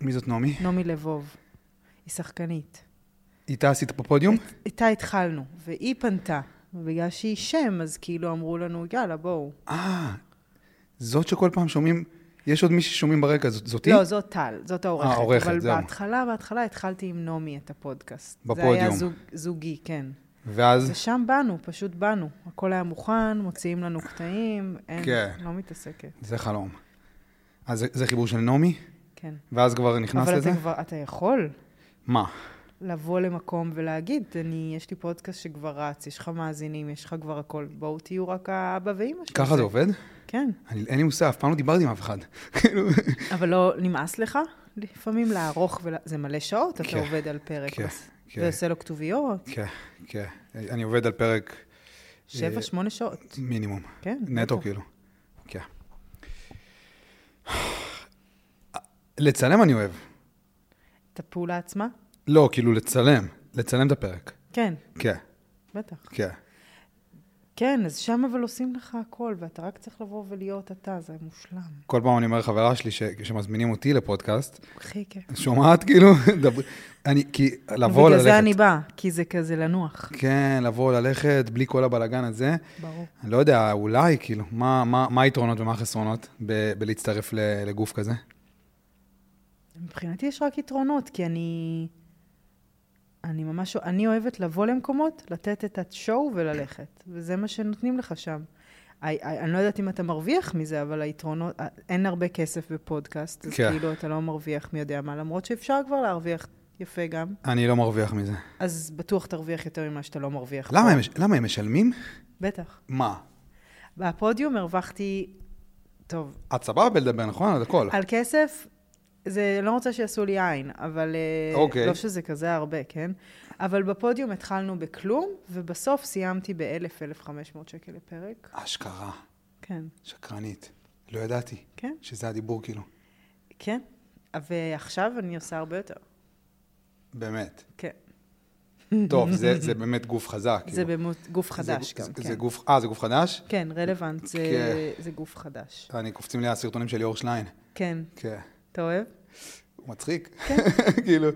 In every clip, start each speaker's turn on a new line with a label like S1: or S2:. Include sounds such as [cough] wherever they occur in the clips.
S1: מי זאת נעמי?
S2: נעמי לבוב. היא שחקנית.
S1: איתה עשית בפודיום?
S2: איתה התחלנו, והיא פנתה. ובגלל שהיא שם, אז כאילו אמרו לנו, יאללה, בואו.
S1: אה, זאת שכל פעם שומעים, יש עוד מישהי ששומעים ברקע, זאת- זאתי?
S2: לא, זאת טל, זאת העורכת.
S1: אה, העורכת,
S2: אבל
S1: זהו.
S2: בהתחלה, בהתחלה התחלתי עם נעמי את הפודקאסט. זה היה
S1: בפודיום.
S2: זוג, זוגי, כן.
S1: ואז,
S2: ושם באנו, פשוט באנו. הכל היה מוכן, מוציאים לנו קטעים, אין,
S1: כן.
S2: לא מתעסקת.
S1: זה חלום. אז זה, זה חיבור של נעמי?
S2: כן.
S1: ואז כבר נכנס
S2: אבל
S1: לזה?
S2: אתה כבר, אתה יכול
S1: מה?
S2: לבוא למקום ולהגיד, אני, יש לי פודקאסט שכבר רץ, יש לך מאזינים, יש לך כבר הכל, בואו תהיו רק האבא ואימא שלי.
S1: ככה זה עובד?
S2: כן.
S1: אני, אין לי מושג, אף פעם לא דיברתי עם אף אחד. כאילו,
S2: אבל לא נמאס לך? לפעמים לערוך, ול... זה מלא שעות, אתה
S1: כן,
S2: עובד על פרק.
S1: כן,
S2: בס-
S1: כן.
S2: ועושה לו כתוביות,
S1: כן, כן. אני עובד על פרק
S2: שבע,
S1: אה,
S2: שמונה שעות.
S1: מינימום.
S2: כן.
S1: נטו
S2: בטח.
S1: כאילו. כן. לצלם אני אוהב.
S2: את הפעולה עצמה?
S1: לא, כאילו לצלם. לצלם את הפרק.
S2: כן,
S1: כן,
S2: בטח.
S1: כן.
S2: כן, אז שם אבל עושים לך הכל, ואתה רק צריך לבוא ולהיות אתה, זה מושלם.
S1: כל פעם אני אומר לחברה שלי ש... שמזמינים אותי לפודקאסט,
S2: הכי כיף.
S1: שומעת כאילו, דברי, אני, כי לבוא,
S2: בגלל
S1: ללכת.
S2: זה אני באה, כי זה כזה לנוח.
S1: כן, לבוא, ללכת, בלי כל הבלגן הזה.
S2: ברור.
S1: אני לא יודע, אולי, כאילו, מה, מה, מה היתרונות ומה החסרונות ב- בלהצטרף ל- לגוף כזה?
S2: מבחינתי יש רק יתרונות, כי אני... אני ממש... אני אוהבת לבוא למקומות, לתת את השואו וללכת. וזה מה שנותנים לך שם. אני, אני לא יודעת אם אתה מרוויח מזה, אבל היתרונות... אה, אין הרבה כסף בפודקאסט, אז
S1: כן.
S2: כאילו אתה לא מרוויח מי יודע מה, למרות שאפשר כבר להרוויח יפה גם.
S1: אני לא מרוויח מזה.
S2: אז בטוח תרוויח יותר ממה שאתה לא מרוויח.
S1: למה
S2: פה.
S1: הם, מש- למה הם משלמים?
S2: בטח.
S1: מה?
S2: בפודיום הרווחתי... טוב,
S1: את סבבה בלדבר, נכון? על הכל.
S2: על כסף, זה לא רוצה שיעשו לי עין, אבל אה,
S1: אוקיי.
S2: לא שזה כזה הרבה, כן? אבל בפודיום התחלנו בכלום, ובסוף סיימתי ב-1,000-1,500 שקל לפרק.
S1: אשכרה,
S2: כן,
S1: שקרנית. לא ידעתי
S2: כן,
S1: שזה הדיבור, כאילו.
S2: כן. ועכשיו אני עושה הרבה יותר. [laughs]
S1: באמת.
S2: כן.
S1: טוב, זה, זה באמת גוף חזק.
S2: זה
S1: כאילו.
S2: במות- גוף חדש
S1: זה,
S2: גם,
S1: זה,
S2: כן.
S1: זה גוף, אה, זה גוף חדש?
S2: כן, רלוונט, זה-
S1: כן.
S2: זה גוף חדש.
S1: אני קופצים לי הסרטונים של ליאור שליין.
S2: כן,
S1: כן.
S2: אתה אוהב?
S1: הוא מצחיק.
S2: כן.
S1: [laughs] כאילו,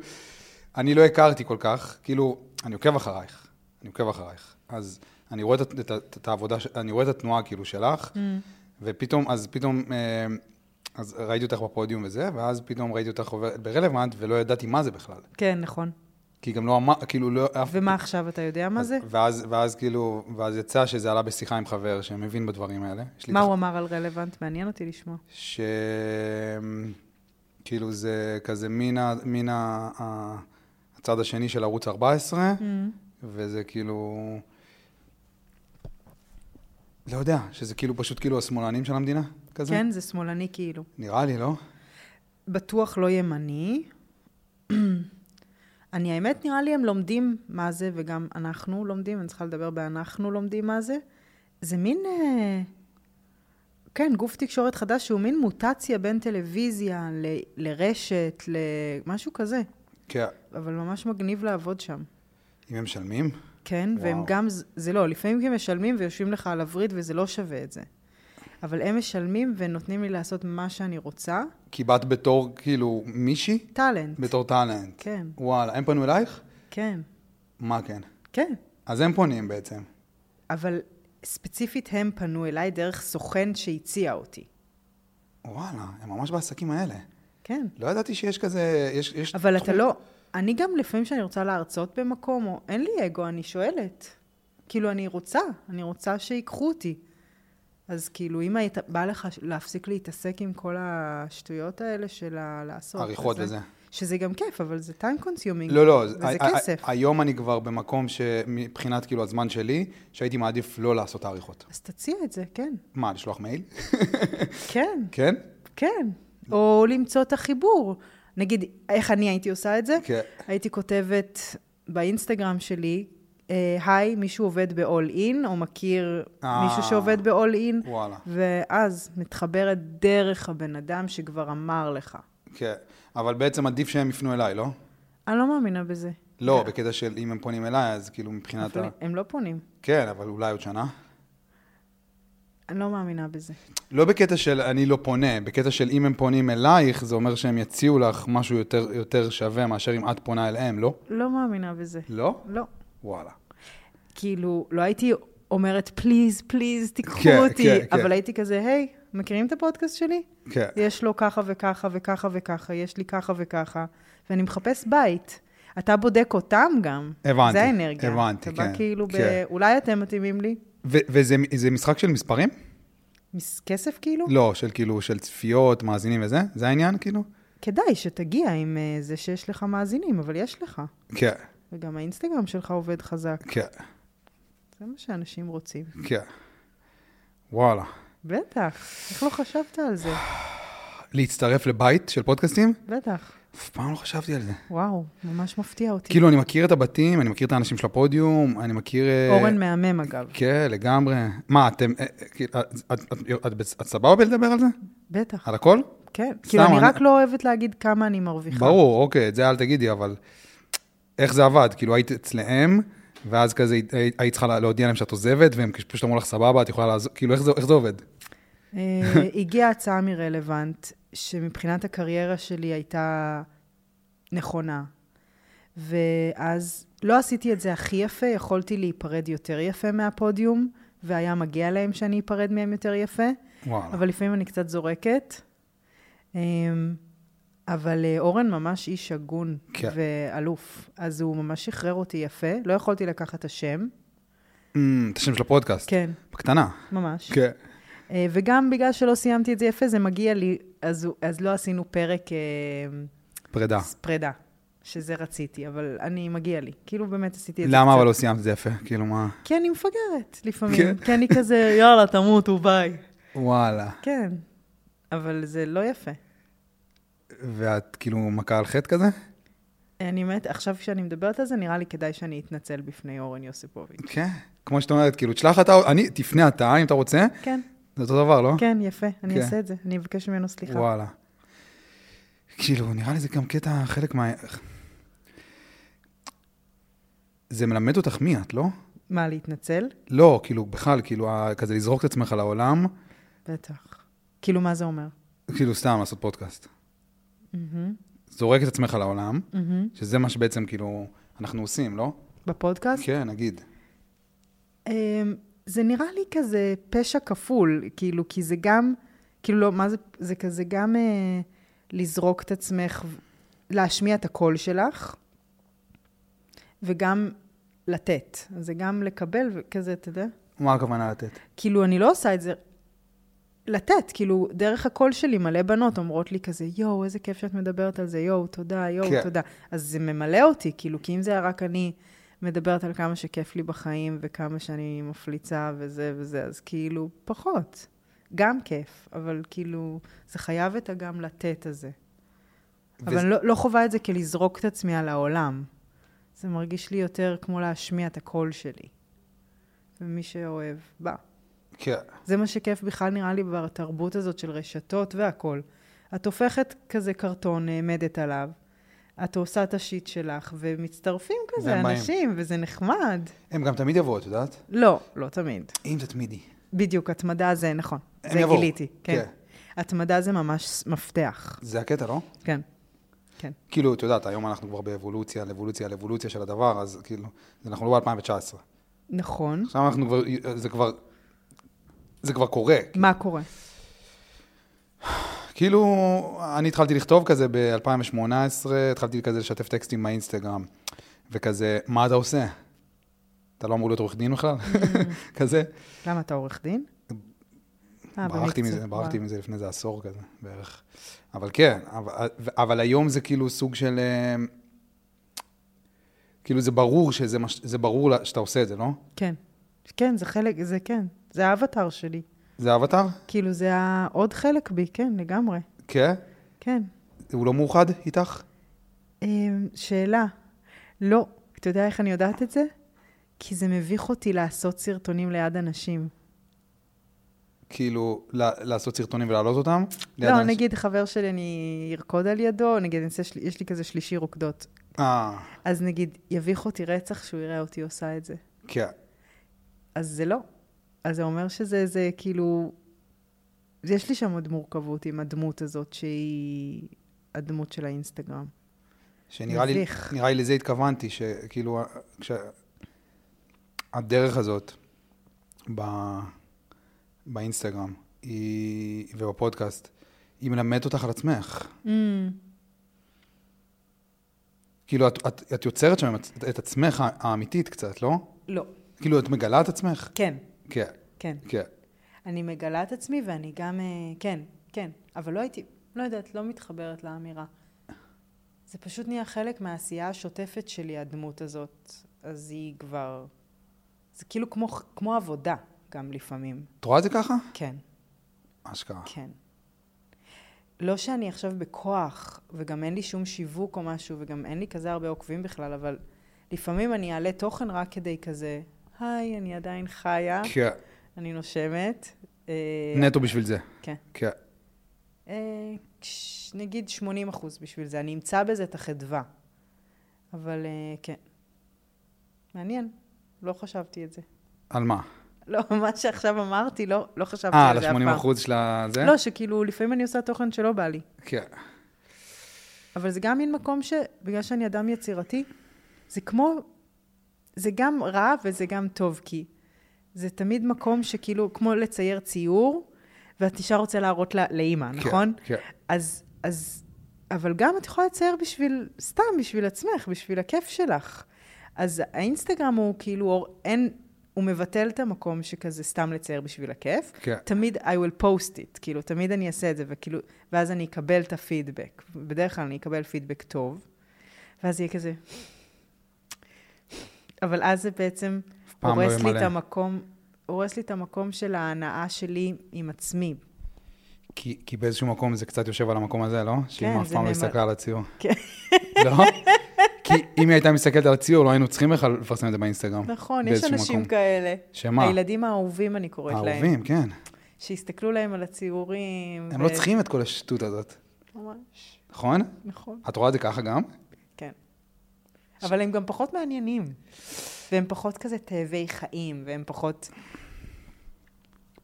S1: אני לא הכרתי כל כך, כאילו, אני עוקב אחרייך, אני עוקב אחרייך. אז אני רואה את, את, את, את העבודה, ש- אני רואה את התנועה כאילו שלך,
S2: Mm.
S1: ופתאום, אז פתאום, אה, אז ראיתי אותך בפודיום וזה, ואז פתאום ראיתי אותך עוברת ברלוונט, ולא ידעתי מה זה בכלל.
S2: כן, נכון.
S1: כי גם לא אמר, כאילו, לא... אף-
S2: ומה עכשיו, אתה יודע מה זה?
S1: ואז, ואז כאילו, ואז יצא שזה עלה בשיחה עם חבר שמבין בדברים האלה. יש לי
S2: מה
S1: את
S2: הוא אמר על רלוונט? מעניין אותי לשמוע.
S1: ש... כאילו זה כזה מן, ה... מן ה... ה- הצד השני של ערוץ 14, וזה כאילו... לא יודע, שזה כאילו פשוט כאילו השמאלנים של המדינה, כזה?
S2: כן, זה שמאלני כאילו.
S1: נראה לי, לא?
S2: בטוח לא ימני. [clears throat] אני, האמת, נראה לי הם לומדים מה זה, וגם אנחנו לומדים, אני צריכה לדבר ב"אנחנו לומדים מה זה". זה מין... אה, כן, גוף תקשורת חדש שהוא מין מוטציה בין טלוויזיה ל, לרשת, למשהו כזה.
S1: כי
S2: אבל ממש מגניב לעבוד שם.
S1: אם הם משלמים,
S2: כן, וואו. והם
S1: וואו.
S2: גם, ז- זה לא, לפעמים כי הם משלמים ויושבים לך על הווריד וזה לא שווה את זה. אבל הם משלמים ונותנים לי לעשות מה שאני רוצה.
S1: כי באת בתור כאילו מישהי,
S2: טאלנט.
S1: בתור טאלנט.
S2: כן,
S1: וואלה, הם פנו אלייך?
S2: כן,
S1: מה כן?
S2: כן.
S1: אז הם פונים בעצם.
S2: אבל ספציפית הם פנו אליי דרך סוכן שהציע אותי.
S1: וואלה, הם ממש בעסקים האלה.
S2: כן.
S1: לא ידעתי שיש כזה, יש... יש
S2: אבל אתה
S1: תחום-
S2: לא... אני גם לפעמים כשאני רוצה להרצות במקום, או אין לי אגו, אני שואלת. כאילו, אני רוצה, אני רוצה שיקחו אותי. אז כאילו, אם היית בא לך ש- להפסיק להתעסק עם כל השטויות האלה של ה... לעשות...
S1: עריכות
S2: וזה-
S1: וזה.
S2: שזה גם כיף, אבל זה time consuming.
S1: לא, לא,
S2: וזה
S1: ה- ה-
S2: כסף.
S1: ה- היום אני כבר במקום שמבחינת כאילו הזמן שלי, שהייתי מעדיף לא לעשות העריכות.
S2: אז תציע את זה, כן.
S1: מה, לשלוח מייל?
S2: כן.
S1: כן?
S2: כן, או למצוא את החיבור. נגיד, איך אני הייתי עושה את זה?
S1: כן.
S2: הייתי כותבת באינסטגרם שלי, אה, היי, מישהו עובד ב-all in, או מכיר
S1: אה.
S2: מישהו שעובד ב-all in,
S1: וואלה.
S2: ואז מתחברת דרך הבן אדם שכבר אמר לך.
S1: כן. אבל בעצם עדיף שהם יפנו אליי, לא?
S2: אני לא מאמינה בזה.
S1: לא, בקטע של אם הם פונים אליי, אז כאילו מבחינת ה...
S2: אבל הם לא פונים.
S1: כן, אבל אולי עוד שנה.
S2: אני לא מאמינה בזה.
S1: לא בקטע של אני לא פונה, בקטע של אם הם פונים אלייך, זה אומר שהם יציעו לך משהו יותר, יותר שווה מאשר אם את פונה אליהם, לא?
S2: לא מאמינה בזה.
S1: לא?
S2: לא.
S1: וואלה.
S2: כאילו, לא הייתי אומרת, פליז, פליז, תיקחו
S1: כן,
S2: אותי,
S1: כן, כן.
S2: אבל הייתי כזה, היי, מכירים את הפודקאסט שלי?
S1: כן.
S2: יש לו ככה וככה וככה וככה, יש לי ככה וככה, ואני מחפש בית. אתה בודק אותם גם.
S1: הבנתי,
S2: זה האנרגיה.
S1: הבנתי,
S2: אתה
S1: כן,
S2: בא כאילו, ב...
S1: כן.
S2: אולי אתם מתאימים לי?
S1: ו- וזה זה משחק של מספרים?
S2: מס- כסף כאילו?
S1: לא, של כאילו, של צפיות, מאזינים וזה? זה העניין, כאילו?
S2: כדאי שתגיע עם אה, זה שיש לך מאזינים, אבל יש לך.
S1: כן,
S2: וגם האינסטגרם שלך עובד חזק.
S1: כן,
S2: זה מה שאנשים רוצים.
S1: כן. וואלה.
S2: בטח. איך לא חשבת על זה?
S1: להצטרף לבית של פודקאסטים?
S2: בטח.
S1: אף פעם לא חשבתי על זה.
S2: וואו, ממש מפתיע אותי.
S1: כאילו, אני מכיר את הבתים, אני מכיר את האנשים של הפודיום, אני מכיר... אה,
S2: אורן מהמם, אגב.
S1: כן, לגמרי. מה, אתם... אה, אה, כאילו, את- את- את- את בס- את סבבה בלדבר על זה?
S2: בטח,
S1: על הכל?
S2: כן. כאילו, אני
S1: אה, אני-
S2: רק לא אוהבת להגיד כמה אני מרוויחה.
S1: ברור, אוקיי, את זה אל תגידי, אבל איך זה עבד? כאילו, היית אצלהם, ואז כזה הי- היית צריכה להודיע להם שאת עוזבת, והם פשוט אמרו לך, סבבה, את יכולה לעזוב, כאילו, איך זה- איך זה עובד?
S2: אה, הגיעה הצעה מרלוונט, שמבחינת הקריירה שלי הייתה נכונה. ואז לא עשיתי את זה הכי יפה, יכולתי להיפרד יותר יפה מהפודיום, והיה מגיע להם שאני איפרד מהם יותר יפה,
S1: וואלה.
S2: אבל לפעמים אני קצת זורקת. אה, אבל אה, אורן ממש איש הגון
S1: כן.
S2: ואלוף, אז הוא ממש שחרר אותי יפה, לא יכולתי לקחת את השם.
S1: אמ, את השם של הפודקאסט.
S2: כן,
S1: בקטנה.
S2: ממש.
S1: כן.
S2: אה, וגם בגלל שלא סיימתי את זה יפה, זה מגיע לי, אז, הוא- אז לא עשינו פרק אה,
S1: פרידה.
S2: פרידה, שזה רציתי, אבל אני, מגיע לי. כאילו באמת עשיתי את זה
S1: למה
S2: קצת.
S1: אבל לא סיימת את זה יפה? כאילו, מה?
S2: כי אני מפגרת לפעמים,
S1: כן.
S2: כי אני
S1: [laughs]
S2: כזה, יאללה, תמותו, ביי.
S1: וואלה.
S2: כן, אבל זה לא יפה.
S1: ואת כאילו מכה על חטא כזה?
S2: אני באמת, עכשיו כשאני מדברת על זה, נראה לי כדאי שאני אתנצל בפני אורן יוסיפוביץ'.
S1: כן. כמו שאת אומרת, כאילו, תשלח אתה, אני, תפנה אתה, אם אתה רוצה.
S2: כן,
S1: זה אותו דבר, לא?
S2: כן, יפה, אני
S1: כן.
S2: אעשה את זה, אני אבקש ממנו סליחה.
S1: וואלה. כאילו, נראה לי זה גם קטע, חלק מה... זה מלמד אותך מי את, לא?
S2: מה, להתנצל?
S1: לא, כאילו, בכלל, כאילו, ה- כזה לזרוק את עצמך לעולם,
S2: בטח. כאילו, מה זה אומר?
S1: כאילו, סתם לעשות פודקאסט.
S2: מהמם,
S1: זורק את עצמך לעולם,
S2: מהמם.
S1: שזה מה שבעצם, כאילו, אנחנו עושים, לא?
S2: בפודקאסט?
S1: כן, נגיד.
S2: אמ, זה נראה לי כזה פשע כפול, כאילו, כי זה גם, כאילו, לא, מה זה, זה כזה גם אה, לזרוק את עצמך, ו- להשמיע את הקול שלך, וגם לתת. זה גם לקבל, וכזה, אתה יודע?
S1: מה הכוונה לתת?
S2: כאילו, אני לא עושה את זה. לתת, כאילו, דרך הקול שלי מלא בנות אומרות לי כזה, יואו, איזה כיף שאת מדברת על זה, יואו, תודה, יואו,
S1: כן.
S2: כן. תודה. אז זה ממלא אותי, כאילו, כי אם זה היה רק אני מדברת על כמה שכיף לי בחיים, וכמה שאני מפליצה, וזה וזה, אז כאילו, פחות. גם כיף, אבל כאילו, זה חייב את הגם לתת הזה. אבל
S1: וזה-
S2: אני לא, לא חווה את זה כלזרוק את עצמי על העולם. זה מרגיש לי יותר כמו להשמיע את הקול שלי. ומי שאוהב, בא.
S1: כן.
S2: זה מה שכיף בכלל נראה לי בתרבות הזאת של רשתות והכול. את הופכת כזה קרטון, נעמדת עליו, את עושה את השיט שלך, ומצטרפים כזה
S1: והם באים.
S2: אנשים, וזה נחמד.
S1: הם גם תמיד יבואו, את יודעת?
S2: לא, לא תמיד.
S1: אם תתמידי.
S2: בדיוק, התמדה זה נכון.
S1: הם
S2: זה
S1: יבואו.
S2: גיליתי, כן.
S1: כן.
S2: התמדה זה ממש מפתח,
S1: זה הקטע, לא?
S2: כן.
S1: כאילו, את יודעת, היום אנחנו כבר באבולוציה, לאבולוציה, לאבולוציה של הדבר, אז כאילו, אנחנו לא ב-2019.
S2: נכון.
S1: עכשיו אנחנו כבר, זה כבר, זה כבר קורה.
S2: מה קורה?
S1: כאילו, אני התחלתי לכתוב כזה ב-2018, התחלתי כזה לשתף טקסטים מהאינסטגרם, וכזה, מה אתה עושה? אתה לא אמור להיות עורך דין בכלל? [laughs] כזה.
S2: למה אתה עורך דין? אה,
S1: ברחתי
S2: במקצוע.
S1: מזה, ברחתי
S2: וואו.
S1: מזה לפני איזה עשור כזה, בערך. אבל כן, אבל, אבל היום זה כאילו סוג של... אה, כאילו, זה ברור שזה מה ש- זה ברור לה- שאתה עושה את זה, לא?
S2: כן. כן, זה חלק, זה כן. זה האבטר שלי.
S1: זה האבטר?
S2: כאילו, זה ה- עוד חלק בי, כן, לגמרי.
S1: כן.
S2: כן.
S1: הוא לא מאוחד איתך?
S2: אמ, שאלה. לא. אתה יודע איך אני יודעת את זה? כי זה מביך אותי לעשות סרטונים ליד אנשים.
S1: כאילו, ל- לעשות סרטונים ולהעלות אותם? ליד
S2: לא,
S1: אנשים-
S2: נגיד חבר שלי, אני ארקוד על ידו, נגיד, אני אעשה של- יש לי כזה שלישי רוקדות.
S1: אה,
S2: אז נגיד, יביך אותי רצח שהוא יראה אותי עושה את זה.
S1: כן.
S2: אז זה לא. אז זה אומר שזה זה כאילו... יש לי שם עוד מורכבות עם הדמות הזאת, שהיא הדמות של האינסטגרם.
S1: שנראה לי,
S2: מביך.
S1: נראה לי לזה התכוונתי, שכאילו, כש... הדרך הזאת ב... באינסטגרם היא... ובפודקאסט, היא מלמדת אותך על עצמך. כאילו, את, את, את יוצרת שם את, את עצמך האמיתית קצת, לא?
S2: לא.
S1: כאילו, את מגלה את עצמך?
S2: כן,
S1: כן,
S2: כן.
S1: כן.
S2: אני מגלה את עצמי ואני גם... אה, כן, כן. אבל לא הייתי, לא יודעת, לא מתחברת לאמירה. זה פשוט נהיה חלק מהעשייה השוטפת שלי, הדמות הזאת. אז היא כבר... זה כאילו כמו, כמו עבודה, גם לפעמים.
S1: את רואה את זה ככה?
S2: כן.
S1: אשכרה.
S2: כן. לא שאני עכשיו בכוח, וגם אין לי שום שיווק או משהו, וגם אין לי כזה הרבה עוקבים בכלל, אבל לפעמים אני אעלה תוכן רק כדי כזה, היי, אני עדיין חיה,
S1: כן.
S2: אני נושמת. אה,
S1: נטו בשביל זה.
S2: כן.
S1: כן.
S2: אה, כש- נגיד 80 אחוז בשביל זה, אני אמצא בזה את החדווה. אבל אה, כן. מעניין, לא חשבתי את זה.
S1: על מה?
S2: לא, [laughs] מה שעכשיו אמרתי, לא, לא חשבתי
S1: אה, על
S2: על זה אף פעם.
S1: ה-80 אחוז של הזה?
S2: לא, שכאילו, לפעמים אני עושה תוכן שלא בא לי.
S1: כן.
S2: אבל זה גם מין מקום שבגלל שאני אדם יצירתי, זה כמו, זה גם רע וזה גם טוב, כי זה תמיד מקום שכאילו, כמו לצייר ציור, ואת ישר רוצה להראות לה, לאימא,
S1: כן,
S2: נכון?
S1: כן.
S2: אז, אז, אבל גם את יכולה לצייר בשביל, סתם בשביל עצמך, בשביל הכיף שלך. אז האינסטגרם הוא כאילו, אור- אין, הוא מבטל את המקום שכזה סתם לצייר בשביל הכיף.
S1: כן.
S2: תמיד I will post it, כאילו, תמיד אני אעשה את זה, וכאילו, ואז אני אקבל את הפידבק. בדרך כלל אני אקבל פידבק טוב, ואז יהיה כזה... אבל אז זה בעצם
S1: פעם לא
S2: הורס לי את
S1: ימלא.
S2: המקום, הורס לי את המקום של ההנאה שלי עם עצמי.
S1: כי, כי באיזשהו מקום זה קצת יושב על המקום הזה, לא?
S2: כן,
S1: שאמא אף
S2: זה
S1: פעם לא
S2: נאמר-
S1: הסתכלה על הציור.
S2: כן.
S1: [laughs] לא? כי אם היא הייתה מסתכלת על הציור, לא היינו צריכים בכלל לפרסם את זה באינסטגרם.
S2: נכון, יש
S1: באיזשהו
S2: אנשים
S1: מקום.
S2: כאלה.
S1: שמה?
S2: הילדים האהובים, אני קוראת להם.
S1: האהובים, כן.
S2: שיסתכלו להם על הציורים.
S1: הם
S2: ו-
S1: לא צריכים את כל השטות הזאת,
S2: ממש,
S1: נכון?
S2: נכון,
S1: את רואה את זה ככה גם?
S2: כן. אבל הם גם פחות מעניינים. והם פחות כזה תאבי חיים, והם פחות...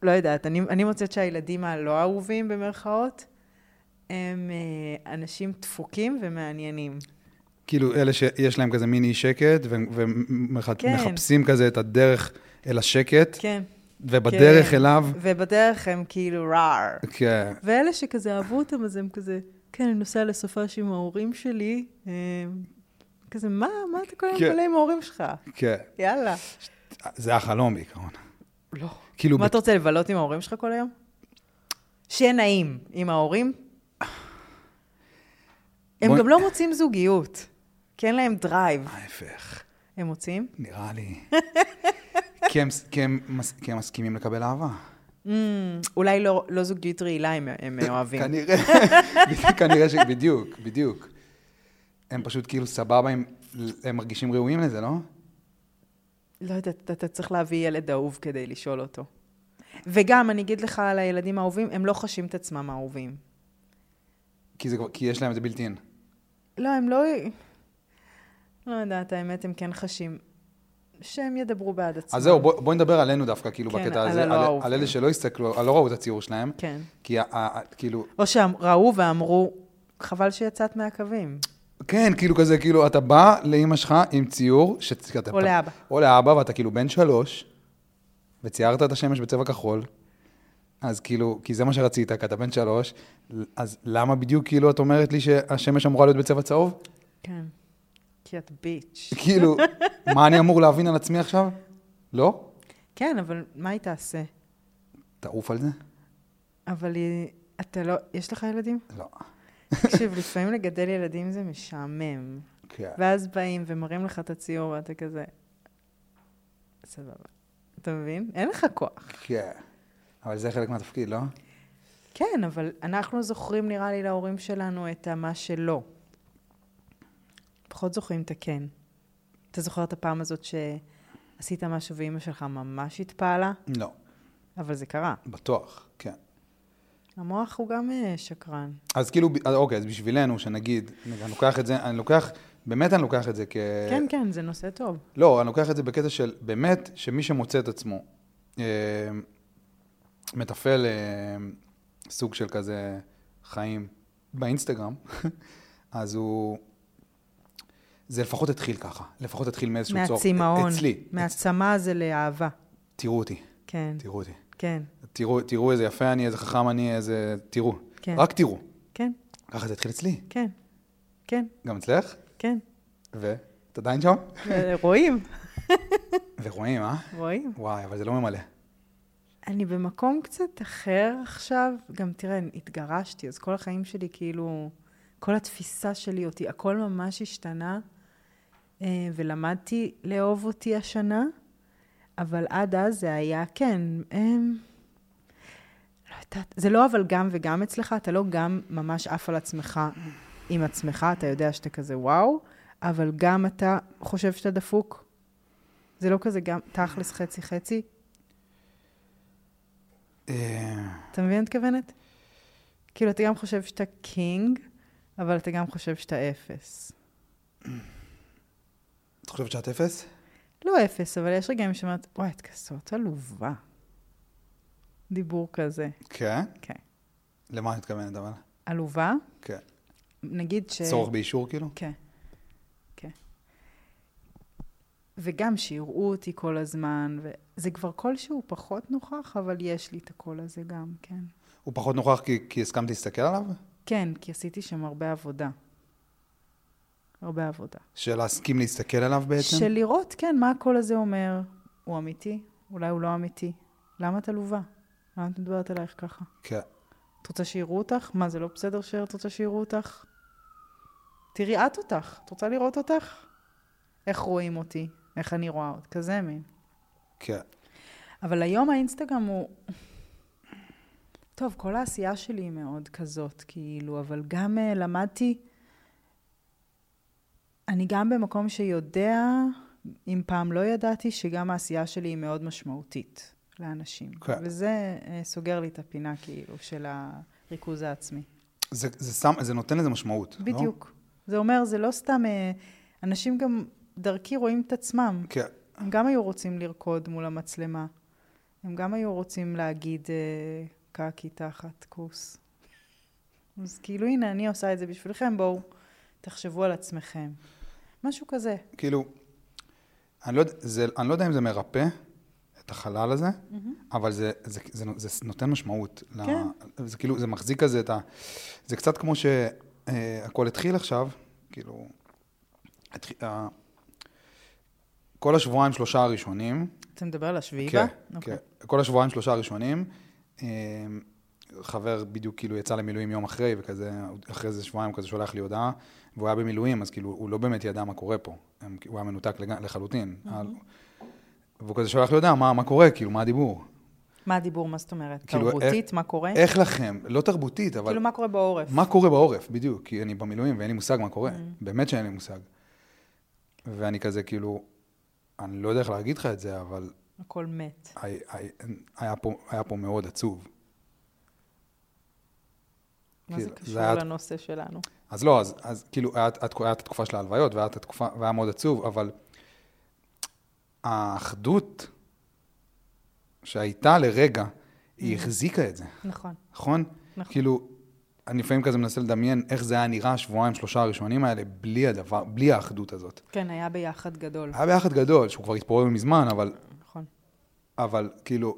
S2: לא יודעת, אני, אני מוצאת שהילדים הלא אהובים, במרכאות, הם אה, אנשים דפוקים ומעניינים.
S1: כאילו, אלה שיש להם כזה מין אי שקט,
S2: כן.
S1: ומחפשים כזה את הדרך אל השקט,
S2: כן.
S1: ובדרך
S2: כן.
S1: אליו,
S2: ובדרך הם כאילו ראר.
S1: כן.
S2: ואלה שכזה אהבו אותם, אז הם כזה, כן, אני נוסע לסופש עם ההורים שלי. אה, כזה, מה, מה אתה כל היום
S1: כן.
S2: מבלה עם ההורים שלך?
S1: כן.
S2: יאללה.
S1: זה החלום בעיקרון.
S2: לא.
S1: כאילו,
S2: מה אתה רוצה לבלות עם ההורים שלך כל היום? שיהיה נעים עם ההורים. הם
S1: בוא-
S2: גם לא מוצאים זוגיות, כי אין להם דרייב.
S1: ההפך,
S2: הם מוצאים?
S1: נראה לי. כי הם- כי הם מס- כי הם מסכימים לקבל אהבה.
S2: Mm, אולי לא, לא זוגיות רעילה הם, [coughs] הם אוהבים.
S1: כנראה, [laughs] כנראה ש... בדיוק, בדיוק. הם פשוט כאילו סבבה, הם, הם מרגישים ראויים לזה, לא?
S2: לא יודעת, אתה- אתה צריך להביא ילד אהוב כדי לשאול אותו. וגם, אני אגיד לך על הילדים האהובים, הם לא חשים את עצמם אהובים.
S1: כי, זה, כבר- כי יש להם את זה בלתי אין.
S2: לא, הם לא... לא יודעת, האמת, הם כן חשים שהם ידברו בעד עצמם.
S1: אז זהו, בואי בוא נדבר עלינו דווקא, כאילו,
S2: כן,
S1: בקטע
S2: על
S1: הזה,
S2: הלא
S1: על,
S2: אהוב,
S1: על אלה
S2: כן.
S1: שלא הסתכלו, על לא ראו את הציור שלהם,
S2: כן.
S1: כי ה, ה, ה, כאילו,
S2: או שהם ראו ואמרו, חבל שיצאת מהקווים.
S1: כן, כאילו כזה, כאילו, אתה בא לאימא שלך עם ציור, ש...
S2: או לאבא.
S1: או לאבא, ואתה כאילו בן שלוש, וציירת את השמש בצבע כחול, אז כאילו, כי זה מה שרצית, כי אתה בן שלוש, אז למה בדיוק, כאילו, את אומרת לי שהשמש אמורה להיות בצבע צהוב? [laughs]
S2: כן. כי את ביץ'.
S1: כאילו, מה אני אמור להבין על עצמי עכשיו? לא?
S2: כן, אבל מה היא תעשה?
S1: תעוף על זה?
S2: אבל היא... אתה לא... יש לך ילדים?
S1: לא.
S2: תקשיב, לפעמים לגדל ילדים זה משעמם.
S1: כן.
S2: ואז באים ומראים לך את הציור ואתה כזה... סבבה. אתה מבין? אין לך כוח.
S1: כן. אבל זה חלק מהתפקיד, לא?
S2: כן, אבל אנחנו זוכרים, נראה לי, להורים שלנו את המה שלא. פחות זוכרים את הכן. אתה זוכר את הפעם הזאת שעשית משהו ואימא שלך ממש התפעלה?
S1: לא.
S2: אבל זה קרה.
S1: בטוח, כן.
S2: המוח הוא גם אה, שקרן.
S1: אז כאילו, ב- אז אוקיי, אז בשבילנו, שנגיד, אני לוקח את זה, אני לוקח, באמת אני לוקח את זה כ...
S2: כן, כן, זה נושא טוב.
S1: לא, אני לוקח את זה בקטע של באמת, שמי שמוצא את עצמו אה, מתפעל אה, סוג של כזה חיים באינסטגרם, [laughs] אז הוא... זה לפחות התחיל ככה, לפחות התחיל מאיזשהו צורך.
S2: מהצמאון.
S1: אצלי.
S2: מהעצמה זה לאהבה.
S1: תראו אותי,
S2: כן,
S1: תראו אותי.
S2: כן,
S1: תראו, תראו איזה יפה אני, איזה חכם אני, איזה... תראו.
S2: כן.
S1: רק תראו.
S2: כן,
S1: ככה זה התחיל אצלי.
S2: כן, כן,
S1: גם אצלך?
S2: כן.
S1: [laughs] ו? את עדיין שם?
S2: רואים,
S1: ורואים, אה?
S2: רואים.
S1: וואי, אבל זה לא ממלא.
S2: אני במקום קצת אחר עכשיו. גם תראה, אני התגרשתי, אז כל החיים שלי, כאילו, כל התפיסה שלי אותי, הכל ממש השתנה, אה, ולמדתי לאהוב אותי השנה, אבל עד אז זה היה, כן, אה, לא יודעת, זה לא אבל גם וגם אצלך, אתה לא גם ממש עף על עצמך עם עצמך, אתה יודע שאתה כזה וואו, אבל גם אתה חושב שאתה דפוק. זה לא כזה גם תכלס חצי-חצי,
S1: אה,
S2: אתה מבין מה אני מתכוונת? כאילו, אתה גם חושב שאתה קינג, אבל אתה גם חושב שאתה אפס.
S1: את חושבת שאת אפס?
S2: לא אפס, אבל יש רגעים שאומרת, וואי, את כזאת עלובה. דיבור כזה.
S1: כן.
S2: כן.
S1: למה את מתכוונת אבל?
S2: עלובה,
S1: כן.
S2: נגיד ש...
S1: צורך באישור כאילו?
S2: כן. כן. וגם שיראו אותי כל הזמן, וזה כבר קול שהוא פחות נוכח, אבל יש לי את הקול הזה גם, כן.
S1: הוא פחות נוכח כי, כי הסכמת להסתכל עליו?
S2: כן, כי עשיתי שם הרבה עבודה. הרבה עבודה.
S1: של להסכים להסתכל עליו בעצם?
S2: של לראות, כן, מה הקול הזה אומר. הוא אמיתי? אולי הוא לא אמיתי. למה את עלובה? למה את מדברת אלייך ככה?
S1: כן.
S2: את רוצה שיראו אותך? מה, זה לא בסדר שאת רוצה שיראו אותך? תראי את אותך. את רוצה לראות אותך? איך רואים אותי? איך אני רואה אותך? כזה מין.
S1: כן.
S2: אבל היום האינסטגרם הוא... טוב, כל העשייה שלי היא מאוד כזאת, כאילו, אבל גם uh, למדתי... אני גם במקום שיודע, אם פעם לא ידעתי, שגם העשייה שלי היא מאוד משמעותית לאנשים.
S1: כן.
S2: וזה uh, סוגר לי את הפינה, כאילו, של הריכוז העצמי.
S1: זה, זה, שם, זה נותן לזה משמעות, לא?
S2: בדיוק. זה אומר, זה לא סתם... אה, אנשים גם דרכי רואים את עצמם.
S1: כן.
S2: הם גם היו רוצים לרקוד מול המצלמה. הם גם היו רוצים להגיד אה, קקי תחת כוס. אז כאילו, הנה, אני עושה את זה בשבילכם, בואו, תחשבו על עצמכם. משהו כזה.
S1: כאילו, אני לא, יודע- זה, אני לא יודע אם זה מרפא את החלל הזה,
S2: Mm-hmm.
S1: אבל זה, זה, זה, נו- זה נותן משמעות.
S2: כן.
S1: ל, זה כאילו, זה מחזיק כזה את ה... זה קצת כמו שהכול התחיל עכשיו, כאילו... התחיל, ה, כל השבועיים שלושה הראשונים,
S2: אתה מדבר על השביעי
S1: כן,
S2: בה?
S1: כן.
S2: אוקיי.
S1: כל השבועיים שלושה הראשונים, אה, חבר בדיוק כאילו יצא למילואים יום אחרי, וכזה, אחרי זה שבועיים הוא כזה שולח לי הודעה, והוא היה במילואים, אז כאילו, הוא לא באמת ידע מה קורה פה. הם- הוא היה מנותק לג- לחלוטין. והוא כזה שולח לי הודעה, מה, מה קורה, כאילו, מה הדיבור?
S2: מה הדיבור, מה זאת אומרת?
S1: כאילו,
S2: תרבותית,
S1: איך-
S2: מה קורה?
S1: איך לכם? לא תרבותית, אבל...
S2: אה? כאילו, מה קורה בעורף?
S1: מה קורה בעורף, בדיוק, כי אני במילואים ואין לי מושג מה קורה, באמת שאין לי מושג. ואני כזה, כאילו, אני לא יודע איך להגיד לך את זה, אבל
S2: הכל מת.
S1: הי- הי- היה פה, היה פה מאוד עצוב.
S2: מה זה
S1: כאילו, זה היה-
S2: קשור לנושא שלנו?
S1: אז לא, אז, אז כאילו, היה, היה, היה את התקופה של ההלוויות, והיה, את התקופה, והיה מאוד עצוב, אבל האחדות שהייתה לרגע, היא החזיקה את זה,
S2: נכון.
S1: נכון?
S2: Mm. נכון.
S1: כאילו, אני לפעמים כזה מנסה לדמיין איך זה היה נראה השבועיים, שלושה הראשונים האלה, בלי הדבר, בלי האחדות הזאת.
S2: כן, היה ביחד גדול.
S1: היה ביחד גדול, שהוא כבר התפורר מזמן, אבל,
S2: נכון.
S1: אבל כאילו,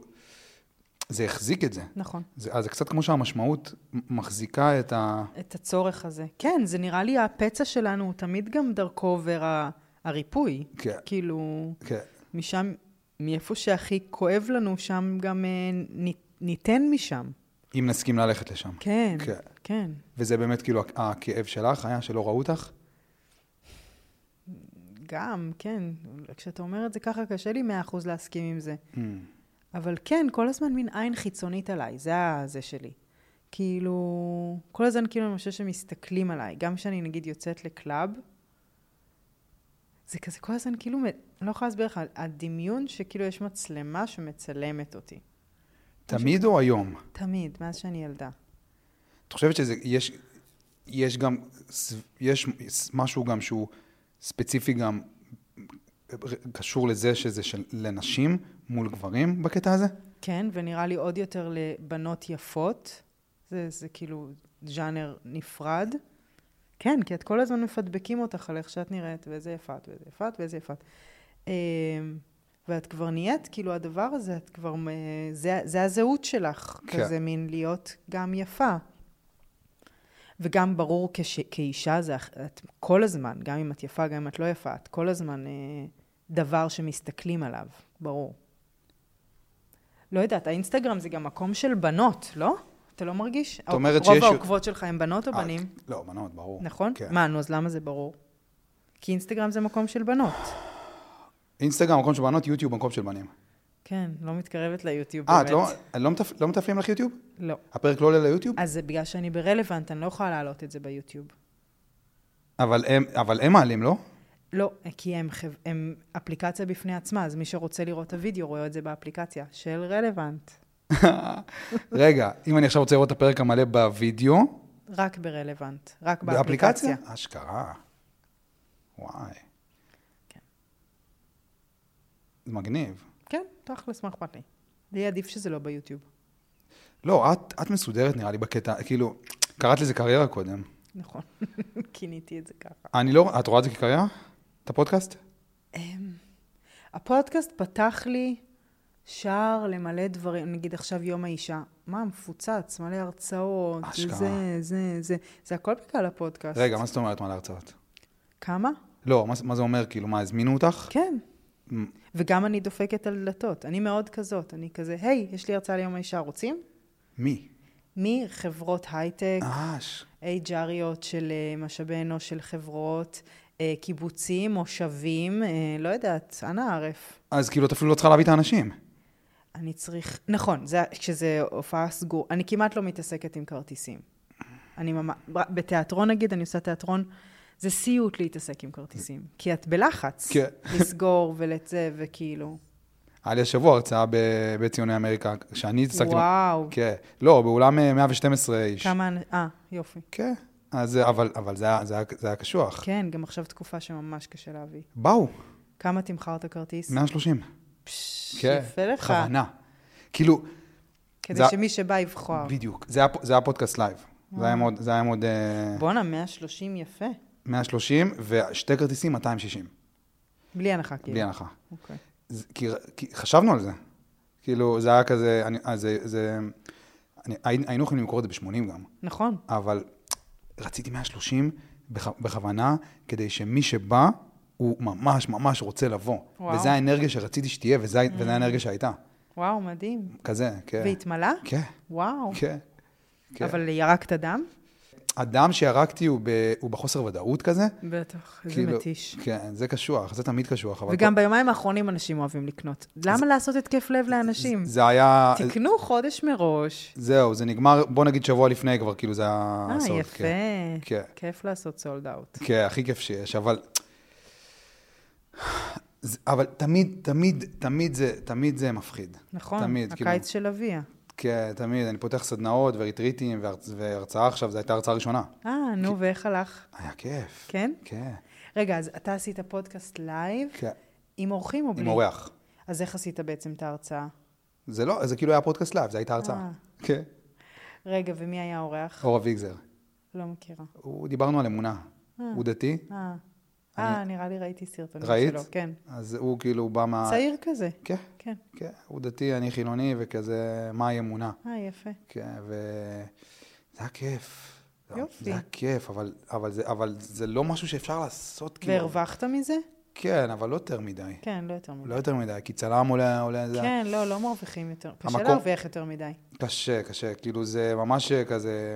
S1: זה החזיק את זה.
S2: נכון.
S1: זה, אז זה קצת כמו שהמשמעות מ- מחזיקה את ה...
S2: את הצורך הזה. כן, זה נראה לי הפצע שלנו, הוא תמיד גם דרכו עובר ה- הריפוי.
S1: כן.
S2: כאילו,
S1: כן,
S2: משם, מאיפה שהכי כואב לנו, שם גם אה, נ- ניתן משם.
S1: אם נסכים ללכת לשם.
S2: כן,
S1: כן.
S2: כן.
S1: וזה באמת כאילו הכ- הכאב שלך היה שלא ראו אותך?
S2: גם, כן. כשאתה אומר את זה ככה, קשה לי מאה אחוז להסכים עם זה. אבל כן, כל הזמן מין עין חיצונית עליי, זה הזה שלי. כאילו, כל הזמן כאילו אני חושבת שמסתכלים עליי. גם כשאני נגיד יוצאת לקלאב, זה כזה כל הזמן כאילו, מ- אני לא יכולה להסביר לך, הדמיון שכאילו יש מצלמה שמצלמת אותי.
S1: תמיד או היום?
S2: תמיד, מאז שאני ילדה.
S1: את חושבת שזה, יש, יש גם, ס- יש ס- משהו גם שהוא ספציפי גם קשור לזה שזה של, לנשים מול גברים בקטע הזה?
S2: כן, ונראה לי עוד יותר לבנות יפות. זה, זה כאילו ז'אנר נפרד. כן, כי את כל הזמן מפדבקים אותך על איך שאת נראית, ואיזה יפה את, ואיזה יפה את, ואיזה יפה את. אה, ואת כבר נהיית, כאילו הדבר הזה, את כבר, מ- זה, זה הזהות שלך,
S1: כן.
S2: כזה מין להיות גם יפה. וגם ברור כש, כאישה זה, אח- את כל הזמן, גם אם את יפה, גם אם את לא יפה, את כל הזמן אה, דבר שמסתכלים עליו, ברור. לא יודעת, האינסטגרם זה גם מקום של בנות, לא? אתה לא מרגיש?
S1: את אומרת שיש-
S2: רוב העוקבות שלך הם בנות או בנים?
S1: אה, לא, בנות, ברור.
S2: נכון?
S1: כן.
S2: מה, נו, אז למה זה ברור? כי אינסטגרם זה מקום של בנות.
S1: אינסטגרם מקום של בנות, יוטיוב מקום של בנים.
S2: כן, לא מתקרבת ליוטיוב
S1: אה,
S2: באמת. אה.
S1: את לא, לא, מתפ... לא מתפעלים לך יוטיוב?
S2: לא.
S1: הפרק לא עולה ליוטיוב?
S2: אז זה בגלל שאני ברלוונט, אני לא יכולה להעלות את זה ביוטיוב.
S1: אבל הם, אבל הם מעלים, לא? [laughs]
S2: לא, כי הם, חב- הם אפליקציה בפני עצמה, אז מי שרוצה לראות את הוידאו רואה את זה באפליקציה של רלוונט.
S1: רגע, אם אני עכשיו רוצה לראות את הפרק המלא בווידאו,
S2: רק ברלוונט, רק באפליקציה.
S1: באפליקציה? אשכרה. וואי.
S2: כן.
S1: זה מגניב.
S2: כן, תכלס, מה אכפת לי? לי עדיף שזה לא ביוטיוב. [laughs]
S1: לא, את, את מסודרת נראה לי בקטע, כאילו, קראת לזה קריירה קודם.
S2: נכון, [laughs] כיניתי את זה ככה.
S1: אני לא, את רואה את זה כקריירה? את הפודקאסט?
S2: אמ, הפודקאסט פתח לי שער למלא דברים, נגיד עכשיו יום האישה. מה, מפוצץ, מלא הרצאות,
S1: אשכרה.
S2: זה, זה, זה. זה הכל בגלל הפודקאסט.
S1: רגע, מה זאת אומרת מעל ההרצאות?
S2: כמה?
S1: לא, מה, מה זה אומר? כאילו, מה, הזמינו אותך?
S2: כן.
S1: מ-
S2: וגם אני דופקת על דלתות. אני מאוד כזאת. אני כזה, היי, יש לי הרצאה ליום האישה, רוצים?
S1: מי?
S2: מחברות הייטק,
S1: אש.
S2: HRיות של אה, משאבי אנוש של חברות, אה, קיבוצים, מושבים, אה, לא יודעת, אנא ערף.
S1: אז כאילו, את אפילו לא צריכה להביא את האנשים.
S2: אני צריך, נכון, זה, כשזה הופעה סגור, אני כמעט לא מתעסקת עם כרטיסים. אני ממש, בתיאטרון נגיד, אני עושה תיאטרון, זה סיוט להתעסק עם כרטיסים. כי את בלחץ.
S1: כן.
S2: לסגור ולצא, וכאילו,
S1: היה לי השבוע הרצאה ב- בציוני אמריקה, שאני התעסקתי...
S2: וואו.
S1: כן. לא, באולם אה, 112 איש.
S2: כמה, אנ- אה, יופי.
S1: כן. אז, אה, אבל, אבל זה, היה- זה, היה- זה היה קשוח.
S2: כן, גם עכשיו תקופה שממש קשה להביא.
S1: באו,
S2: כמה תמכרת כרטיס?
S1: 130.
S2: פשש,
S1: כן.
S2: יפה לך.
S1: בכוונה. כאילו,
S2: כדי
S1: זה-
S2: שמי שבא יבחר.
S1: בדיוק. זה היה, פ- זה היה פודקאסט לייב. זה היה מאוד, זה היה מאוד אה,
S2: בואנה, 130 יפה.
S1: 130, ושתי כרטיסים 260,
S2: בלי הנחה, כאילו.
S1: בלי הנחה.
S2: אוקיי.
S1: זה- כי, כי חשבנו על זה. כאילו, זה היה כזה, אני, אז זה, זה, אני, הי- היינו יכולים למכור את זה ב-80 גם,
S2: נכון.
S1: אבל רציתי 130 בכ, בכוונה, כדי שמי שבא, הוא ממש ממש רוצה לבוא.
S2: וואו.
S1: וואו. וזו האנרגיה שרציתי שתהיה, וזו mm. האנרגיה שהייתה.
S2: וואו, מדהים.
S1: כזה, כן.
S2: והתמלא?
S1: כן,
S2: וואו.
S1: כן. [laughs] כן.
S2: אבל ירקת דם?
S1: הדם שירקתי הוא, ב, הוא בחוסר ודאות כזה.
S2: בטח, איזה
S1: כאילו,
S2: מתיש.
S1: כן, זה קשוח, זה תמיד קשוח. אבל
S2: וגם ביומיים האחרונים אנשים אוהים לקנות. למה לעשות התקף לב לאנשים?
S1: פה, זה היה...
S2: תקנו חודש מראש.
S1: זהו, זה נגמר, בוא נגיד שבוע לפני כבר, כאילו זה היה...
S2: אה,
S1: הסוד, כן.
S2: יפה.
S1: כן.
S2: כיף לעשות סולד אאוט.
S1: כן, הכי כיף שיש, אבל... זה- אבל תמיד, תמיד, תמיד זה, תמיד זה מפחיד.
S2: נכון,
S1: תמיד, כאילו.
S2: הקיץ של אביה.
S1: כן, תמיד, אני פותח סדנאות וריטריטים והרצ... והרצאה עכשיו, זו הייתה הרצאה ראשונה.
S2: אה, נו, ואיך הלך?
S1: היה כיף.
S2: כן?
S1: כן.
S2: רגע, אז אתה עשית פודקאסט לייב
S1: כן.
S2: עם אורחים או בלי?
S1: עם אורח.
S2: אז איך עשית בעצם את ההרצאה?
S1: זה לא, זה כאילו היה פודקאסט לייב, זו הייתה הרצאה.
S2: אה.
S1: כן.
S2: רגע, ומי היה האורח?
S1: אור אביגזר.
S2: לא מכירה.
S1: הוא, דיברנו על אמונה. הוא דתי,
S2: אה, אה, נראה לי ראיתי סרטונים
S1: ראית?
S2: שלו. כן.
S1: אז הוא כאילו בא מה...
S2: צעיר כזה.
S1: כן,
S2: כן.
S1: כן. הוא דתי, אני חילוני, וכזה, מהי אמונה?
S2: אה, יפה.
S1: כן, ו... זה היה כיף. זה-
S2: יופי.
S1: זה היה כיף, אבל, אבל, זה, אבל זה לא משהו שאפשר לעשות, כאילו.
S2: והרווחת מזה?
S1: כן, אבל לא יותר מדי.
S2: כן, לא יותר מדי.
S1: לא יותר מדי, כי צלם עולה, עולה, זה
S2: כן, לא, לא מרוויחים יותר. קשה
S1: המקום-
S2: להרוויח יותר מדי.
S1: קשה, קשה. כאילו, זה ממש כזה...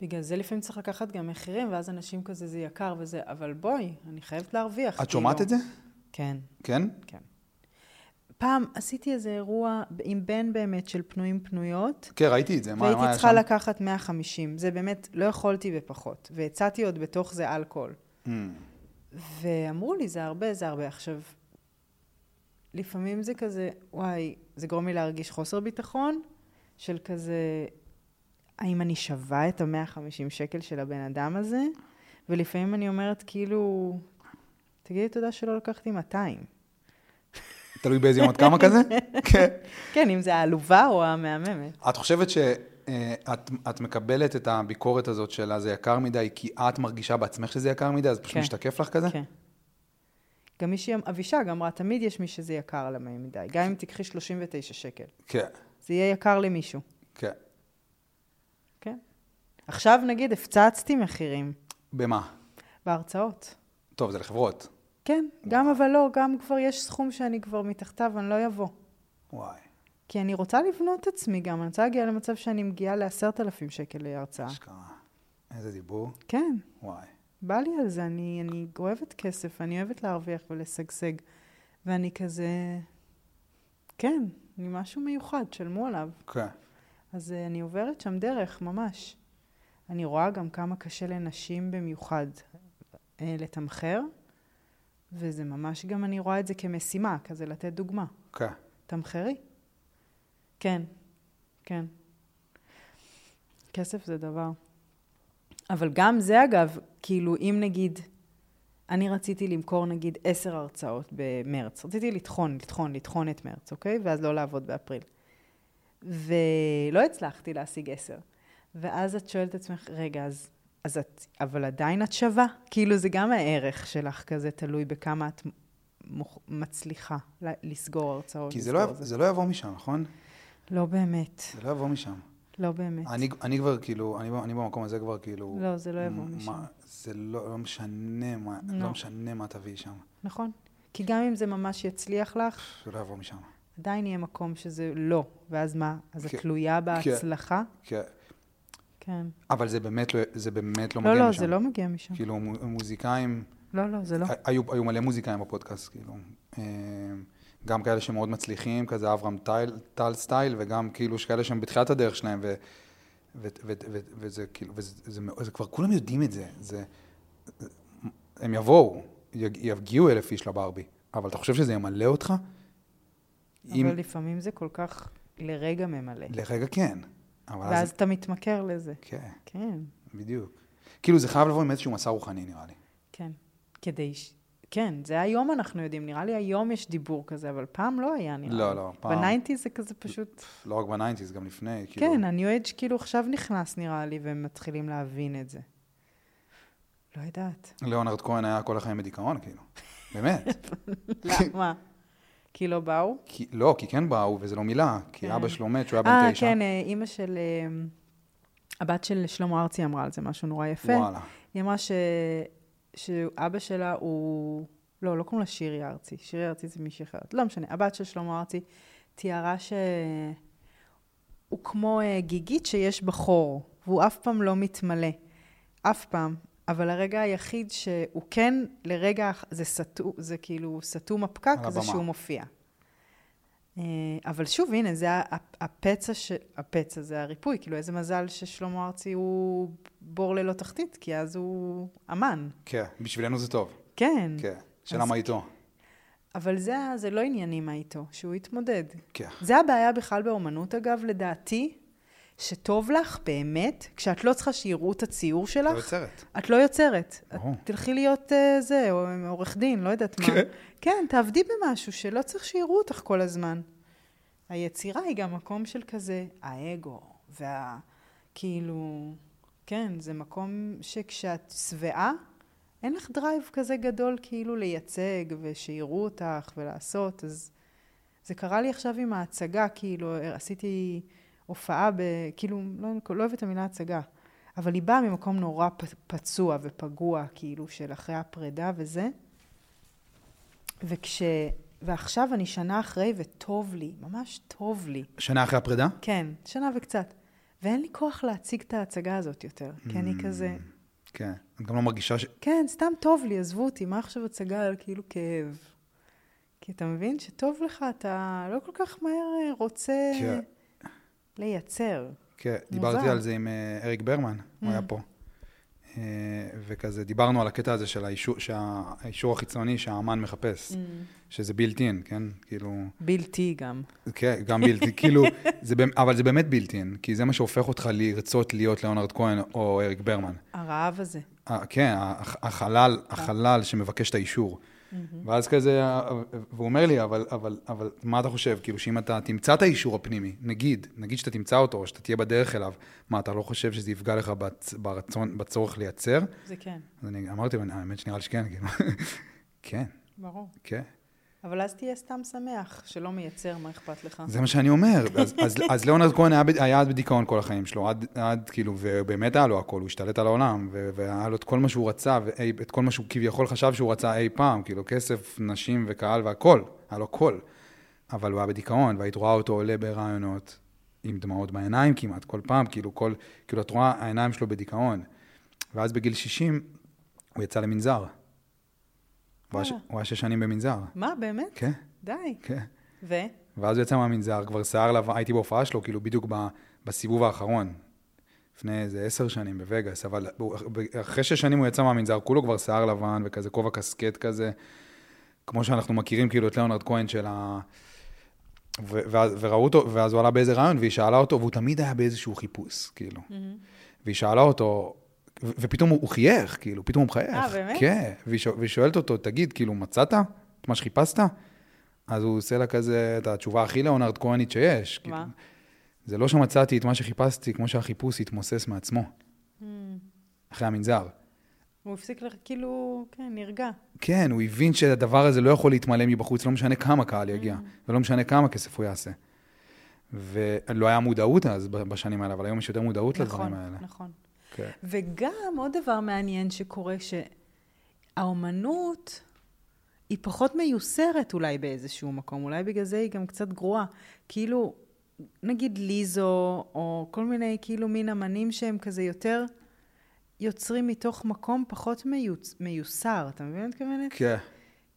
S2: בגלל זה לפעמים צריך לקחת גם מחירים, ואז אנשים כזה, זה יקר וזה, אבל בואי, אני חייבת להרוויח.
S1: את
S2: כאילו.
S1: שומעת את זה?
S2: כן.
S1: כן?
S2: פעם עשיתי איזה אירוע עם בן באמת של פנויים פנויות,
S1: כן, ראיתי את זה. מה, מה
S2: והייתי
S1: היה
S2: צריכה
S1: שם?
S2: לקחת 150. זה באמת, לא יכולתי בפחות. והצעתי עוד בתוך זה אלכוהול.
S1: אמ,
S2: ואמרו לי, זה הרבה, זה הרבה. עכשיו, לפעמים זה כזה, וואי, זה גורם לי להרגיש חוסר ביטחון, של כזה, האם אני שווה את ה-150 שקל של הבן אדם הזה? ולפעמים אני אומרת, כאילו, תגידי תודה שלא לקחתי 200.
S1: תלוי באיזה יום את קמה כזה? כן.
S2: כן, אם זה העלובה או המהממת.
S1: את חושבת שאת את מקבלת את הביקורת הזאת של "אה, זה יקר מדי, כי את מרגישה בעצמך שזה יקר מדי, אז פשוט
S2: כן.
S1: משתקף לך כזה?
S2: כן. גם מישהי, אבישג אמרה, תמיד יש מי שזה יקר להם מדי, גם אם תקחי 39 שקל.
S1: כן,
S2: זה יהיה יקר למישהו,
S1: כן.
S2: כן? עכשיו נגיד הפצצתי מחירים
S1: במה?
S2: בהרצאות.
S1: טוב, זה לחברות.
S2: כן, גם אבל לא, גם כבר יש סכום שאני כבר מתחתיו, אני לא אבוא.
S1: וואי.
S2: כי אני רוצה לבנות עצמי גם, אני רוצה להגיע למצב שאני מגיעה לעשרת אלפים שקל להרצאה.
S1: אשכרה. איזה דיבור.
S2: כן,
S1: וואי.
S2: בא לי על זה, אני, אני אוהבת כסף, אני אוהבת להרוויח ולשגשג. ואני כזה, כן, אני משהו מיוחד, שלמו עליו.
S1: כן.
S2: אז אה, אני עוברת שם דרך, ממש. אני רואה גם כמה קשה לנשים במיוחד אה, לתמחר, וזה ממש גם, אני רואה את זה כמשימה, כזה לתת דוגמה.
S1: כן.
S2: תמחרי. כן, כן. כסף זה דבר. אבל גם זה אגב, כאילו אם נגיד, אני רציתי למכור נגיד עשר הרצאות במרץ, רציתי לטחון, לטחון, לטחון את מרץ, אוקיי? ואז לא לעבוד באפריל. ולא הצלחתי להשיג עשר. ואז את שואלת את עצמך, רגע, אז, אז את, אבל עדיין את שווה? כאילו זה גם הערך שלך כזה תלוי בכמה את מוכ... מצליחה ל- לסגור הרצאות.
S1: כי זה לא,
S2: לסגור
S1: זה לא יבוא משם, נכון?
S2: לא באמת,
S1: זה לא יבוא משם.
S2: לא באמת.
S1: אני, אני כבר כאילו, אני, אני במקום הזה כבר כאילו...
S2: לא, זה לא יבוא
S1: מה-
S2: משם.
S1: זה לא, לא משנה מה,
S2: לא.
S1: לא משנה מה תביאי שם.
S2: נכון. כי גם אם זה ממש יצליח לך,
S1: זה לא יבוא משם.
S2: עדיין יהיה מקום שזה לא. ואז מה? אז את
S1: כן.
S2: תלויה בהצלחה?
S1: כן.
S2: כן.
S1: אבל זה באמת לא, זה באמת לא,
S2: לא,
S1: מגיע
S2: לא,
S1: משם. אה,
S2: זה לא מגיע משם.
S1: כאילו, מו- מוזיקאים,
S2: לא, לא, זה לא.
S1: ה- היו, היו מלא מוזיקאים בפודקאסט, כאילו. אה, גם כאלה שמאוד מצליחים, כזה אברהם טייל- טל סטייל, וגם כאילו שכאלה שהם בתחילת הדרך שלהם, ו, ו, ו, ו, וזה כאילו, וזה זה, מאוד- זה כבר כולם יודעים את זה. זה הם יבואו, יג- יגיעו אלף איש לברבי, אבל אתה חושב שזה ימלא אותך? אם-
S2: אבל לפעמים זה כל כך לרגע ממלא.
S1: לרגע כן. אבל
S2: ואז
S1: אז...
S2: אתה מתמכר לזה.
S1: כן,
S2: כן,
S1: בדיוק. כאילו, זה חייב לבוא עם איזשהו מסע רוחני, נראה לי.
S2: כן. כדי ש... כן, זה היום אנחנו יודעים. נראה לי היום יש דיבור כזה, אבל פעם לא היה, נראה לי.
S1: לא, לא, פעם.
S2: בניינטיז זה כזה פשוט...
S1: לא רק בניינטיז, גם לפני, כאילו.
S2: כן, ה-new age כאילו עכשיו נכנס נראה לי, והם מתחילים להבין את זה. לא יודעת.
S1: ליאונרד כהן היה כל החיים בדיכאון,
S2: [laughs]
S1: כאילו. באמת.
S2: למה? כי לא באו?
S1: כי, לא, כי כן באו, וזה לא מילה, כי
S2: כן.
S1: אבא שלו מת, שהוא היה
S2: אה,
S1: בן תשע.
S2: כן, אה, אימא של... אה, הבת של שלמה ארצי אמרה על זה משהו נורא יפה.
S1: וואלה.
S2: היא אמרה ש... שאבא שלה הוא... לא, לא קוראים לה שירי ארצי. שירי ארצי זה מישהי אחרת. לא משנה. הבת של שלמה ארצי תיארה שהוא כמו אה, גיגית שיש בחור, והוא אף פעם לא מתמלא. אף פעם. אבל הרגע היחיד שהוא כן, לרגע, אח- זה סתום, זה כאילו סתום הפקק,
S1: על
S2: זה
S1: הבמה.
S2: שהוא מופיע. אה, אבל שוב, הנה, זה ה- הפצע, ש... הפצע זה הריפוי, כאילו איזה מזל ששלמה ארצי הוא בור ללא תחתית, כי אז הוא אמן.
S1: כן, בשבילנו זה טוב.
S2: כן.
S1: כן. שאלה מה איתו.
S2: אבל זה, ה- זה לא ענייני מה איתו, שהוא יתמודד.
S1: כן.
S2: זה הבעיה בכלל באומנות, אגב, לדעתי, שטוב לך באמת, כשאת לא צריכה שיראו את הציור
S1: אתה
S2: שלך,
S1: יוצרת.
S2: את לא יוצרת. את
S1: ברור.
S2: תלכי להיות אה, זה, או עורך דין, לא יודעת מה.
S1: כן.
S2: כן, תעבדי במשהו שלא צריך שיראו אותך כל הזמן. היצירה היא גם מקום של כזה, האגו, וה... כאילו... כן, זה מקום שכשאת שבעה, אין לך דרייב כזה גדול כאילו לייצג ושיראו אותך ולעשות, אז... זה קרה לי עכשיו עם ההצגה, כאילו, עשיתי הופעה ב... כאילו, לא, לא אוהבת את המילה הצגה, אבל היא באה ממקום נורא פ- פצוע ופגוע, כאילו, של אחרי הפרידה וזה. וכש... ועכשיו אני שנה אחרי, וטוב לי, ממש טוב לי.
S1: שנה אחרי הפרידה?
S2: כן, שנה וקצת. ואין לי כוח להציג את ההצגה הזאת יותר, כי אני כזה...
S1: Mm. כן. את גם לא מרגישה ש...
S2: כן, סתם טוב לי, עזבו אותי, מה עכשיו הצגה על כאילו כאב? כי אתה מבין שטוב לך, אתה לא כל כך מהר אה, רוצה
S1: כן.
S2: לייצר.
S1: כן,
S2: מוזר. Mm.
S1: דיברתי על זה עם אה, אריק ברמן, הוא היה פה. אה, וכזה, דיברנו על הקטע הזה של האישור, שהאישור החיצוני שהאמן
S2: Mm.
S1: מחפש, שזה בילט אין, כן? כאילו...
S2: בלתי גם.
S1: כן, גם בלתי, כאילו, זה, באמת- אבל זה באמת בלתי אין, כי זה מה שהופך אותך לרצות להיות ליאונרד כהן או אריק ברמן.
S2: הרעב הזה.
S1: אה, כן, הח- החלל, החלל שמבקש את האישור.
S2: Mm-hmm.
S1: ואז כזה, אה, והוא אומר לי, אבל, אבל, אבל מה אתה חושב? כאילו, שאם אתה תמצא את האישור הפנימי, נגיד, נגיד שאתה תמצא אותו, או שאתה תהיה בדרך אליו, מה, אתה לא חושב שזה יפגע לך בצ, ברצון, בצורך לייצר?
S2: זה כן,
S1: אז אני אמרתי לו, האמת שנראה לי שכן, [laughs] כאילו, כן,
S2: ברור.
S1: כן.
S2: אבל אז תהיה סתם שמח, שלא מייצר, מה אכפת לך?
S1: זה מה שאני אומר. אז, אז, אז ליאונרד כהן היה, ב- היה בדיכאון כל החיים שלו, עד, עד כאילו, ובאמת היה לו הכל, הוא השתלט על העולם, ו- והיה לו את כל מה שהוא רצה, ואי- את כל מה שהוא כביכול חשב שהוא רצה אי פעם, כאילו, כסף, נשים וקהל והכל, היה לו הכל. אבל הוא היה בדיכאון, והיית רואה אותו עולה ברעיונות עם דמעות בעיניים כמעט, כל פעם, כאילו, כל, כאילו, את רואה, העיניים שלו בדיכאון. ואז בגיל 60, הוא יצא למנזר. הוא היה ש-
S2: וואלה.
S1: הוא היה שש שנים במנזר.
S2: מה, באמת?
S1: כן,
S2: די.
S1: כן.
S2: ו?
S1: ואז הוא יצא מהמנזר, כבר שיער לבן, הייתי בהופעה שלו, כאילו בדיוק ב, בסיבוב האחרון, לפני איזה עשר שנים בווגאס, אבל הוא- ב- אחרי שש שנים הוא יצא מהמנזר, כולו כבר שיער לבן וכזה כובע קסקט כזה, כמו שאנחנו מכירים כאילו את ליאונרד כהן של ה... ו- ואז, וראו אותו, ואז הוא עלה באיזה רעיון, והיא שאלה אותו, והוא תמיד היה באיזשהו חיפוש, כאילו.
S2: Mm-hmm.
S1: והיא שאלה אותו, ו- ופתאום הוא, הוא חייך, כאילו, פתאום הוא מחייך.
S2: אה, באמת?
S1: כן, והיא, שואל- והיא שואלת אותו, תגיד, כאילו, מצאת את מה שחיפשת? אז הוא עושה לה כזה את התשובה הכי ליאונרד כהנית שיש. כאילו,
S2: מה?
S1: זה לא שמצאתי את מה שחיפשתי, כמו שהחיפוש התמוסס מעצמו,
S2: אמ,
S1: אחרי המנזר.
S2: הוא הפסיק, לח- כאילו, כן, נרגע.
S1: כן, הוא הבין שהדבר הזה לא יכול להתמלא מבחוץ, לא משנה כמה קהל
S2: Mm.
S1: יגיע, ולא משנה כמה כסף הוא יעשה. ולא היה מודעות אז ב- בשנים האלה, אבל היום יש יותר מודעות
S2: נכון,
S1: לדברים האלה.
S2: נכון.
S1: כן.
S2: וגם עוד דבר מעניין שקורה, שהאומנות היא פחות מיוסרת אולי באיזשהו מקום, אולי בגלל זה היא גם קצת גרועה. כאילו, נגיד ליזו, או כל מיני כאילו מין אמנים שהם כזה יותר יוצרים מתוך מקום פחות מיוצ... מיוסר, אתה מבין מה אני מתכוונת?
S1: כן.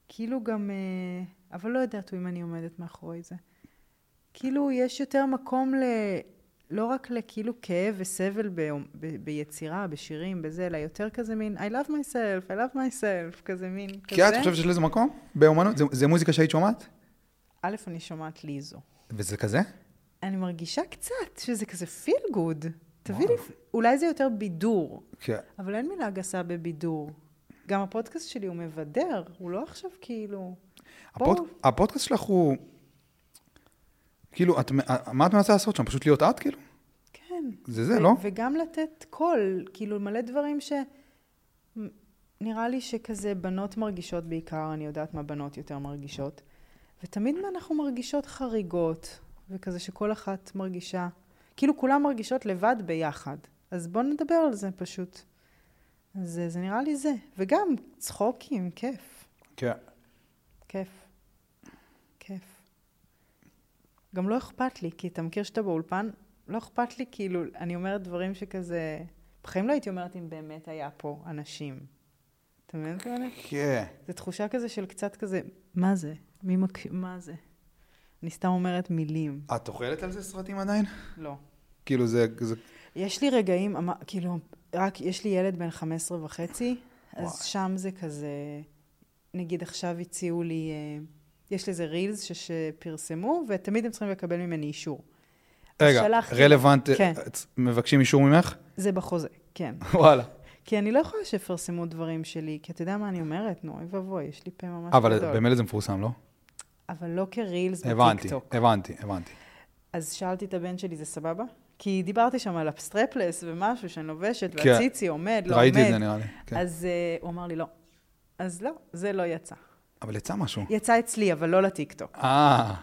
S2: כאילו גם, אה, אבל לא יודעת אם אני עומדת מאחורי זה. כאילו יש יותר מקום ל... לא רק לכאילו כאב וסבל ב, ב, ביצירה, בשירים, בזה, אלא יותר כזה מין I love myself, I love myself, כזה מין כזה.
S1: כן, את חושבת שיש לזה מקום? באומנות? זה- זה מוזיקה שהיית שומעת?
S2: א', אני שומעת ליזו.
S1: וזה כזה?
S2: אני מרגישה קצת שזה כזה פיל גוד. תביא לי, אולי זה יותר בידור,
S1: כן.
S2: אבל אין מילה גסה בבידור. גם הפודקאסט שלי הוא מבדר, הוא לא עכשיו כאילו...
S1: הפוד...
S2: בואו.
S1: הפודקאסט שלך הוא... כאילו, את... מה את מנסה לעשות שם? פשוט להיות את, כאילו?
S2: כן.
S1: זה זה,
S2: ו-
S1: לא?
S2: וגם לתת קול, כאילו מלא דברים ש... מ- נראה לי שכזה בנות מרגישות בעיקר, אני יודעת מה בנות יותר מרגישות. ותמיד אנחנו מרגישות חריגות, וכזה שכל אחת מרגישה, כאילו כולם מרגישות לבד ביחד. אז בואו נדבר על זה פשוט. אה, זה, זה נראה לי זה. וגם צחוקים, כיף,
S1: כן.
S2: כיף, כיף. גם לא אכפת לי, כי אתה מכיר שאתה באולפן, לא אכפת לי, כאילו, אני אומרת דברים שכזה... בחיים לא הייתי אומרת אם באמת היה פה אנשים. אתה מבין מה אני מתכוונת?
S1: כן.
S2: זו תחושה כזה של קצת כזה, מה זה? מי מק... מה זה? אני סתם אומרת מילים.
S1: את אוכלת על זה סרטים עדיין?
S2: לא.
S1: כאילו, זה... זה...
S2: יש לי רגעים, אמ- כאילו, רק, יש לי ילד בן 15 וחצי,
S1: וואי.
S2: אז שם זה כזה, נגיד עכשיו הציעו לי, אה, יש לזה רילס ש- שפרסמו, ותמיד הם צריכים לקבל ממני אישור. אז
S1: רגע,
S2: שלחתי-
S1: רלוונט,
S2: כן.
S1: את- מבקשים אישור ממך?
S2: זה בחוזה,
S1: [laughs]
S2: כן.
S1: וואלה.
S2: כי אני לא יכולה שיפרסמו דברים שלי, כי אתה יודע מה אני אומרת? נו, אוי ואבוי, יש לי פה ממש
S1: אבל
S2: גדול.
S1: במילא זה מפורסם, לא?
S2: אבל לא כרילס
S1: הבנתי,
S2: בטיקטוק.
S1: הבנתי, הבנתי.
S2: אז שאלתי את הבן שלי, זה סבבה? כי דיברתי שם על הפסטרפלס ומשהו שאני לובשת,
S1: כן.
S2: והציצי עומד, לא עומד.
S1: ראיתי את זה נראה לי. כן.
S2: אז אה, הוא אמר לי, לא. אז לא, זה לא יצא.
S1: אבל יצא משהו.
S2: יצא אצלי, אבל לא לטיקטוק.
S1: אה,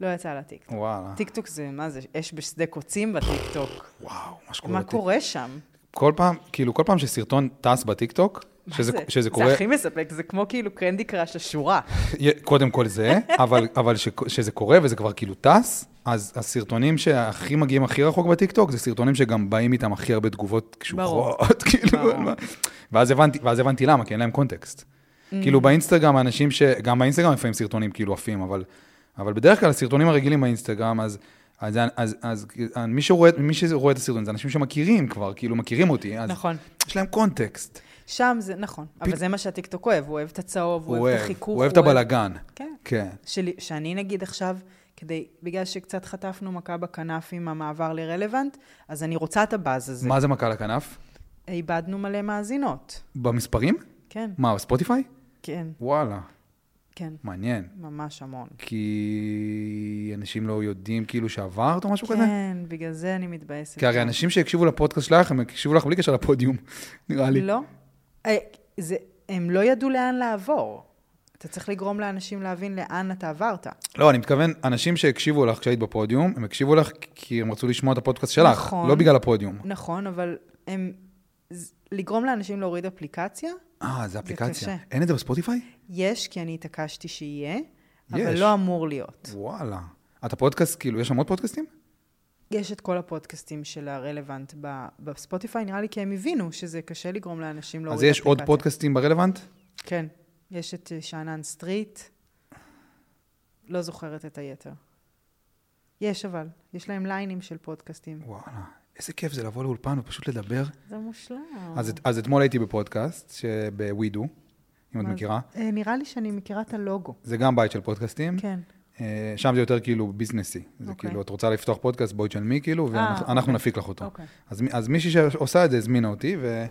S2: לא יצא לטיקטוק.
S1: וואלה.
S2: טיקטוק זה, מה זה, אש בשדה קוצים בטיקטוק.
S1: וואו, מה שקורה.
S2: מה
S1: בטיק-
S2: קורה שם?
S1: כל פעם, כאילו, כל פעם שסרטון טס בטיקטוק,
S2: מה
S1: שזה-
S2: זה?
S1: שזה קורה,
S2: זה הכי מספק, זה כמו כאילו קרנדי קראש לשורה.
S1: קודם כל זה,
S2: [laughs]
S1: אבל, אבל ש, שזה קורה וזה כבר כאילו טס, אז הסרטונים שהכי מגיעים הכי רחוק בטיקטוק, זה סרטונים שגם באים איתם הכי הרבה תגובות קשוחות, [laughs] כאילו,
S2: ברור. Mm.
S1: ואז הבנתי, ואז הבנתי למה, כי אין להם קונטקסט. כאילו באינסטגרם, האנשים ש... גם באינסטגרם לפעמים סרטונים כאילו עפים, אבל, אבל בדרך כלל הסרטונים הרגילים באינסטגרם, אז... אז, אז, אז, אז מי, שרואה, מי שרואה את הסרטון זה אנשים שמכירים כבר, כאילו מכירים אותי, אז
S2: נכון.
S1: יש להם קונטקסט.
S2: שם זה, נכון. אבל זה מה שהטיקטוק אוהב, הוא אוהב את הצהוב, הוא אוהב את החיכוך.
S1: הוא אוהב את הבלגן.
S2: כן.
S1: כן.
S2: שלי, שאני נגיד עכשיו, כדי, בגלל שקצת חטפנו מכה בכנף עם המעבר לרלוונט, אז אני רוצה את הבאז הזה.
S1: מה זה מכה לכנף?
S2: איבדנו מלא מאזינות,
S1: במספרים?
S2: כן.
S1: מה, בספוטיפיי?
S2: כן,
S1: וואלה,
S2: כן,
S1: מעניין.
S2: ממש המון.
S1: כי אנשים לא יודעים כאילו שעברת או משהו כזה?
S2: כן, בגלל זה אני מתבאסת. כן.
S1: כי הרי אנשים שהקשיבו לפודקאסט שלך, הם הקשיבו לך בלי קשר לפודיום, [laughs] נראה לי.
S2: לא. אה, זה, הם לא ידעו לאן לעבור. אתה צריך לגרום לאנשים להבין לאן אתה עברת.
S1: לא, אני מתכוון, אנשים שהקשיבו לך כשהיית בפודיום, הם הקשיבו לך כי הם רצו לשמוע את הפודקאסט שלך.
S2: נכון.
S1: לא בגלל הפודיום.
S2: נכון, אבל הם... ז- לגרום לאנשים להוריד אפליקציה,
S1: אה, זה אפליקציה.
S2: קשה.
S1: אין את זה בספוטיפיי?
S2: יש, כי אני התעקשתי שיהיה, אבל
S1: יש.
S2: לא אמור להיות.
S1: וואלה. את הפודקאסט, כאילו, יש שם עוד פודקאסטים?
S2: יש את כל הפודקאסטים של הרלוונט ב- בספוטיפיי, נראה לי כי הם הבינו שזה קשה לגרום לאנשים להוריד
S1: אז
S2: לא, אפליקציה.
S1: יש עוד פודקאסטים ברלוונט?
S2: כן. יש את אה, שאנן סטריט, לא זוכרת את היתר. יש אבל, יש להם ליינים של פודקאסטים.
S1: וואלה. איזה כיף זה לבוא לאולפן ופשוט לדבר.
S2: זה מושלם.
S1: אז, את- אז אתמול הייתי בפודקאסט, ב-WeDo, אם את
S2: מה
S1: מכירה.
S2: זה- אה, נראה לי שאני מכירה את הלוגו.
S1: זה גם בית של פודקאסטים.
S2: כן.
S1: אה, שם זה יותר כאילו ביזנסי. זה
S2: אוקיי.
S1: כאילו, את רוצה לפתוח פודקאסט, בואי תשלמי כאילו,
S2: אוקיי.
S1: ואנחנו נפיק לך אותו.
S2: אוקיי.
S1: אז, מי- אז מישהי שעושה את זה הזמינה אותי, ו...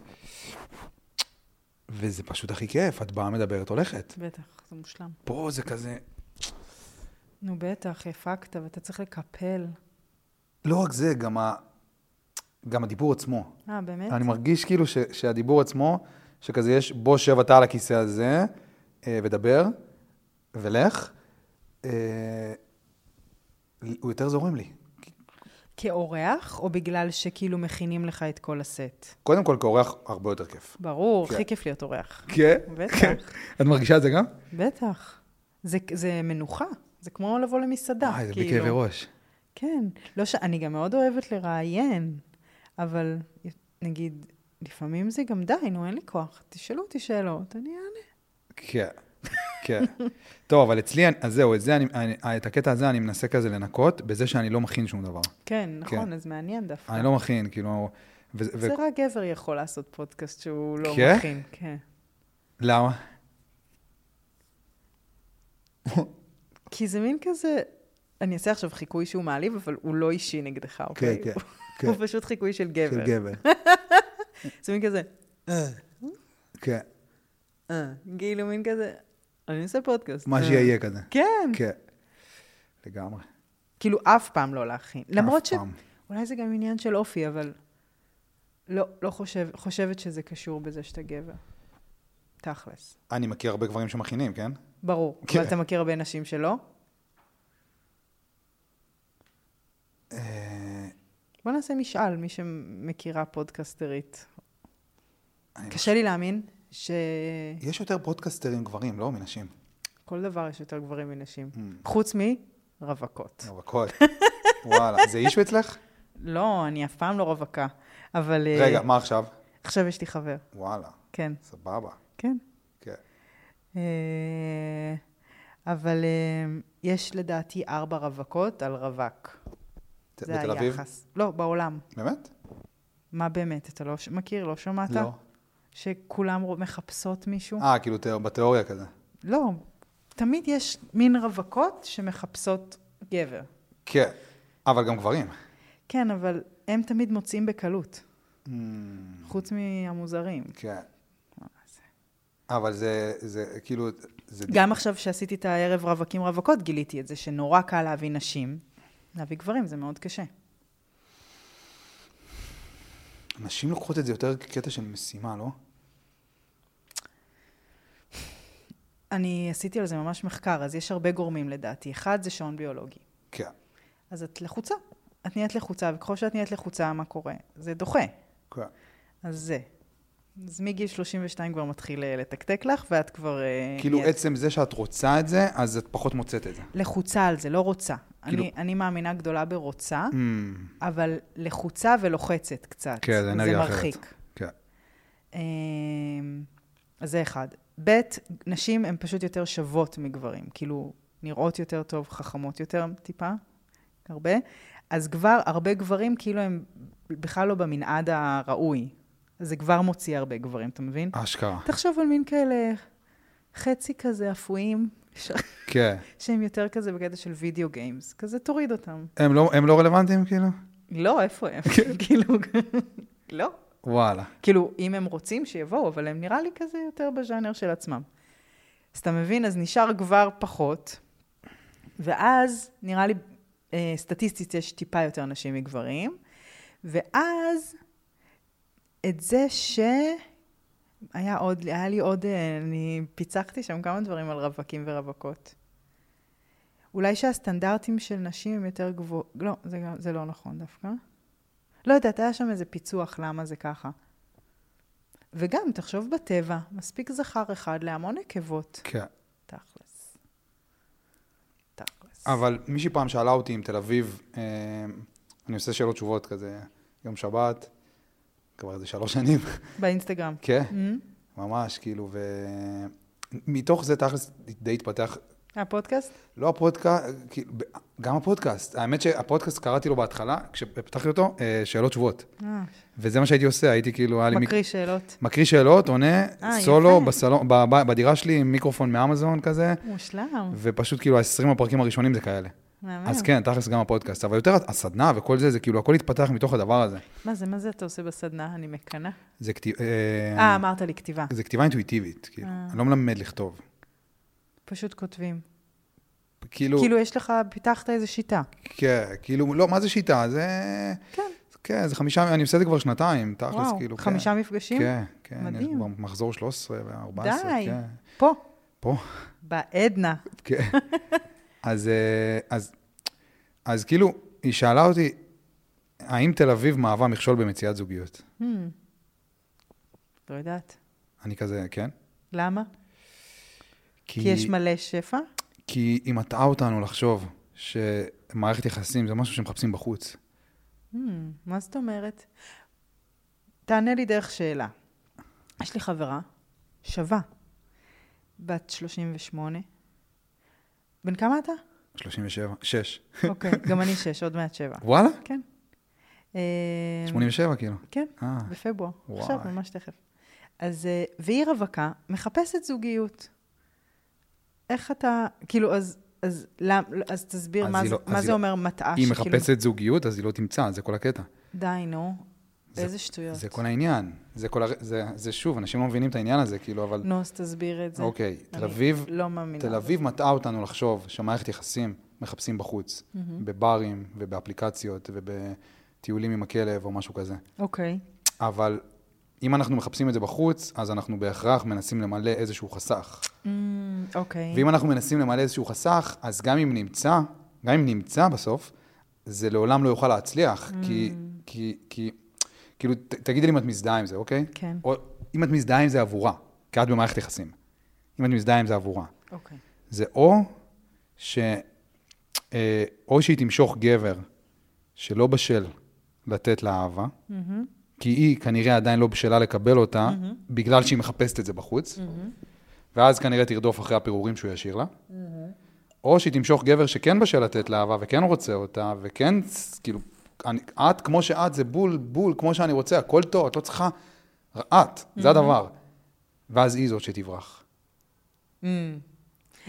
S1: וזה פשוט הכי כיף, את באה, מדברת, הולכת.
S2: בטח, זה מושלם.
S1: פה זה כזה...
S2: נו, בטח, הפקת, ואתה צריך לקפל.
S1: לא רק זה, גם, ה... גם הדיבור עצמו.
S2: אה, באמת?
S1: אני מרגיש כאילו ש... שהדיבור עצמו, שכזה יש, בוא שב אתה על הכיסא הזה, אה, ודבר, ולך, אה, הוא יותר זורם לי.
S2: כאורח, או בגלל שכאילו מכינים לך את כל הסט?
S1: קודם כל, כאורח, הרבה יותר כיף.
S2: ברור,
S1: כן.
S2: הכי כיף להיות אורח.
S1: כן?
S2: בטח,
S1: את מרגישה את זה גם?
S2: בטח. זה, זה מנוחה, זה כמו לבוא למסעדה,
S1: וואי, זה
S2: כאילו.
S1: בכאבי ראש.
S2: כן. לא ש... אני גם מאוד אוהבת לראיין, אבל נגיד, לפעמים זה גם די, נו, אין לי כוח. תשאלו אותי שאלות, אני אענה.
S1: כן,
S2: [laughs]
S1: כן. טוב, אבל אצלי, אז זהו, את, זה אני, אני, את הקטע הזה אני מנסה כזה לנקות, בזה שאני לא מכין שום דבר.
S2: כן, נכון, אז מעניין דווקא.
S1: אני לא מכין, כאילו... ו, ו,
S2: זה רק גבר יכול לעשות פודקאסט שהוא לא
S1: כן?
S2: מכין. כן.
S1: למה?
S2: כי זה מין כזה, אני אעשה עכשיו חיקוי שהוא מעליב, אבל הוא לא אישי נגדך, אוקיי?
S1: כן.
S2: הוא פשוט חיקוי [laughs] של גבר.
S1: גבר.
S2: [laughs] זה מין כזה,
S1: כן,
S2: אה, כאילו מין כזה, אני עושה פודקאסט.
S1: מה
S2: אה.
S1: שיהיה כזה.
S2: כן.
S1: כן. לגמרי.
S2: כאילו, אף פעם לא להכין. למרות ש...
S1: פעם.
S2: אולי זה גם עניין של אופי, אבל לא, לא חושב, חושבת שזה קשור בזה שאתה גבר. תכלס.
S1: אני מכיר הרבה גברים שמכינים, כן?
S2: ברור.
S1: כן.
S2: אבל אתה מכיר הרבה נשים שלא?
S1: אה,
S2: בוא נעשה משאל, מי שמכירה פודקסטרית.
S1: אני
S2: קשה לי להאמין
S1: חושב-
S2: שכל
S1: יש יותר פודקסטרים גברים, לא מנשים.
S2: דבר יש יותר גברים מנשים.
S1: Mm.
S2: חוץ מרווקות.
S1: רווקות. לא,
S2: [laughs]
S1: וואלה, זה אישו אצלך?
S2: לא, אני אף פעם לא רווקה, אבל... אה,
S1: רגע, מה עכשיו?
S2: עכשיו יש לי חבר,
S1: וואלה,
S2: כן,
S1: סבבה.
S2: כן.
S1: כן.
S2: אה, אבל אה, יש לדעתי ארבע רווקות על רווק. זה
S1: בתל אביב?
S2: היחס. לא, בעולם.
S1: באמת?
S2: מה באמת? אתה לא ש- מכיר? לא שמעת?
S1: לא.
S2: שכולם רוא- מחפשות מישהו?
S1: אה, כאילו תיאור- בתיאוריה כזה.
S2: לא. תמיד יש מין רווקות שמחפשות גבר.
S1: כן, אבל גם גברים.
S2: כן, אבל הם תמיד מוצאים בקלות,
S1: Mm,
S2: חוץ מהמוזרים.
S1: כן. אבל זה, זה כאילו, זה...
S2: גם עכשיו שעשיתי את הערב רווקים רווקות, גיליתי את זה שנורא קל להביא נשים. להביא גברים זה מאוד קשה.
S1: נשים לוקחות את זה יותר כקטע של משימה, לא?
S2: אני עשיתי על זה ממש מחקר, אז יש הרבה גורמים לדעתי. אחד זה שעון ביולוגי.
S1: כן.
S2: אז את לחוצה. את נהיית לחוצה, וככל שאת נהיית לחוצה, מה קורה? זה דוחה. אה,
S1: כן.
S2: אז זה. אז מגיל 32 כבר מתחיל אה, לתקתק לך, ואת כבר... אה,
S1: כאילו
S2: נהיית
S1: עצם זה שאת רוצה את זה, אז את פחות מוצאת את זה.
S2: לחוצה על זה, לא רוצה.
S1: כאילו-
S2: אני, אני מאמינה גדולה ברוצה,
S1: Mm,
S2: אבל לחוצה ולוחצת קצת.
S1: כן, זה אנרגיה אחרת.
S2: זה מרחיק.
S1: כן.
S2: אמ, אז זה אחד. ב', נשים הן פשוט יותר שוות מגברים, כאילו, נראות יותר טוב, חכמות יותר טיפה, הרבה. אז כבר הרבה גברים, כאילו, הם בכלל לא במנעד הראוי. אז זה כבר מוציא הרבה גברים, אתה מבין?
S1: אשכרה.
S2: תחשוב על מין כאלה חצי כזה אפויים, ש-
S1: כן.
S2: שהם יותר כזה בקטע של וידאו גיימס. כזה תוריד אותם.
S1: הם לא, הם לא רלוונטיים כאילו?
S2: לא, איפה הם? [laughs] כאילו, לא.
S1: וואלה.
S2: כאילו, אם הם רוצים, שיבואו, אבל הם נראה לי כזה יותר בז'אנר של עצמם. אז אתה מבין? אז נשאר כבר פחות, ואז נראה לי אה, סטטיסטית יש טיפה יותר נשים מגברים, ואז את זה ש... היה עוד, היה לי עוד, אה, אני פיצחתי שם כמה דברים על רווקים ורווקות. אולי שהסטנדרטים של נשים הם יותר גבוהים, לא, זה, גם- זה לא נכון דווקא. לא יודעת, היה שם איזה פיצוח למה זה ככה. וגם, תחשוב בטבע, מספיק זכר אחד להמון נקבות.
S1: כן.
S2: תכלס. תכלס.
S1: אבל מישהי פעם שאלה אותי אם תל אביב, אה, אני עושה שאלות תשובות כזה, יום שבת, כבר איזה שלוש שנים, [laughs]
S2: באינסטגרם.
S1: כן,
S2: אמ?
S1: ממש, כאילו, ומתוך זה תכלס די התפתח,
S2: הפודקאסט?
S1: לא הפודקאסט, כאילו, ב- גם הפודקאסט, האמת שהפודקאסט קראתי לו בהתחלה, כשפתחתי אותו, אה, שאלות תשובות,
S2: אה,
S1: וזה מה שהייתי עושה, הייתי כאילו, היה לי... מיק-
S2: מקריא שאלות.
S1: מקריא שאלות, עונה,
S2: אה,
S1: סולו,
S2: יפה.
S1: בסלון, בב- בדירה שלי עם מיקרופון מאמזון כזה,
S2: מושלם.
S1: ופשוט כאילו ה-20 הפרקים הראשונים זה כאלה.
S2: מהמם.
S1: אז כן, תכלס גם הפודקאסט, אבל יותר הסדנה וכל זה, זה כאילו, הכל התפתח מתוך הדבר הזה.
S2: מה זה, מה זה אתה עושה בסדנה? אני מקנאה.
S1: זה, כתיב, אה,
S2: אה, אמרת לי כתיבה.
S1: זה כתיבה אינטואיטיבית, כאילו,
S2: אה.
S1: אני לא מלמד לכתוב.
S2: פשוט כותבים.
S1: כאילו,
S2: כאילו, יש לך, פיתחת איזו שיטה.
S1: כן, כאילו, לא, מה זה שיטה? זה...
S2: כן.
S1: כן, זה חמישה, אני עושה את זה כבר שנתיים, תכלס,
S2: וואו,
S1: כאילו, כן.
S2: חמישה מפגשים?
S1: כן, כן, יש
S2: מדהים.
S1: כבר מחזור 13 ו-14,
S2: די.
S1: כן.
S2: פה,
S1: פה.
S2: בעדנה.
S1: כן. אז, אה, אז, אז כאילו, היא שאלה אותי, האם תל אביב מהווה מכשול במציאת זוגיות?
S2: Hmm. לא יודעת.
S1: אני כזה, כן.
S2: למה? כי יש מלא שפע?
S1: כי היא מטעה אותנו לחשוב שמערכת יחסים זה משהו שמחפשים בחוץ.
S2: Hmm, מה זאת אומרת? תענה לי דרך שאלה. יש לי חברה שווה, בת 38. בן כמה
S1: [laughs]
S2: אתה?
S1: 37, 6.
S2: אוקיי, גם אני שש, עוד מעט שבע.
S1: וואלה?
S2: כן. אמ,
S1: 87 כאילו.
S2: כן.
S1: אה,
S2: בפברואר,
S1: וואי.
S2: עכשיו, ממש תכף. אז, אה, והיא רווקה, מחפשת זוגיות. איך אתה, כאילו, אז, אז, למ, אז תסביר
S1: אז
S2: מה,
S1: היא
S2: זה,
S1: לא-
S2: מה
S1: אז
S2: זה
S1: היא-
S2: אומר מטעה
S1: היא
S2: שכאילו-
S1: מחפשת זוגיות, אז היא לא תמצא, זה כל הקטע.
S2: די, נו,
S1: זה-
S2: איזה שטויות.
S1: זה כל העניין. זה כל הר... זה, זה שוב, אנשים לא מבינים את העניין הזה, כאילו, אבל...
S2: נו, אז תסביר את זה.
S1: אוקיי,
S2: אני
S1: תל אביב
S2: לא מאמינה.
S1: תל אביב מטעה אותנו לחשוב שמערכת יחסים מחפשים בחוץ,
S2: Mm-hmm.
S1: בברים ובאפליקציות ובטיולים עם הכלב או משהו כזה.
S2: אוקיי,
S1: אבל אם אנחנו מחפשים את זה בחוץ, אז אנחנו בהכרח מנסים למלא איזשהו חסך.
S2: אמ, אוקיי.
S1: ואם אנחנו מנסים למלא איזשהו חסך, אז גם אם נמצא, גם אם נמצא בסוף, זה לעולם לא יוכל להצליח, כי, כי, כי, כאילו, ת, תגידי לי אם את מזדהה עם זה, אוקיי?
S2: כן.
S1: או אם את מזדהה עם זה עבורה, כי את במערכת יחסים. אם את מזדהה עם זה עבורה.
S2: אוקיי.
S1: זה או ש... אה, או שהיא תמשוך גבר שלא בשל לתת לה אהבה,
S2: מהמם,
S1: כי היא כנראה עדיין לא בשלה לקבל אותה,
S2: מהמם.
S1: בגלל שהיא מחפשת את זה בחוץ,
S2: מהמם,
S1: ואז כנראה תרדוף אחרי הפירורים שהוא ישאיר לה. או שהיא תמשוך גבר שכן בשל לתת לה אהבה וכן רוצה אותה, וכן, כאילו, אני, את כמו שאת, זה בול, בול, כמו שאני רוצה, הכל טוב, את לא צריכה, את, זה הדבר. ואז היא זאת שתברח.
S2: אמ.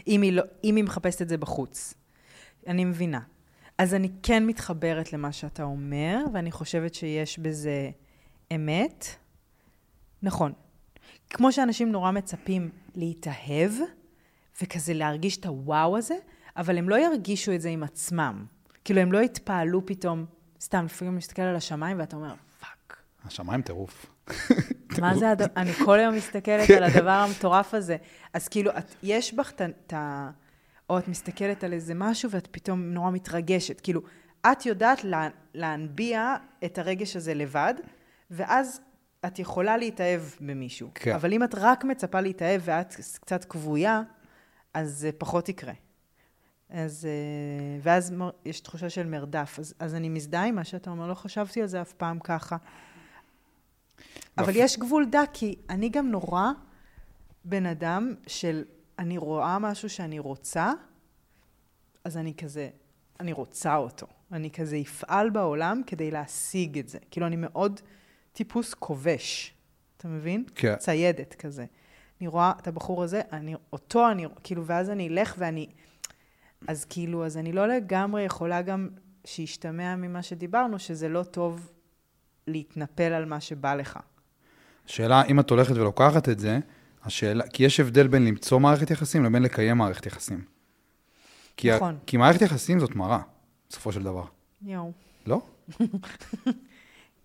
S2: אם היא לא- אם היא מחפשת את זה בחוץ. אני מבינה. אז אני כן מתחברת למה שאתה אומר, ואני חושבת שיש בזה אמת. נכון. כמו שאנשים נורא מצפים להתאהב, וכזה להרגיש את הוואו הזה, אבל הם לא ירגישו את זה עם עצמם. כאילו, הם לא יתפעלו פתאום, סתם, לפעמים להסתכל על השמיים, ואתה אומר, פאק.
S1: השמיים טירוף.
S2: מה זה הדבר? אני כל היום מסתכלת על הדבר המטורף הזה. אז כאילו, את, יש בך את ה- את ה... או את מסתכלת על איזה משהו ואת פתאום נורא מתרגשת. כאילו, את יודעת לה, להנביע את הרגש הזה לבד, ואז את יכולה להתאהב במישהו.
S1: כן.
S2: אבל אם את רק מצפה להתאהב ואת קצת כבויה, אז זה פחות יקרה. אז... אה, ואז מר- יש תחושה של מרדף. אז, אז אני מזדהה עם מה שאתה אומר, לא חשבתי על זה אף פעם ככה. אבל
S1: ואפ-
S2: יש גבול דק, כי אני גם נורא בן אדם של אני רואה משהו שאני רוצה, אז אני כזה, אני רוצה אותו. אני כזה אפעל בעולם כדי להשיג את זה. כאילו, אני מאוד טיפוס כובש, אתה מבין?
S1: כן.
S2: ציידת כזה. אני רואה את הבחור הזה, אני, אותו אני, כאילו, ואז אני אלך ואני... אז כאילו, אז אני לא לגמרי יכולה גם שישתמע ממה שדיברנו, שזה לא טוב להתנפל על מה שבא לך.
S1: שאלה, אם את הולכת ולוקחת את זה, השאלה, כי יש הבדל בין למצוא מערכת יחסים לבין לקיים מערכת יחסים. כי
S2: נכון.
S1: ה, כי מערכת יחסים זאת מראה, בסופו של דבר.
S2: יואו.
S1: לא?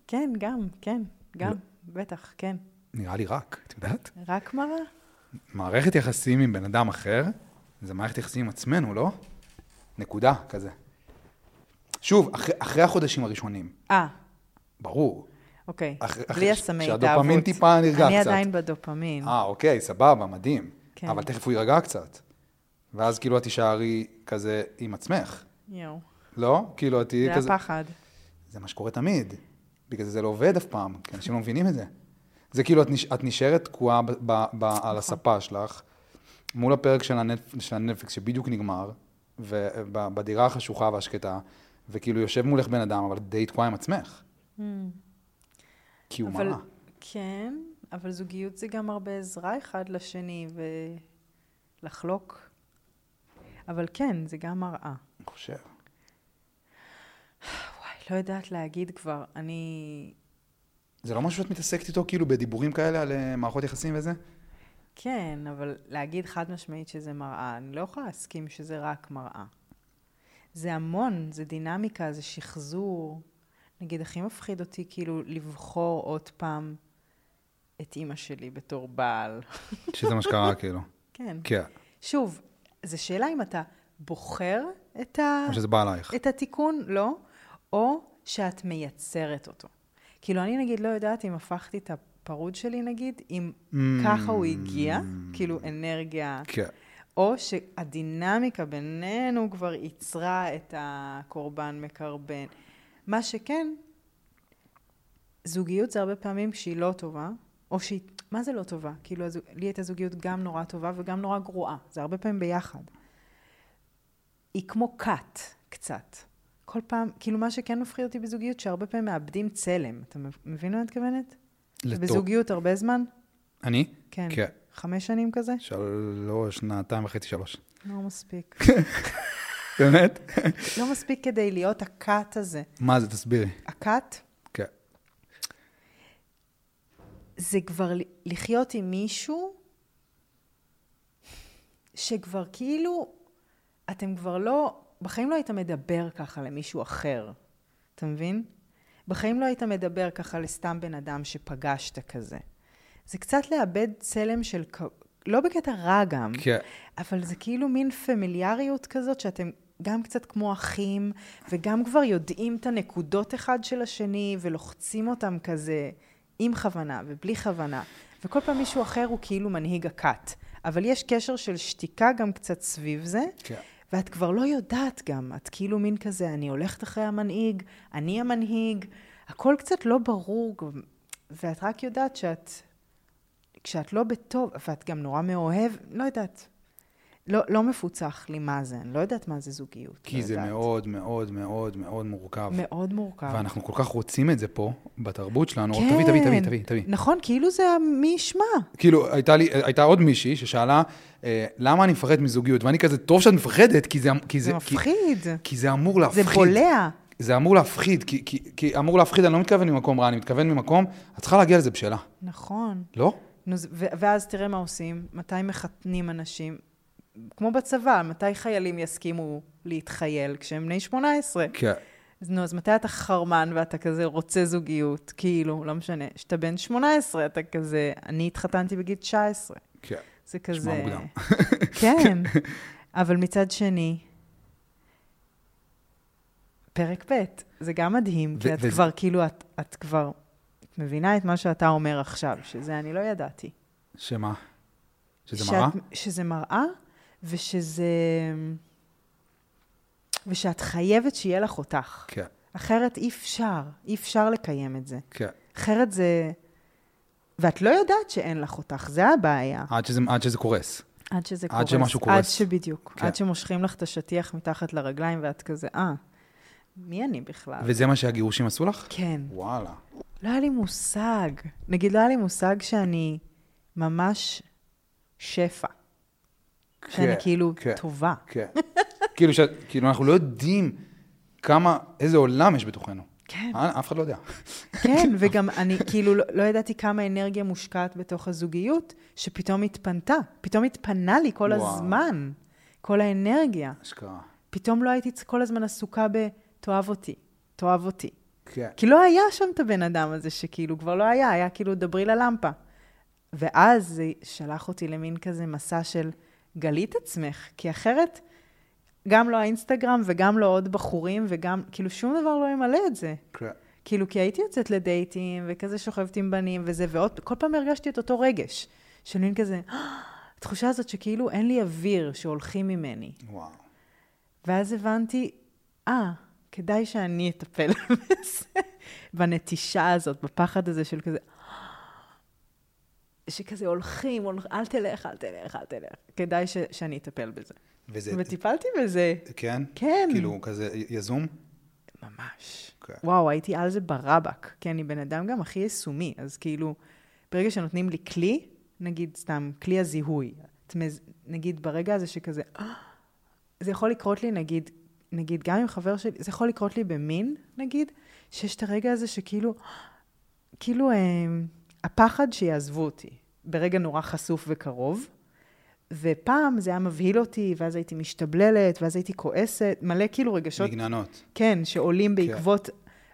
S2: כן, גם, כן, גם,
S1: לא.
S2: בטח, כן.
S1: נראה לי רק, את יודעת?
S2: רק מראה?
S1: מערכת יחסים עם בן אדם אחר, זה מערכת יחסים עם עצמנו, לא? נקודה, כזה. שוב, אחרי, אחרי החודשים הראשונים,
S2: אה,
S1: ברור.
S2: אוקיי.
S1: אחרי- אחרי
S2: בלי
S1: ש-
S2: הסמי התאהבות.
S1: שהדופמין טיפה נרגע
S2: אני
S1: קצת.
S2: עדיין בדופמין.
S1: אה, אוקיי, סבבה, מדהים.
S2: כן.
S1: כן. אבל תכף הוא יירגע קצת. ואז כאילו את תישארי כזה עם עצמך,
S2: יואו.
S1: לא? כאילו את תהיי
S2: זה
S1: כזה...
S2: הפחד.
S1: זה מה שקורה תמיד. בגלל זה זה לא עובד אף פעם, כי אנשים לא מבינים את זה. זה כאילו, את, נש... את נשארת תקועה ב... ב... ב...
S2: נכון.
S1: על הספה שלך, מול הפרק של, הנט... של הנטפליקס שבדיוק נגמר, ובדירה החשוכה והשקטה, וכאילו יושב מולך בן אדם, אבל די תקועה עם עצמך. כי הוא
S2: Hmm. אבל-
S1: מראה.
S2: כן, אבל זוגיות זה גם הרבה עזרה אחד לשני ולחלוק. אבל כן, זה גם מראה.
S1: אני חושב.
S2: וואי, לא יודעת להגיד כבר. אני...
S1: זה לא משהו שאת מתעסקת איתו, כאילו, בדיבורים כאלה על אה, מערכות יחסים וזה?
S2: כן, אבל להגיד חד משמעית שזה מראה, אני לא יכולה להסכים שזה רק מראה. זה המון, זה דינמיקה, זה שחזור. נגיד, הכי מפחיד אותי כאילו לבחור עוד פעם את אימא שלי בתור בעל.
S1: שזה מה שקרה, כאילו.
S2: כן.
S1: כן.
S2: שוב, זו שאלה אם אתה בוחר את, ה...
S1: או שזה בא עלייך.
S2: את התיקון, לא, או שאת מייצרת אותו. כאילו, אני נגיד לא יודעת אם הפכתי את הפרוד שלי, נגיד, אם
S1: Mm.
S2: ככה הוא הגיע, כאילו אנרגיה,
S1: כן.
S2: או שהדינמיקה בינינו כבר ייצרה את הקורבן מקרבן. מה שכן, זוגיות זה הרבה פעמים שהיא לא טובה, או שהיא, מה זה לא טובה? כאילו, הזוג, לי הייתה זוגיות גם נורא טובה וגם נורא גרועה, זה הרבה פעמים ביחד. היא כמו כת, קצת. כל פעם, כאילו מה שכן מפחיד אותי בזוגיות, שהרבה פעמים מאבדים צלם. אתה מבין מה אני מתכוונת?
S1: לטוב.
S2: בזוגיות הרבה זמן?
S1: אני?
S2: כן.
S1: כן.
S2: חמש שנים כזה?
S1: שלוש, שנתיים וחצי, שלוש.
S2: לא מספיק.
S1: באמת?
S2: לא מספיק כדי להיות הכת הזה.
S1: מה זה, תסבירי.
S2: הכת
S1: כן.
S2: זה כבר ל- לחיות עם מישהו שכבר כאילו, אתם כבר לא, בחיים לא היית מדבר ככה למישהו אחר, אתה מבין? בחיים לא היית מדבר ככה לסתם בן אדם שפגשת כזה. זה קצת לאבד צלם של, כ- לא בקטע רע גם,
S1: כן.
S2: אבל זה כאילו מין פמיליאריות כזאת שאתם גם קצת כמו אחים, וגם כבר יודעים את הנקודות אחד של השני, ולוחצים אותם כזה עם כוונה ובלי כוונה. וכל פעם מישהו אחר הוא כאילו מנהיג הכת. אבל יש קשר של שתיקה גם קצת סביב זה,
S1: כן.
S2: ואת כבר לא יודעת גם, את כאילו מין כזה, אני הולכת אחרי המנהיג, אני המנהיג, הכל קצת לא ברור, גם, ואת רק יודעת שאת, כשאת לא בטוב, ואת גם נורא מאוהב, לא יודעת. לא, לא מפוצח לי מה זה, אני לא יודעת מה זה זוגיות.
S1: כי
S2: לא
S1: זה
S2: יודעת.
S1: מאוד מאוד מאוד מאוד מורכב.
S2: מאוד מורכב.
S1: ואנחנו כל כך רוצים את זה פה, בתרבות שלנו. רק תביא, תביא, תביא, תביא, תביא.
S2: נכון, כאילו זה מי ישמע.
S1: כאילו, הייתה לי, הייתה עוד מישהי ששאלה, אה, למה אני מפחד מזוגיות? ואני כזה, טוב שאת מפחדת, כי זה... אמ- כי
S2: זה
S1: כי-
S2: מפחיד.
S1: כי זה אמור
S2: זה
S1: להפחיד.
S2: בולע.
S1: זה אמור להפחיד, כי, כי, כי אמור להפחיד, אני לא מתכוון ממקום רע, אני מתכוון ממקום, את צריכה להגיע לזה בשאלה,
S2: נכון.
S1: לא?
S2: נו, זה- ו- ואז תראה מה עושים, מתי מחתנים אנשים, כמו בצבא, מתי חיילים יסכימו להתחייל כשהם בני 18?
S1: כן.
S2: אז נו, אז מתי אתה חרמן ואתה כזה רוצה זוגיות? כאילו, לא משנה. כשאתה בן 18, אתה כזה, אני התחתנתי בגיל 19.
S1: כן.
S2: זה
S1: נשמע
S2: כזה...
S1: מוקדם.
S2: [laughs]
S1: [laughs]
S2: כן, אבל מצד שני, פרק ב', זה גם מדהים, כי
S1: ו-
S2: את
S1: וזה-
S2: כבר, כאילו, את, את כבר את מבינה את מה שאתה אומר עכשיו, שזה אני לא ידעתי.
S1: שמה? שזה
S2: שאת-
S1: מראה?
S2: שזה מראה, ושזה... ושאת חייבת שיהיה לך אותך.
S1: כן,
S2: אחרת אי אפשר, אי אפשר לקיים את זה.
S1: כן.
S2: אחרת זה... ואת לא יודעת שאין לך אותך, זה הבעיה.
S1: עד שזה, עד שזה קורס.
S2: עד שזה
S1: עד
S2: קורס.
S1: שמשהו
S2: עד
S1: קורס.
S2: שבדיוק.
S1: כן.
S2: עד שמושכים לך את השטיח מתחת לרגליים ואת כזה, אה, מי אני בכלל?
S1: וזה מה שהגירושים עשו לך?
S2: כן.
S1: וואלה.
S2: לא היה לי מושג. נגיד, לא היה לי מושג שאני ממש שפע. שאני
S1: כן,
S2: כאילו
S1: כן.
S2: טובה.
S1: [laughs] כן. כאילו, ש... כאילו, אנחנו לא יודעים כמה, איזה עולם יש בתוכנו.
S2: כן.
S1: אה, אף אחד לא יודע.
S2: כן, וגם אני כאילו לא, לא ידעתי כמה אנרגיה מושקעת בתוך הזוגיות, שפתאום התפנתה, פתאום התפנה לי כל
S1: וואו.
S2: הזמן, כל האנרגיה.
S1: אשכרה.
S2: פתאום לא הייתי כל הזמן עסוקה ב, תאהב אותי, תאהב אותי.
S1: כן.
S2: כי לא היה שם את הבן אדם הזה שכאילו כבר לא היה, היה כאילו דברי ללמפה. ואז זה שלח אותי למין כזה מסע של גלי את עצמך, כי אחרת גם לא האינסטגרם וגם לא עוד בחורים וגם, כאילו שום דבר לא ימלא את זה.
S1: כן.
S2: כאילו, כי הייתי יוצאת לדייטים, וכזה שוכבת עם בנים וזה, ועוד, כל פעם הרגשתי את אותו רגש, של מין כזה, "אה, התחושה הזאת שכאילו אין לי אוויר שהולכים ממני.
S1: וואו.
S2: ואז הבנתי, אה, כדאי שאני אטפל [laughs] בזה, בנטישה הזאת, בפחד הזה של כזה, "אה, שכזה הולכים, הולכ... אל תלך, אל תלך, אל תלך. כדאי ש... שאני אטפל בזה.
S1: וזה...
S2: וטיפלתי בזה,
S1: כן?
S2: כן.
S1: כאילו, כזה יזום?
S2: ממש.
S1: כן.
S2: וואו, הייתי על זה ברבק, כי אני בן אדם גם הכי יישומי, אז כאילו, ברגע שנותנים לי כלי, נגיד סתם, כלי הזיהוי, את מז... נגיד ברגע הזה שכזה, "אה", זה יכול לקרות לי, נגיד, נגיד, גם עם חבר שלי, זה יכול לקרות לי במין, נגיד, שיש את הרגע הזה שכאילו, "אה", כאילו, אה, הפחד שיעזבו אותי, ברגע נורא חשוף וקרוב. ופעם זה היה מבהיל אותי, ואז הייתי משתבללת, ואז הייתי כועסת, מלא כאילו רגשות
S1: מגננות.
S2: כן, שעולים בעקבות...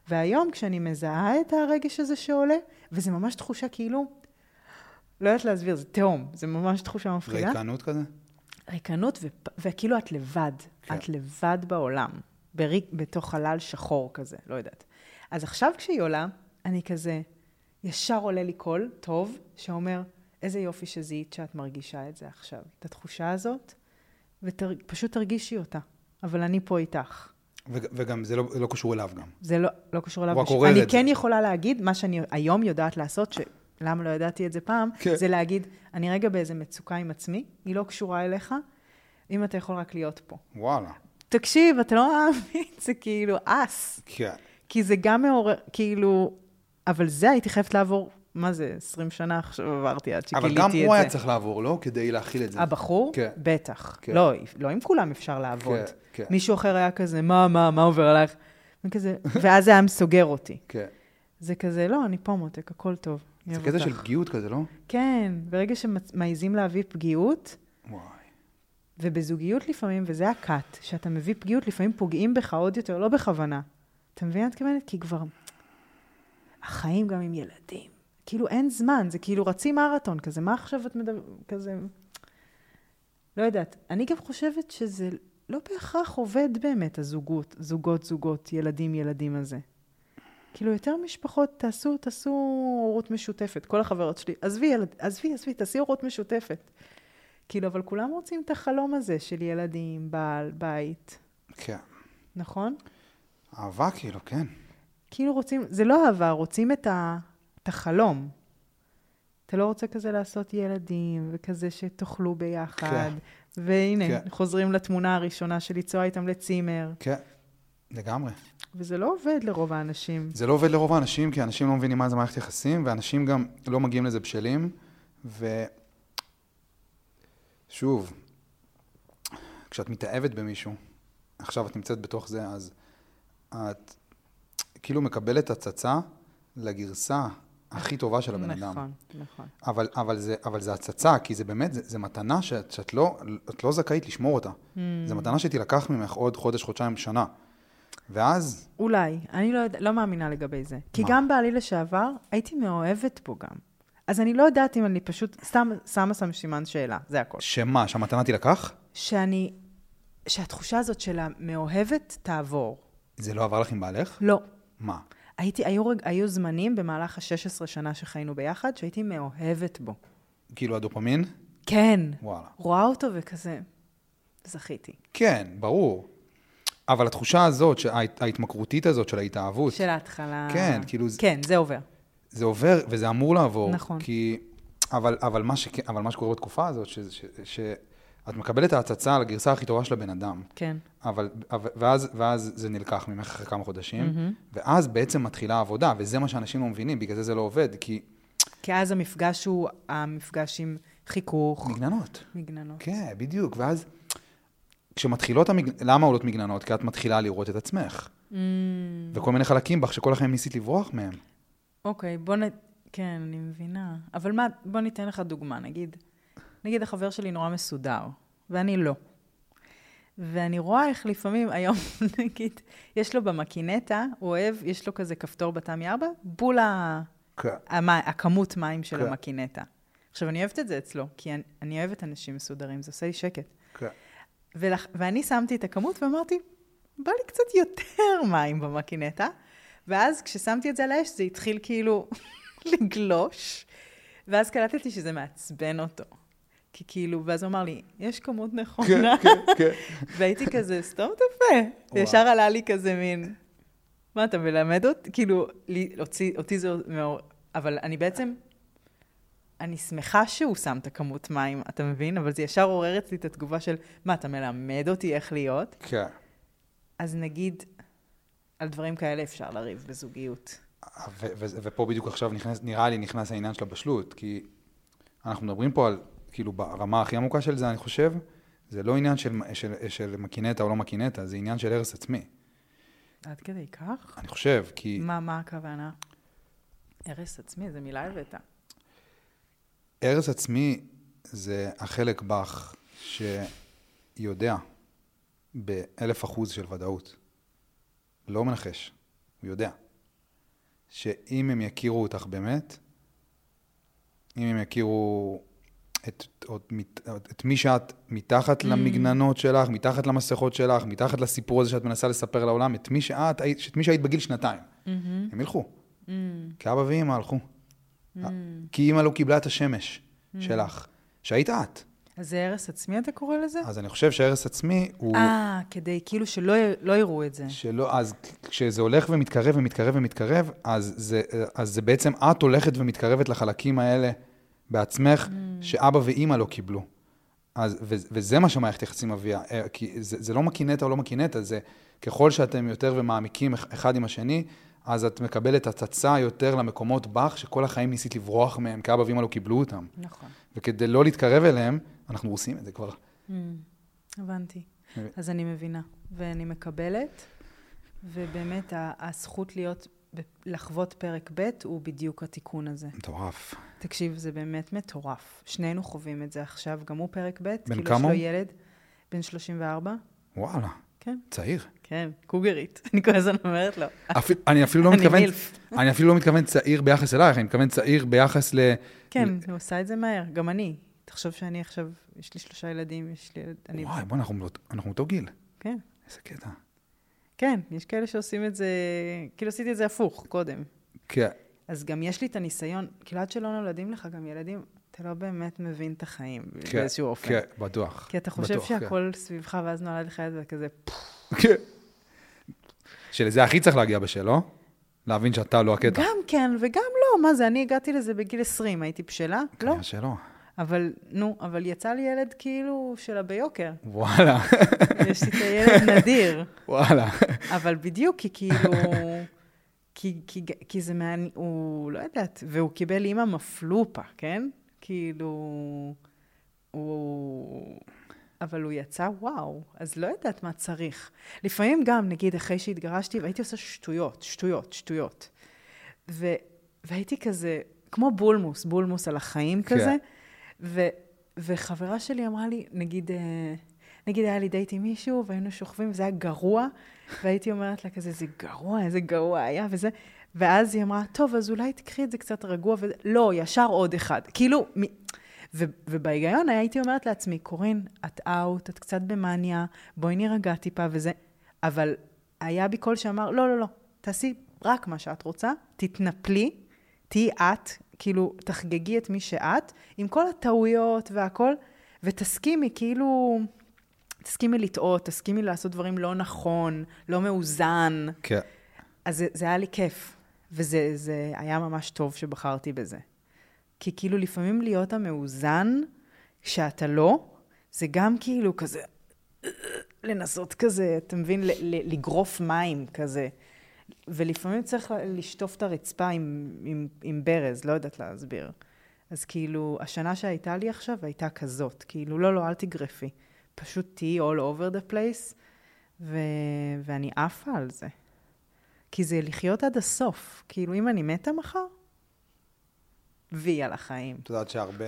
S2: והיום כשאני מזהה את הרגש הזה שעולה, וזה ממש תחושה כאילו, לא יודעת להסביר, זה תהום, זה ממש תחושה מפחידה.
S1: ריקנות כזה?
S2: ריקנות, ופ... וכאילו את לבד,
S1: כן.
S2: כן. את לבד בעולם, בריק, בתוך חלל שחור כזה, לא יודעת. אז עכשיו כשהיא עולה, אני כזה, ישר עולה לי קול טוב, שאומר, איזה יופי שזיהית שאת מרגישה את זה עכשיו, את התחושה הזאת, ופשוט תרגישי אותה, אבל אני פה איתך.
S1: וג- וגם זה לא לא קשור אליו גם.
S2: זה לא, לא קשור אליו.
S1: הוא רק
S2: בשום-
S1: עורר
S2: אני
S1: את
S2: כן
S1: זה.
S2: יכולה להגיד, מה שאני היום יודעת לעשות, שלמה לא ידעתי את זה פעם,
S1: כן.
S2: כן. זה להגיד, אני רגע באיזה מצוקה עם עצמי, היא לא קשורה אליך, אם אתה יכול רק להיות פה.
S1: וואלה.
S2: תקשיב, אתה לא מאמין, [laughs] זה כאילו אס.
S1: כן.
S2: כי זה גם מעורר, כאילו, אבל זה הייתי חייבת לעבור, מה זה, 20 שנה עכשיו עברתי עד
S1: אבל
S2: שגיליתי את זה.
S1: גם הוא היה צריך לעבור, לא? כדי להכיל את זה.
S2: הבחור?
S1: כן.
S2: בטח.
S1: כן.
S2: לא, לא עם כולם אפשר לעבוד.
S1: כן, כן.
S2: מישהו אחר היה כזה, מה, מה, מה עובר עלייך? וכזה, ואז זה היה סוגר אותי.
S1: כן.
S2: זה כזה, לא, אני פה מותק, הכל טוב. אני
S1: זה
S2: אוהב
S1: קטע
S2: אותך."
S1: של פגיעות כזה, לא?
S2: כן, ברגע שמעיזים להביא פגיעות,
S1: וואי.
S2: ובזוגיות לפעמים, וזה הכת, שאתה מביא פגיעות, לפעמים פוגעים בך עוד יותר, לא בכוונה. אתה מבין מה את מתכוונת? כי כבר... החיים גם עם ילדים. כאילו, אין זמן, זה כאילו רצים מרתון כזה, מה עכשיו את מדברת? כזה... לא יודעת. אני גם חושבת שזה לא בהכרח עובד באמת, הזוגות, זוגות, זוגות, ילדים, ילדים הזה. כאילו, יותר משפחות, תעשו, תעשו הורות משותפת. כל החברות שלי, עזבי, ילד, עזבי, עזבי, תעשי הורות משותפת. כאילו, אבל כולם רוצים את החלום הזה של ילדים, בעל, בית,
S1: כן.
S2: נכון?
S1: אהבה כאילו, כן.
S2: כאילו רוצים, זה לא אהבה, רוצים את, ה, את החלום. אתה לא רוצה כזה לעשות ילדים, וכזה שתאכלו ביחד.
S1: כן.
S2: והנה,
S1: כן.
S2: חוזרים לתמונה הראשונה של לנסוע איתם לצימר,
S1: כן. לגמרי.
S2: וזה לא עובד לרוב האנשים.
S1: זה לא עובד לרוב האנשים, כי אנשים לא מבינים מה זה מערכת יחסים, ואנשים גם לא מגיעים לזה בשלים, ושוב, כשאת מתאהבת במישהו, עכשיו את נמצאת בתוך זה, אז את כאילו מקבלת הצצה לגרסה הכי טובה של הבן אדם.
S2: נכון, נכון.
S1: אבל, אבל, זה, אבל זה הצצה, כי זה באמת, זה, זה מתנה שאת, שאת לא, את לא זכאית לשמור אותה. Mm. זו מתנה שתילקח ממך עוד חודש, חודשיים, שנה. ואז,
S2: אולי, אני לא, יודע, לא מאמינה לגבי זה. כי
S1: מה?
S2: גם בעלי לשעבר, הייתי מאוהבת בו גם. אז אני לא יודעת אם אני פשוט, סתם שמה שם סימן שאלה, זה הכל.
S1: שמה, שהמתנה תילקח?
S2: שאני, שהתחושה הזאת של המאוהבת תעבור.
S1: זה לא עבר לך עם בעלך?
S2: לא.
S1: מה?
S2: הייתי, היו, רג- היו זמנים במהלך ה-16 שנה שחיינו ביחד, שהייתי מאוהבת בו.
S1: כאילו הדופמין?
S2: כן.
S1: וואלה.
S2: רואה אותו וכזה, זכיתי.
S1: כן, ברור. אבל התחושה הזאת, שההת- ההתמכרותית הזאת של ההתאהבות,
S2: של ההתחלה...
S1: כן, כאילו זה-
S2: כן, זה עובר.
S1: זה עובר וזה אמור לעבור.
S2: נכון.
S1: כי... אבל, אבל, מה, שכן- אבל מה שקורה בתקופה הזאת, ש- ש- שאת מקבלת את ההצצה על הגרסה הכי טובה של הבן אדם.
S2: כן.
S1: אבל, אבל- ואז, ואז זה נלקח ממך אחרי כמה חודשים, mm-hmm. ואז בעצם מתחילה העבודה, וזה מה שאנשים לא מבינים, בגלל זה זה לא עובד, כי
S2: כי אז המפגש הוא המפגש עם חיכוך,
S1: מגננות.
S2: מגננות.
S1: כן, בדיוק, ואז כשמתחילות, המג... למה עולות מגננות? כי את מתחילה לראות את עצמך.
S2: אמ,
S1: וכל מיני חלקים בך שכל החיים ניסית לברוח מהם.
S2: אוקיי, בוא נ... כן, אני מבינה. אבל מה, בוא ניתן לך דוגמה, נגיד. נגיד החבר שלי נורא מסודר, ואני לא. ואני רואה איך לפעמים, [laughs] היום נגיד, יש לו במקינטה, הוא אוהב, יש לו כזה כפתור בתמי 4, בול ה...
S1: כן.
S2: המי, הכמות מים של
S1: כן.
S2: המקינטה. עכשיו, אני אוהבת את זה אצלו, כי אני, אני אוהבת אנשים מסודרים, זה עושה לי שקט.
S1: כן.
S2: ולח... ואני שמתי את הכמות ואמרתי, בא לי קצת יותר מים במקינטה. ואז כששמתי את זה על האש, זה התחיל כאילו [laughs] לגלוש. ואז קלטתי שזה מעצבן אותו. כי כאילו, ואז הוא אמר לי, יש כמות נכונה.
S1: כן.
S2: והייתי כזה, סתום את הפה.
S1: וואו.
S2: ישר עלה לי כזה מין, מה, אתה מלמד אותי? כאילו, לי, אותי, אותי זה מאור... אבל אני בעצם, אני שמחה שהוא שם את הכמות מים, אתה מבין? אבל זה ישר עורר אצלי את התגובה של, מה, אתה מלמד אותי איך להיות?
S1: כן.
S2: אז נגיד, על דברים כאלה אפשר לריב בזוגיות.
S1: ו- ו- ופה בדיוק עכשיו נכנס, נראה לי נכנס העניין של הבשלות, כי אנחנו מדברים פה על, כאילו ברמה הכי עמוקה של זה, אני חושב, זה לא עניין של, של, של מקינטה או לא מקינטה, זה עניין של הרס עצמי.
S2: עד כדי כך?
S1: אני חושב, כי...
S2: מה, מה הכוונה? הרס עצמי, זו מילה הבאת.
S1: הרס עצמי זה החלק בך שיודע באלף אחוז של ודאות, לא מנחש, הוא יודע, שאם הם יכירו אותך באמת, אם הם יכירו את, את, את, את מי שאת מתחת mm. למגננות שלך, מתחת למסכות שלך, מתחת לסיפור הזה שאת מנסה לספר לעולם, את מי שאת, היית- את מי שהיית בגיל שנתיים, mm-hmm. הם ילכו.
S2: Mm,
S1: כי אבא ואימא הלכו.
S2: mm.
S1: כי אימא לא קיבלה את השמש שלך, שהיית את.
S2: אז זה הרס עצמי, אתה קורא לזה?
S1: אז אני חושב שהרס עצמי הוא...
S2: אה, כדי כאילו שלא י- לא יראו את זה.
S1: שלא, אז כשזה הולך ומתקרב ומתקרב ומתקרב, אז זה, אז זה בעצם את הולכת ומתקרבת לחלקים האלה בעצמך,
S2: Mm.
S1: שאבא ואימא לא קיבלו. אז, ו, וזה מה שמערכת יחסים מביאה, אה, כי זה, זה לא מקינטה או לא מקינטה, זה ככל שאתם יותר ומעמיקים אח- אחד עם השני, אז את מקבלת הצצה יותר למקומות בך, שכל החיים ניסית לברוח מהם, כי אבא ואימא לא קיבלו אותם.
S2: נכון.
S1: וכדי לא להתקרב אליהם, אנחנו עושים את זה כבר.
S2: הבנתי.
S1: מבין.
S2: אז אני מבינה, ואני מקבלת, ובאמת ה- הזכות להיות, ב- לחוות פרק ב' הוא בדיוק התיקון הזה.
S1: מטורף.
S2: תקשיב, זה באמת מטורף. שנינו חווים את זה עכשיו, גם הוא פרק ב', כאילו
S1: כמה
S2: יש לו
S1: הוא?
S2: ילד, בן 34.
S1: וואלה,
S2: כן,
S1: צעיר.
S2: כן, קוגרית. [laughs] אני כל הזמן אומרת לו.
S1: אפילו, אני אפילו לא
S2: אני
S1: מתכוון,
S2: מילף.
S1: אני אפילו לא מתכוון צעיר ביחס אלייך, אני מתכוון צעיר ביחס ל...
S2: כן, הוא עשה את זה מהר, גם אני. תחשוב שאני עכשיו, יש לי שלושה ילדים, יש לי ילד, אני...
S1: וואי, בוא, אנחנו, באותו- אנחנו אותו גיל.
S2: כן.
S1: איזה קטע.
S2: כן, יש כאלה שעושים את זה, כאילו עשיתי את זה הפוך קודם.
S1: כן,
S2: אז גם יש לי את הניסיון, כאילו עד שלא נולדים לך גם ילדים, אתה לא באמת מבין את החיים
S1: כן,
S2: באיזשהו אופן.
S1: כן, בטוח.
S2: כי אתה חושב
S1: בטוח,
S2: שהכל סביבך, ואז נולד לך ילד ואתה כזה, "פפ,
S1: כן. כן. שלזה הכי צריך להגיע בשלו, להבין שאתה לא הקטע.
S2: גם כן וגם לא, מה זה, אני הגעתי לזה בגיל 20, הייתי בשלה? לא.
S1: כנראה שלא.
S2: אבל, נו, אבל יצא לי ילד כאילו שלה ביוקר.
S1: וואלה, [laughs]
S2: יש לי את הילד נדיר.
S1: וואלה.
S2: אבל בדיוק, כי כאילו... כי, כי, כי זה מעניין, הוא לא יודעת, והוא קיבל אימא מפלופה, כן? כאילו, הוא... אבל הוא יצא וואו, אז לא יודעת מה צריך. לפעמים גם, נגיד, אחרי שהתגרשתי, והייתי עושה שטויות, שטויות, שטויות. ו, והייתי כזה, כמו בולמוס, בולמוס על החיים
S1: כן.
S2: כזה. ו, וחברה שלי אמרה לי, נגיד, אה, נגיד היה לי דייט עם מישהו, והיינו שוכבים, וזה היה גרוע, והייתי אומרת לה כזה, זה גרוע, איזה גרוע היה, וזה... ואז היא אמרה, טוב, אז אולי תקחי את זה קצת רגוע, וזה... לא, ישר עוד אחד. כאילו, מ... ו- ובהיגיון הייתי אומרת לעצמי, קורין, את אאוט, את קצת במאניה, בואי נירגע טיפה וזה. אבל היה בי קול שאמר, לא, לא, לא, תעשי רק מה שאת רוצה, תתנפלי, תהיי את, כאילו, תחגגי את מי שאת, עם כל הטעויות והכל, ותסכימי, כאילו, תסכימי לטעות, תסכימי לעשות דברים לא נכון, לא מאוזן.
S1: כן.
S2: אז זה, זה היה לי כיף, וזה זה היה ממש טוב שבחרתי בזה. כי כאילו לפעמים להיות המאוזן, שאתה לא, זה גם כאילו כזה, לנסות כזה, אתה מבין, ל- ל- לגרוף מים כזה. ולפעמים צריך ל- לשטוף את הרצפה עם, עם, עם ברז, לא יודעת להסביר. אז כאילו, השנה שהייתה לי עכשיו הייתה כזאת. כאילו, לא, לא, אל תגרפי. פשוט תהיי all over the place, ו- ואני עפה על זה. כי זה לחיות עד הסוף. כאילו, אם אני מתה מחר, וי על החיים.
S1: את יודעת שהרבה...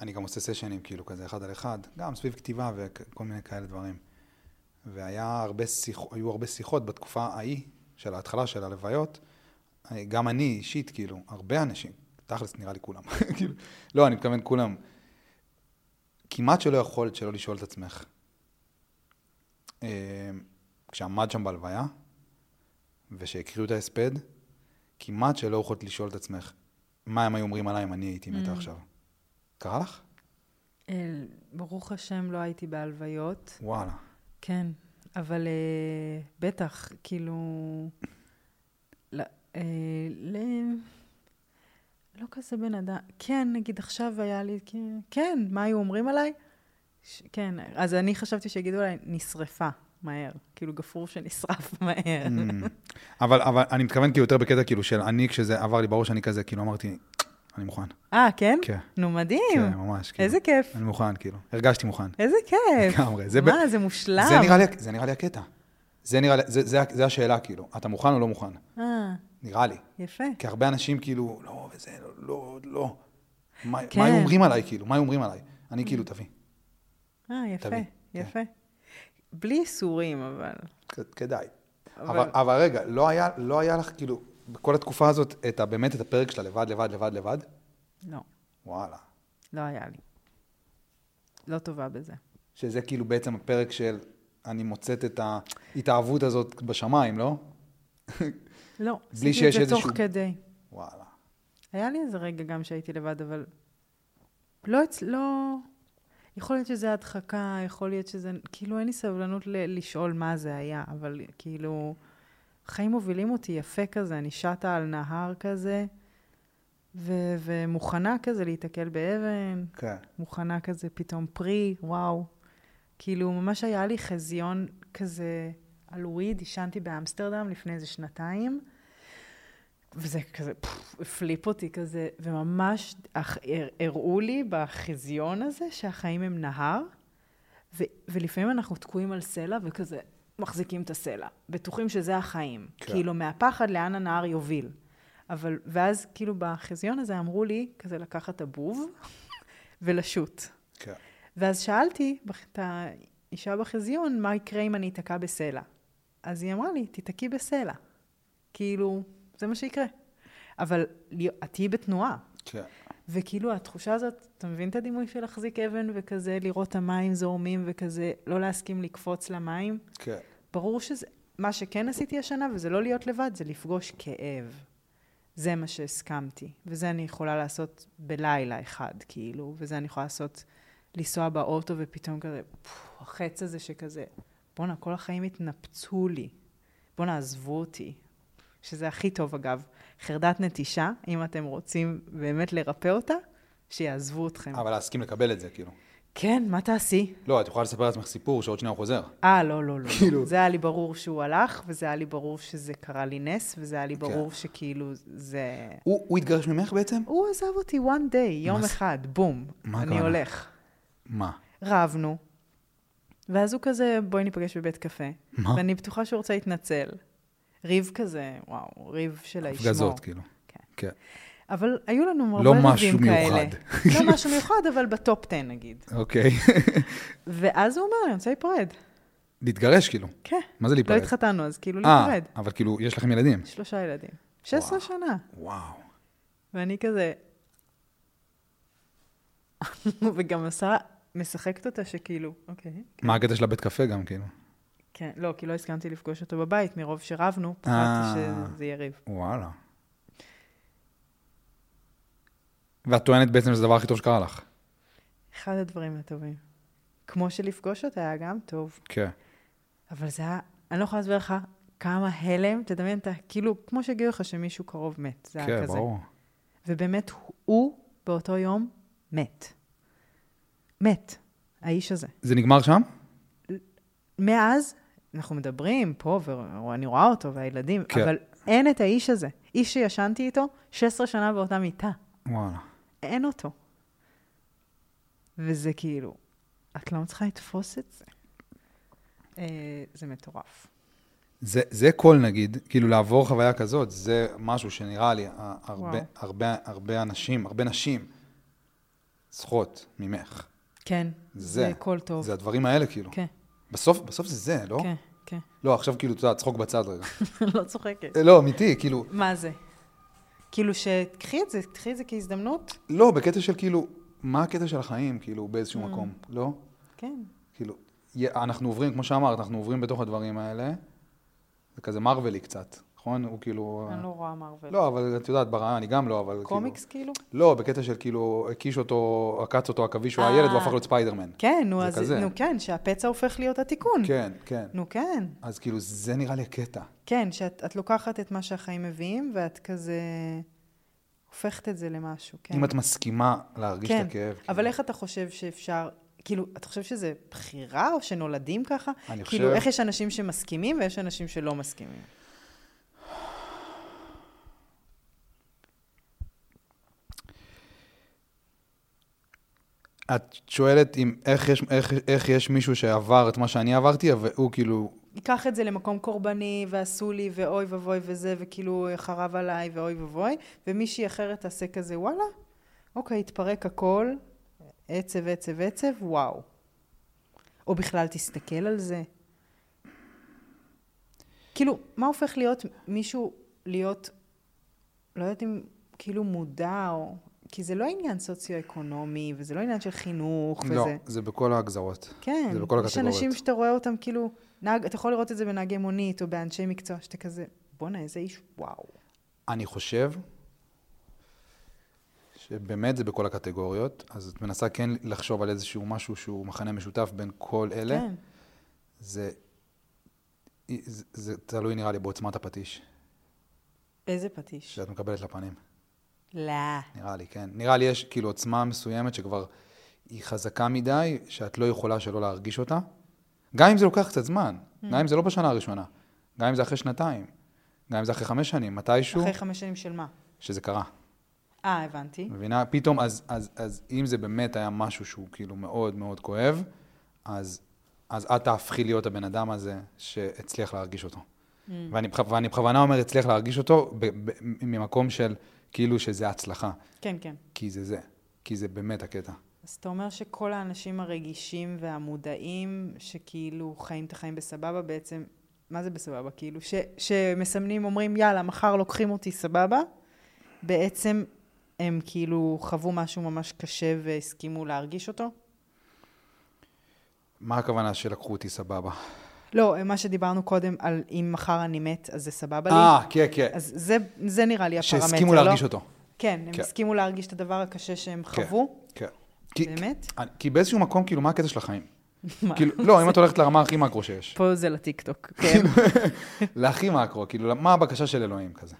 S1: אני גם עושה סשנים, כאילו, כזה אחד על אחד, גם סביב כתיבה וכל מיני כאלה דברים. והיה הרבה שיח... היו הרבה שיחות בתקופה ההיא, של ההתחלה של הלוויות, גם אני אישית, כאילו, הרבה אנשים, תכלס נראה לי כולם, [laughs] כאילו, לא, אני מתכוון כולם, כמעט שלא יכולת שלא לשאול את עצמך. אה, כשעמד שם בהלוויה, ושהקריאו את ההספד, כמעט שלא יכולת לשאול את עצמך, מה הם היו אומרים עליי אם אני הייתי מתה
S2: Mm.
S1: עכשיו. קרה לך?
S2: אה, ברוך השם, לא הייתי בהלוויות. [laughs]
S1: וואלה.
S2: כן, אבל אה, בטח, כאילו... לא, אה, ל... לא כזה בן אדם. כן, נגיד עכשיו היה לי... כן, כן, מה היו אומרים עליי? ש... כן, אז אני חשבתי שיגידו עליי, נשרפה מהר. כאילו, גפרור שנשרף [laughs] מהר.
S1: Mm. אבל, אבל אני מתכוון כאילו יותר בקטע כאילו של אני, כשזה עבר לי בראש, אני כזה, כאילו אמרתי, אני מוכן.
S2: אה, כן?
S1: כן.
S2: נו, מדהים.
S1: כן, ממש, כאילו.
S2: איזה כיף.
S1: אני מוכן, כאילו. הרגשתי מוכן.
S2: איזה כיף.
S1: לגמרי, זה ב-
S2: מה, זה מושלם.
S1: זה נראה לי, זה נראה לי הקטע. זה נראה לי, זה, זה, זה השאלה, כאילו. אתה מוכן או לא מוכן?
S2: אה,
S1: נראה לי.
S2: יפה.
S1: כי הרבה אנשים כאילו, לא, וזה, לא, לא, לא. מה,
S2: כן. Mm.
S1: מה היו אומרים עליי, כאילו? מה היו אומרים עליי? אני כאילו, תביא.
S2: אה, יפה,
S1: תביא, כן.
S2: יפה. בלי איסורים, אבל.
S1: כ- כדאי.
S2: אבל-
S1: אבל, אבל רגע, לא היה, לא היה לך, כאילו, בכל התקופה הזאת, את ה, באמת את הפרק שלה לבד, לבד, לבד, לבד?
S2: לא,
S1: וואלה.
S2: לא היה לי. לא טובה בזה.
S1: שזה כאילו בעצם הפרק של אני מוצאת את ההתאהבות הזאת בשמיים, לא?
S2: לא,
S1: בלי
S2: עשיתי את
S1: שיש
S2: זה
S1: איזשהו-
S2: תוך כדי.
S1: וואלה.
S2: היה לי איזה רגע גם שהייתי לבד, אבל לא אצ... לא... יכול להיות שזה הדחקה, יכול להיות שזה... כאילו, אין לי סבלנות ל- לשאול מה זה היה, אבל כאילו... חיים מובילים אותי יפה כזה, אני שטה על נהר כזה, ו- ומוכנה כזה להיתקל באבן,
S1: כן.
S2: מוכנה כזה פתאום פרי, וואו. כאילו, ממש היה לי חזיון כזה על וויד, עישנתי באמסטרדם לפני איזה שנתיים, וזה כזה פוף, הפליפ אותי כזה, וממש אך, הר- הראו לי בחזיון הזה שהחיים הם נהר, ו, ולפעמים אנחנו תקועים על סלע וכזה מחזיקים את הסלע, בטוחים שזה החיים.
S1: כן.
S2: כן. כאילו, מהפחד לאן הנהר יוביל. אבל, ואז כאילו בחזיון הזה אמרו לי כזה לקחת הבוב [laughs] ולשוט.
S1: כן.
S2: ואז שאלתי בח- את האישה בחזיון, מה יקרה אם אני אתקע בסלע? אז היא אמרה לי, תתקעי בסלע. כאילו, זה מה שיקרה. אבל לי- את תהיי בתנועה.
S1: כן.
S2: וכאילו התחושה הזאת, אתה מבין את הדימוי של להחזיק אבן וכזה לראות את המים זורמים וכזה לא להסכים לקפוץ למים?
S1: כן.
S2: ברור שזה, מה שכן עשיתי השנה, וזה לא להיות לבד, זה לפגוש כאב. זה מה שהסכמתי, וזה אני יכולה לעשות בלילה אחד, כאילו, וזה אני יכולה לעשות, לנסוע באוטו ופתאום כזה, פו, החץ הזה שכזה, בואנה, כל החיים התנפצו לי, בואנה, עזבו אותי, שזה הכי טוב אגב. חרדת נטישה, אם אתם רוצים באמת לרפא אותה, שיעזבו אתכם.
S1: אבל להסכים לקבל את זה, כאילו.
S2: כן, מה תעשי?
S1: לא, את יכולה לספר לעצמך סיפור שעוד שנייה הוא חוזר.
S2: אה, לא, לא, לא.
S1: כאילו-
S2: כאילו... זה היה לי ברור שהוא הלך, וזה היה לי ברור שזה קרה לי נס, וזה היה לי
S1: כן.
S2: ברור שכאילו זה...
S1: הוא, הוא התגרש ממך בעצם?
S2: הוא עזב אותי one day, יום
S1: זה-
S2: אחד, בום.
S1: מה
S2: אני
S1: קרה?
S2: הולך.
S1: מה?
S2: רבנו. ואז הוא כזה, בואי ניפגש בבית קפה.
S1: מה?
S2: ואני בטוחה שהוא רוצה להתנצל. ריב כזה, וואו, ריב של האישמור.
S1: הפגזות, כאילו.
S2: כן.
S1: כן.
S2: אבל היו לנו
S1: לא
S2: הרבה
S1: משהו
S2: ריבים כאלה.
S1: מיוחד.
S2: [laughs] לא משהו מיוחד, אבל בטופ 10 נגיד.
S1: אוקיי. [laughs]
S2: ואז הוא אומר, אני רוצה להיפרד.
S1: להתגרש, כאילו.
S2: כן.
S1: מה זה
S2: לא
S1: להיפרד?
S2: התחתנו, אז כאילו
S1: אה,
S2: להיפרד.
S1: אבל כאילו, יש לכם ילדים.
S2: שלושה ילדים. 16
S1: וואו.
S2: שנה.
S1: וואו.
S2: ואני כזה... [laughs] וגם עשה, משחקת אותה שכאילו, אוקיי.
S1: מה הקטע של הבית קפה גם, כאילו?
S2: כן, לא, כי לא הסכמתי לפגוש אותו בבית, מרוב שרבנו, פחדתי
S1: אה.
S2: שזה יהיה ריב.
S1: וואלה. ואת טוענת בעצם שזה הדבר הכי טוב שקרה לך.
S2: אחד הדברים הטובים. כמו שלפגוש אותה היה גם טוב,
S1: כן.
S2: אבל זה היה, אני לא יכולה להסביר לך כמה הלם, תדמיין את ה... כאילו, כמו שהגיעו לך שמישהו קרוב מת, זה היה
S1: כן,
S2: כזה.
S1: ברור.
S2: ובאמת, הוא באותו יום מת. מת, האיש הזה.
S1: זה נגמר שם?
S2: מאז אנחנו מדברים פה, ואני רואה אותו והילדים,
S1: כן.
S2: כן. אבל אין את האיש הזה. איש שישנתי איתו 16 שנה באותה מיטה.
S1: וואלה.
S2: אין אותו. וזה כאילו, את לא מצליחה לתפוס את זה. אה, זה מטורף.
S1: זה, זה קול נגיד, כאילו לעבור חוויה כזאת, זה משהו שנראה לי, ה- הרבה,
S2: וואו.
S1: הרבה, הרבה אנשים, הרבה נשים צריכות ממך.
S2: כן,
S1: זה,
S2: זה קול טוב.
S1: זה הדברים האלה כאילו.
S2: כן,
S1: בסוף, בסוף זה זה, לא?
S2: כן, כן. [laughs]
S1: לא, עכשיו כאילו, אתה יודע, צחוק בצד רגע.
S2: לא צוחקת.
S1: לא, אמיתי, כאילו,
S2: מה זה? כאילו שתקחי את זה, תקחי את זה כהזדמנות?
S1: לא, בקטע של כאילו, מה הקטע של החיים, כאילו, באיזשהו
S2: Mm.
S1: מקום, לא?
S2: כן.
S1: כאילו, יה- אנחנו עוברים, כמו שאמרת, אנחנו עוברים בתוך הדברים האלה, זה כזה מרווילי קצת, נכון? הוא כאילו...
S2: אני לא רואה מרוויל.
S1: לא, אבל את יודעת, ברעיון, אני גם לא, אבל כאילו...
S2: קומיקס כאילו?
S1: לא, בקטע של כאילו, הקיש אותו, עקץ אותו עכביש, הוא
S2: אה.
S1: הילד, והפך להיות ספיידרמן.
S2: כן, נו,
S1: זה
S2: אז,
S1: כזה.
S2: נו כן, שהפצע הופך להיות התיקון.
S1: כן, כן.
S2: נו כן.
S1: אז כאילו, זה נראה לי הקטע.
S2: כן, שאת את לוקחת את מה שהחיים מביאים, ואת כזה הופכת את זה למשהו, כן.
S1: אם את מסכימה להרגיש
S2: כן,
S1: את הכאב.
S2: אבל
S1: כאילו.
S2: איך אתה חושב שאפשר, כאילו, אתה חושב שזה בחירה, או שנולדים ככה?
S1: אני
S2: כאילו,
S1: חושב-
S2: איך יש אנשים שמסכימים ויש אנשים שלא מסכימים?
S1: את שואלת אם איך יש, איך, איך יש מישהו שעבר את מה שאני עברתי, והוא כאילו...
S2: ייקח את זה למקום קורבני, ועשו לי, ואוי ואבוי וזה, וכאילו חרב עליי, ואוי ואבוי, ומישהי אחרת תעשה כזה, וואלה, אוקיי, התפרק הכל, עצב, עצב, עצב, וואו. או בכלל תסתכל על זה. כאילו, מה הופך להיות מישהו, להיות, לא יודעת אם כאילו מודע, או... כי זה לא עניין סוציו-אקונומי, וזה לא עניין של חינוך, וזה...
S1: לא, זה בכל הגזרות.
S2: כן.
S1: זה בכל
S2: יש
S1: הקטגוריות.
S2: אנשים שאתה רואה אותם כאילו, נהג, אתה יכול לראות את זה בנהגי מונית או באנשי מקצוע, שאתה כזה, בואנה, איזה איש, וואו.
S1: אני חושב שבאמת זה בכל הקטגוריות, אז את מנסה כן לחשוב על איזשהו משהו שהוא מכנה משותף בין כל אלה.
S2: כן.
S1: זה, זה, זה תלוי נראה לי בעוצמת הפטיש
S2: איזה פטיש.
S1: שאת מקבלת לפנים,
S2: לא.
S1: נראה לי, כן. נראה לי יש כאילו עוצמה מסוימת שכבר היא חזקה מדי, שאת לא יכולה שלא להרגיש אותה. גם אם זה לוקח קצת זמן,
S2: Mm.
S1: גם אם זה לא בשנה הראשונה, גם אם זה אחרי שנתיים, גם אם זה אחרי חמש שנים, מתישהו,
S2: אחרי חמש שנים של מה?
S1: שזה קרה.
S2: אה, הבנתי.
S1: מבינה? פתאום, אז, אז, אז אם זה באמת היה משהו שהוא כאילו מאוד מאוד כואב, אז, אז את תהפכי להיות הבן אדם הזה שהצליח להרגיש אותו. Mm. ואני, בכ- ואני בכוונה אומר הצליח להרגיש אותו ב, ב, ממקום של כאילו שזה הצלחה,
S2: כן, כן.
S1: כי זה זה, כי זה באמת הקטע.
S2: אז אתה אומר שכל האנשים הרגישים והמודעים, שכאילו חיים את החיים בסבבה, בעצם, מה זה בסבבה? כאילו, ש, שמסמנים, אומרים, יאללה, מחר לוקחים אותי סבבה, בעצם הם כאילו חוו משהו ממש קשה והסכימו להרגיש אותו?
S1: מה הכוונה שלקחו אותי סבבה?
S2: לא, מה שדיברנו קודם על אם מחר אני מת, אז זה סבבה לי.
S1: אה, כן, כן.
S2: אז זה, זה נראה לי הפרמטר, לא?
S1: שהסכימו להרגיש אותו.
S2: כן, הם
S1: כן.
S2: הסכימו להרגיש את הדבר הקשה שהם חוו.
S1: כן. כי, [laughs]
S2: באמת?
S1: אני- כי באיזשהו מקום, כאילו, מה הקטע של החיים?
S2: מה?
S1: כאילו, לא, אם את הולכת לרמה הכי מקרו
S2: [laughs]
S1: שיש,
S2: פה זה לטיקטוק, כן.
S1: כאילו- להכי מקרו, כאילו, מה הבקשה של אלוהים כזה?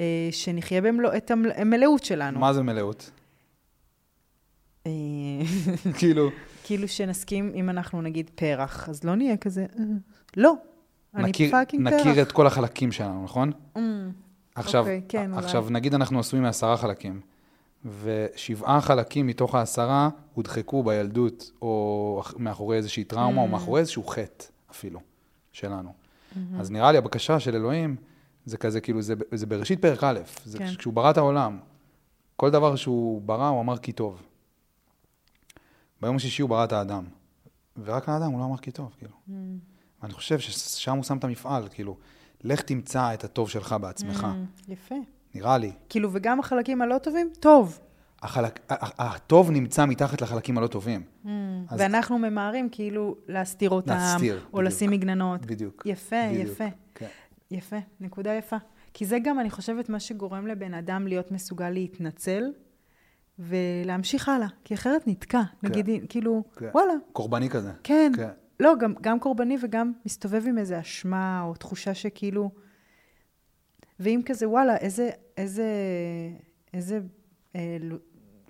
S2: אה, שנחיה במלוא, את המל- המלאות שלנו.
S1: מה זה מלאות? [laughs]
S2: אה, [laughs]
S1: כאילו,
S2: כאילו שנסכים, אם אנחנו נגיד פרח, אז לא נהיה כזה, אה, לא, אני
S1: נכיר,
S2: פאקינג פרח.
S1: נכיר את כל החלקים שלנו, נכון?
S2: Mm,
S1: עכשיו,
S2: אוקיי, כן, אולי.
S1: עכשיו נגיד אנחנו עשויים מעשרה חלקים, ושבעה חלקים מתוך העשרה הודחקו בילדות, או אח- מאחורי איזושהי טראומה,
S2: Mm.
S1: או מאחורי איזשהו חטא אפילו, שלנו.
S2: Mm-hmm.
S1: אז נראה לי הבקשה של אלוהים, זה כזה, כאילו, זה, ב- זה בראשית פרק א', זה
S2: כן.
S1: כן. כשהוא ברא את העולם. כל דבר שהוא ברא, הוא אמר כי טוב. ביום השישי הוא ברא את האדם, ורק האדם, הוא לא אמר כי טוב, כאילו.
S2: mm,
S1: ואני חושב ששם הוא שם את המפעל, כאילו, לך תמצא את הטוב שלך בעצמך,
S2: Mm, יפה.
S1: נראה לי.
S2: כאילו, וגם החלקים הלא טובים, טוב.
S1: החלק, ה- ה- הטוב נמצא מתחת לחלקים הלא טובים. אז-
S2: ואנחנו ממהרים כאילו להסתיר אותם,
S1: להסתיר,
S2: או
S1: בדיוק.
S2: לשים מגננות.
S1: בדיוק.
S2: יפה,
S1: בדיוק,
S2: יפה.
S1: כן.
S2: יפה, נקודה יפה. כי זה גם, אני חושבת, מה שגורם לבן אדם להיות מסוגל להתנצל ולהמשיך הלאה, כי אחרת נתקע.
S1: כן.
S2: נגיד, כאילו,
S1: כן.
S2: וואלה,
S1: קורבני כזה.
S2: כן.
S1: כן.
S2: לא, גם, גם קורבני וגם מסתובב עם איזה אשמה או תחושה שכאילו... ואם כזה, וואלה, איזה, איזה, איזה, אה, ל-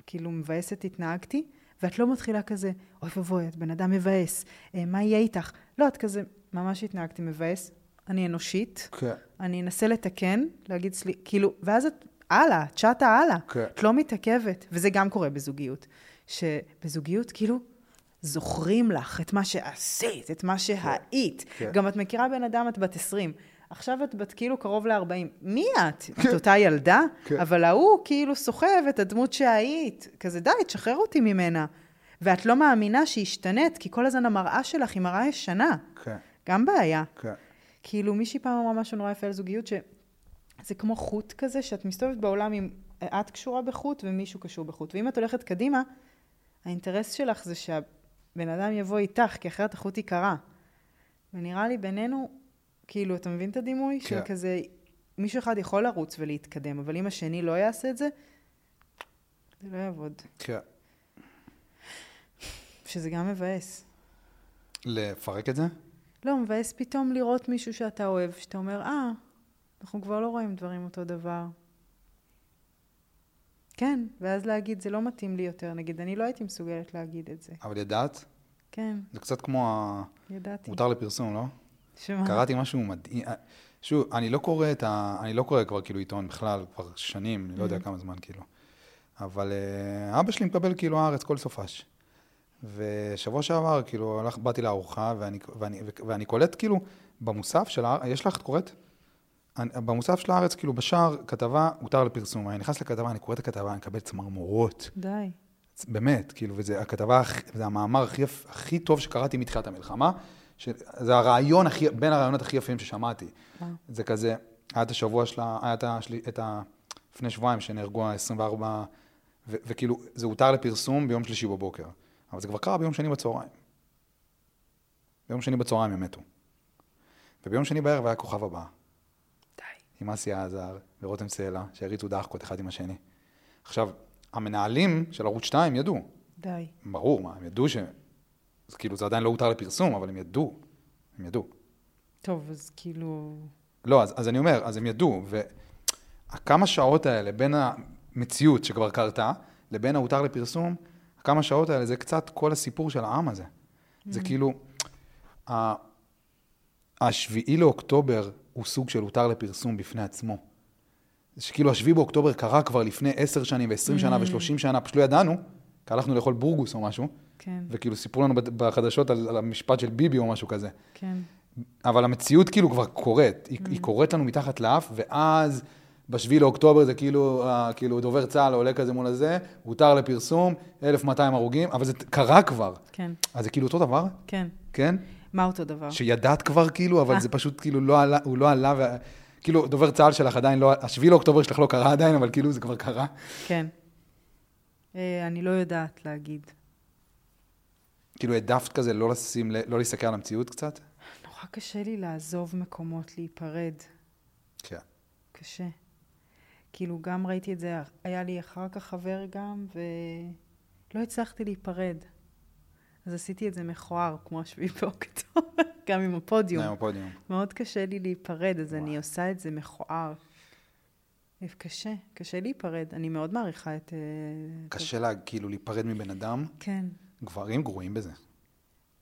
S2: כאילו, מבאסת התנהגתי, ואת לא מתחילה כזה, אוי ואבוי, את בן אדם מבאס, אה, מה יהיה איתך? לא, את כזה, ממש התנהגתי מבאס, אני אנושית,
S1: כן.
S2: אני אנסה לתקן, להגיד, סלי, כאילו, ואז את הלאה, את שטה הלאה.
S1: כן.
S2: את לא מתעכבת, וזה גם קורה בזוגיות. שבזוגיות, כאילו, זוכרים לך את מה שעשית, את מה שהיית.
S1: כן.
S2: גם את מכירה בן אדם, את בת 20. עכשיו את בת כאילו קרוב ל-40. מי את? את אותה ילדה?
S1: כן.
S2: אבל ההוא כאילו סוחב את הדמות שהיית. כזה, די, תשחרר אותי ממנה. ואת לא מאמינה שהשתנית, כי כל הזמן המראה שלך היא מראה ישנה.
S1: כן,
S2: גם בעיה.
S1: כן.
S2: כאילו מישהי פעם אמרה משהו נורא יפה על זוגיות, שזה כמו חוט כזה, שאת מסתובבת בעולם עם את קשורה בחוט ומישהו קשור בחוט. ואם את הולכת קדימה, האינטרס שלך זה שהבן אדם יבוא איתך, כי אחרת החוט ייקרע. ונראה לי בינינו, כאילו, אתה מבין את הדימוי? כן. של
S1: כן.
S2: כזה, מישהו אחד יכול לרוץ ולהתקדם, אבל אם השני לא יעשה את זה, זה לא יעבוד.
S1: כן.
S2: שזה גם מבאס.
S1: לפרק את זה?
S2: לא, מבאס פתאום לראות מישהו שאתה אוהב, שאתה אומר, אה, אנחנו כבר לא רואים דברים אותו דבר. כן, ואז להגיד, זה לא מתאים לי יותר. נגיד, אני לא הייתי מסוגלת להגיד את זה.
S1: אבל ידעת?
S2: כן,
S1: זה קצת כמו ה...
S2: ידעתי.
S1: מותר לפרסום, לא?
S2: שמה?
S1: קראתי משהו מדהים. שוב, אני לא קורא את ה... אני לא קורא כבר כאילו עיתון בכלל, כבר שנים, אני לא יודע כמה זמן כאילו. אבל אה, אבא שלי מקבל כאילו הארץ כל סופש. ושבוע שעבר, כאילו, הלך, באתי לארוחה, ואני, ואני, ואני קולט כאילו, במוסף של הארץ, יש לך, את קוראת? אני- במוסף של הארץ, כאילו, בשער, כתבה, הותר לפרסום. אני נכנס לכתבה, אני קורא את הכתבה, אני מקבל צמרמורות.
S2: די.
S1: באמת, כאילו, וזה הכתבה, הכ- זה המאמר הכי, יפ- הכי טוב שקראתי מתחילת המלחמה, שזה הרעיון הכי, בין הרעיונות הכי יפים ששמעתי.
S2: וואו.
S1: זה כזה, היה את השבוע שלה, היה את, השלי, את ה... לפני שבועיים שנהרגו ה-24, ו- וכאילו, זה הותר לפרסום ביום שלישי בבוקר. אבל זה כבר קרה ביום שני בצהריים. ביום שני בצהריים הם מתו. וביום שני בערב היה כוכב הבא.
S2: די.
S1: עם אסי עזר ורותם סלע, שהריצו דחקות אחד עם השני. עכשיו, המנהלים של ערוץ 2 ידעו,
S2: די.
S1: ברור, מה, הם ידעו ש... אז כאילו, זה עדיין לא הותר לפרסום, אבל הם ידעו. הם ידעו.
S2: טוב, אז כאילו...
S1: לא, אז, אז אני אומר, אז הם ידעו, והכמה שעות האלה בין המציאות שכבר קרתה, לבין ההותר לפרסום, הכמה שעות האלה זה קצת כל הסיפור של העם הזה. זה כאילו, ה- השביעי לאוקטובר הוא סוג של הותר לפרסום בפני עצמו. זה שכאילו השביעי באוקטובר קרה כבר לפני עשר שנים ועשרים שנה ושלושים שנה, פשוט לא ידענו, כי הלכנו לאכול בורגוס או משהו,
S2: כן,
S1: וכאילו סיפרו לנו בת- בחדשות על, על המשפט של ביבי או משהו כזה.
S2: כן.
S1: אבל המציאות כאילו כבר קורית, היא, היא קורית לנו מתחת לאף, ואז בשביעי לאוקטובר זה כאילו, אה, כאילו דובר צה"ל עולה כזה מול הזה, הותר לפרסום, 1,200 הרוגים, אבל זה קרה כבר.
S2: כן,
S1: אז זה כאילו אותו דבר,
S2: כן.
S1: כן?
S2: מה אותו דבר?
S1: שידעת כבר כאילו, אבל
S2: אה.
S1: זה פשוט כאילו לא עלה, הוא לא עלה, ו... כאילו דובר צה"ל שלך עדיין לא, השביעי לאוקטובר שלך לא קרה עדיין, אבל כאילו זה כבר קרה.
S2: כן. אה, אני לא יודעת להגיד.
S1: כאילו העדפת כזה לא לשים, ל- לא להסתכל על המציאות קצת?
S2: נורא קשה לי לעזוב מקומות, להיפרד.
S1: כן.
S2: קשה. כאילו, גם ראיתי את זה, היה לי אחר כך חבר גם, ולא הצלחתי להיפרד. אז עשיתי את זה מכוער, כמו השביעי באוקטובר, [laughs] גם עם הפודיום.
S1: נעים הפודיום.
S2: מאוד קשה לי להיפרד, אז אני
S1: וואי.
S2: עושה את זה מכוער. קשה, קשה להיפרד. אני מאוד מעריכה את... אה,
S1: קשה לה כאילו להיפרד מבן אדם,
S2: כן.
S1: גברים גרועים בזה.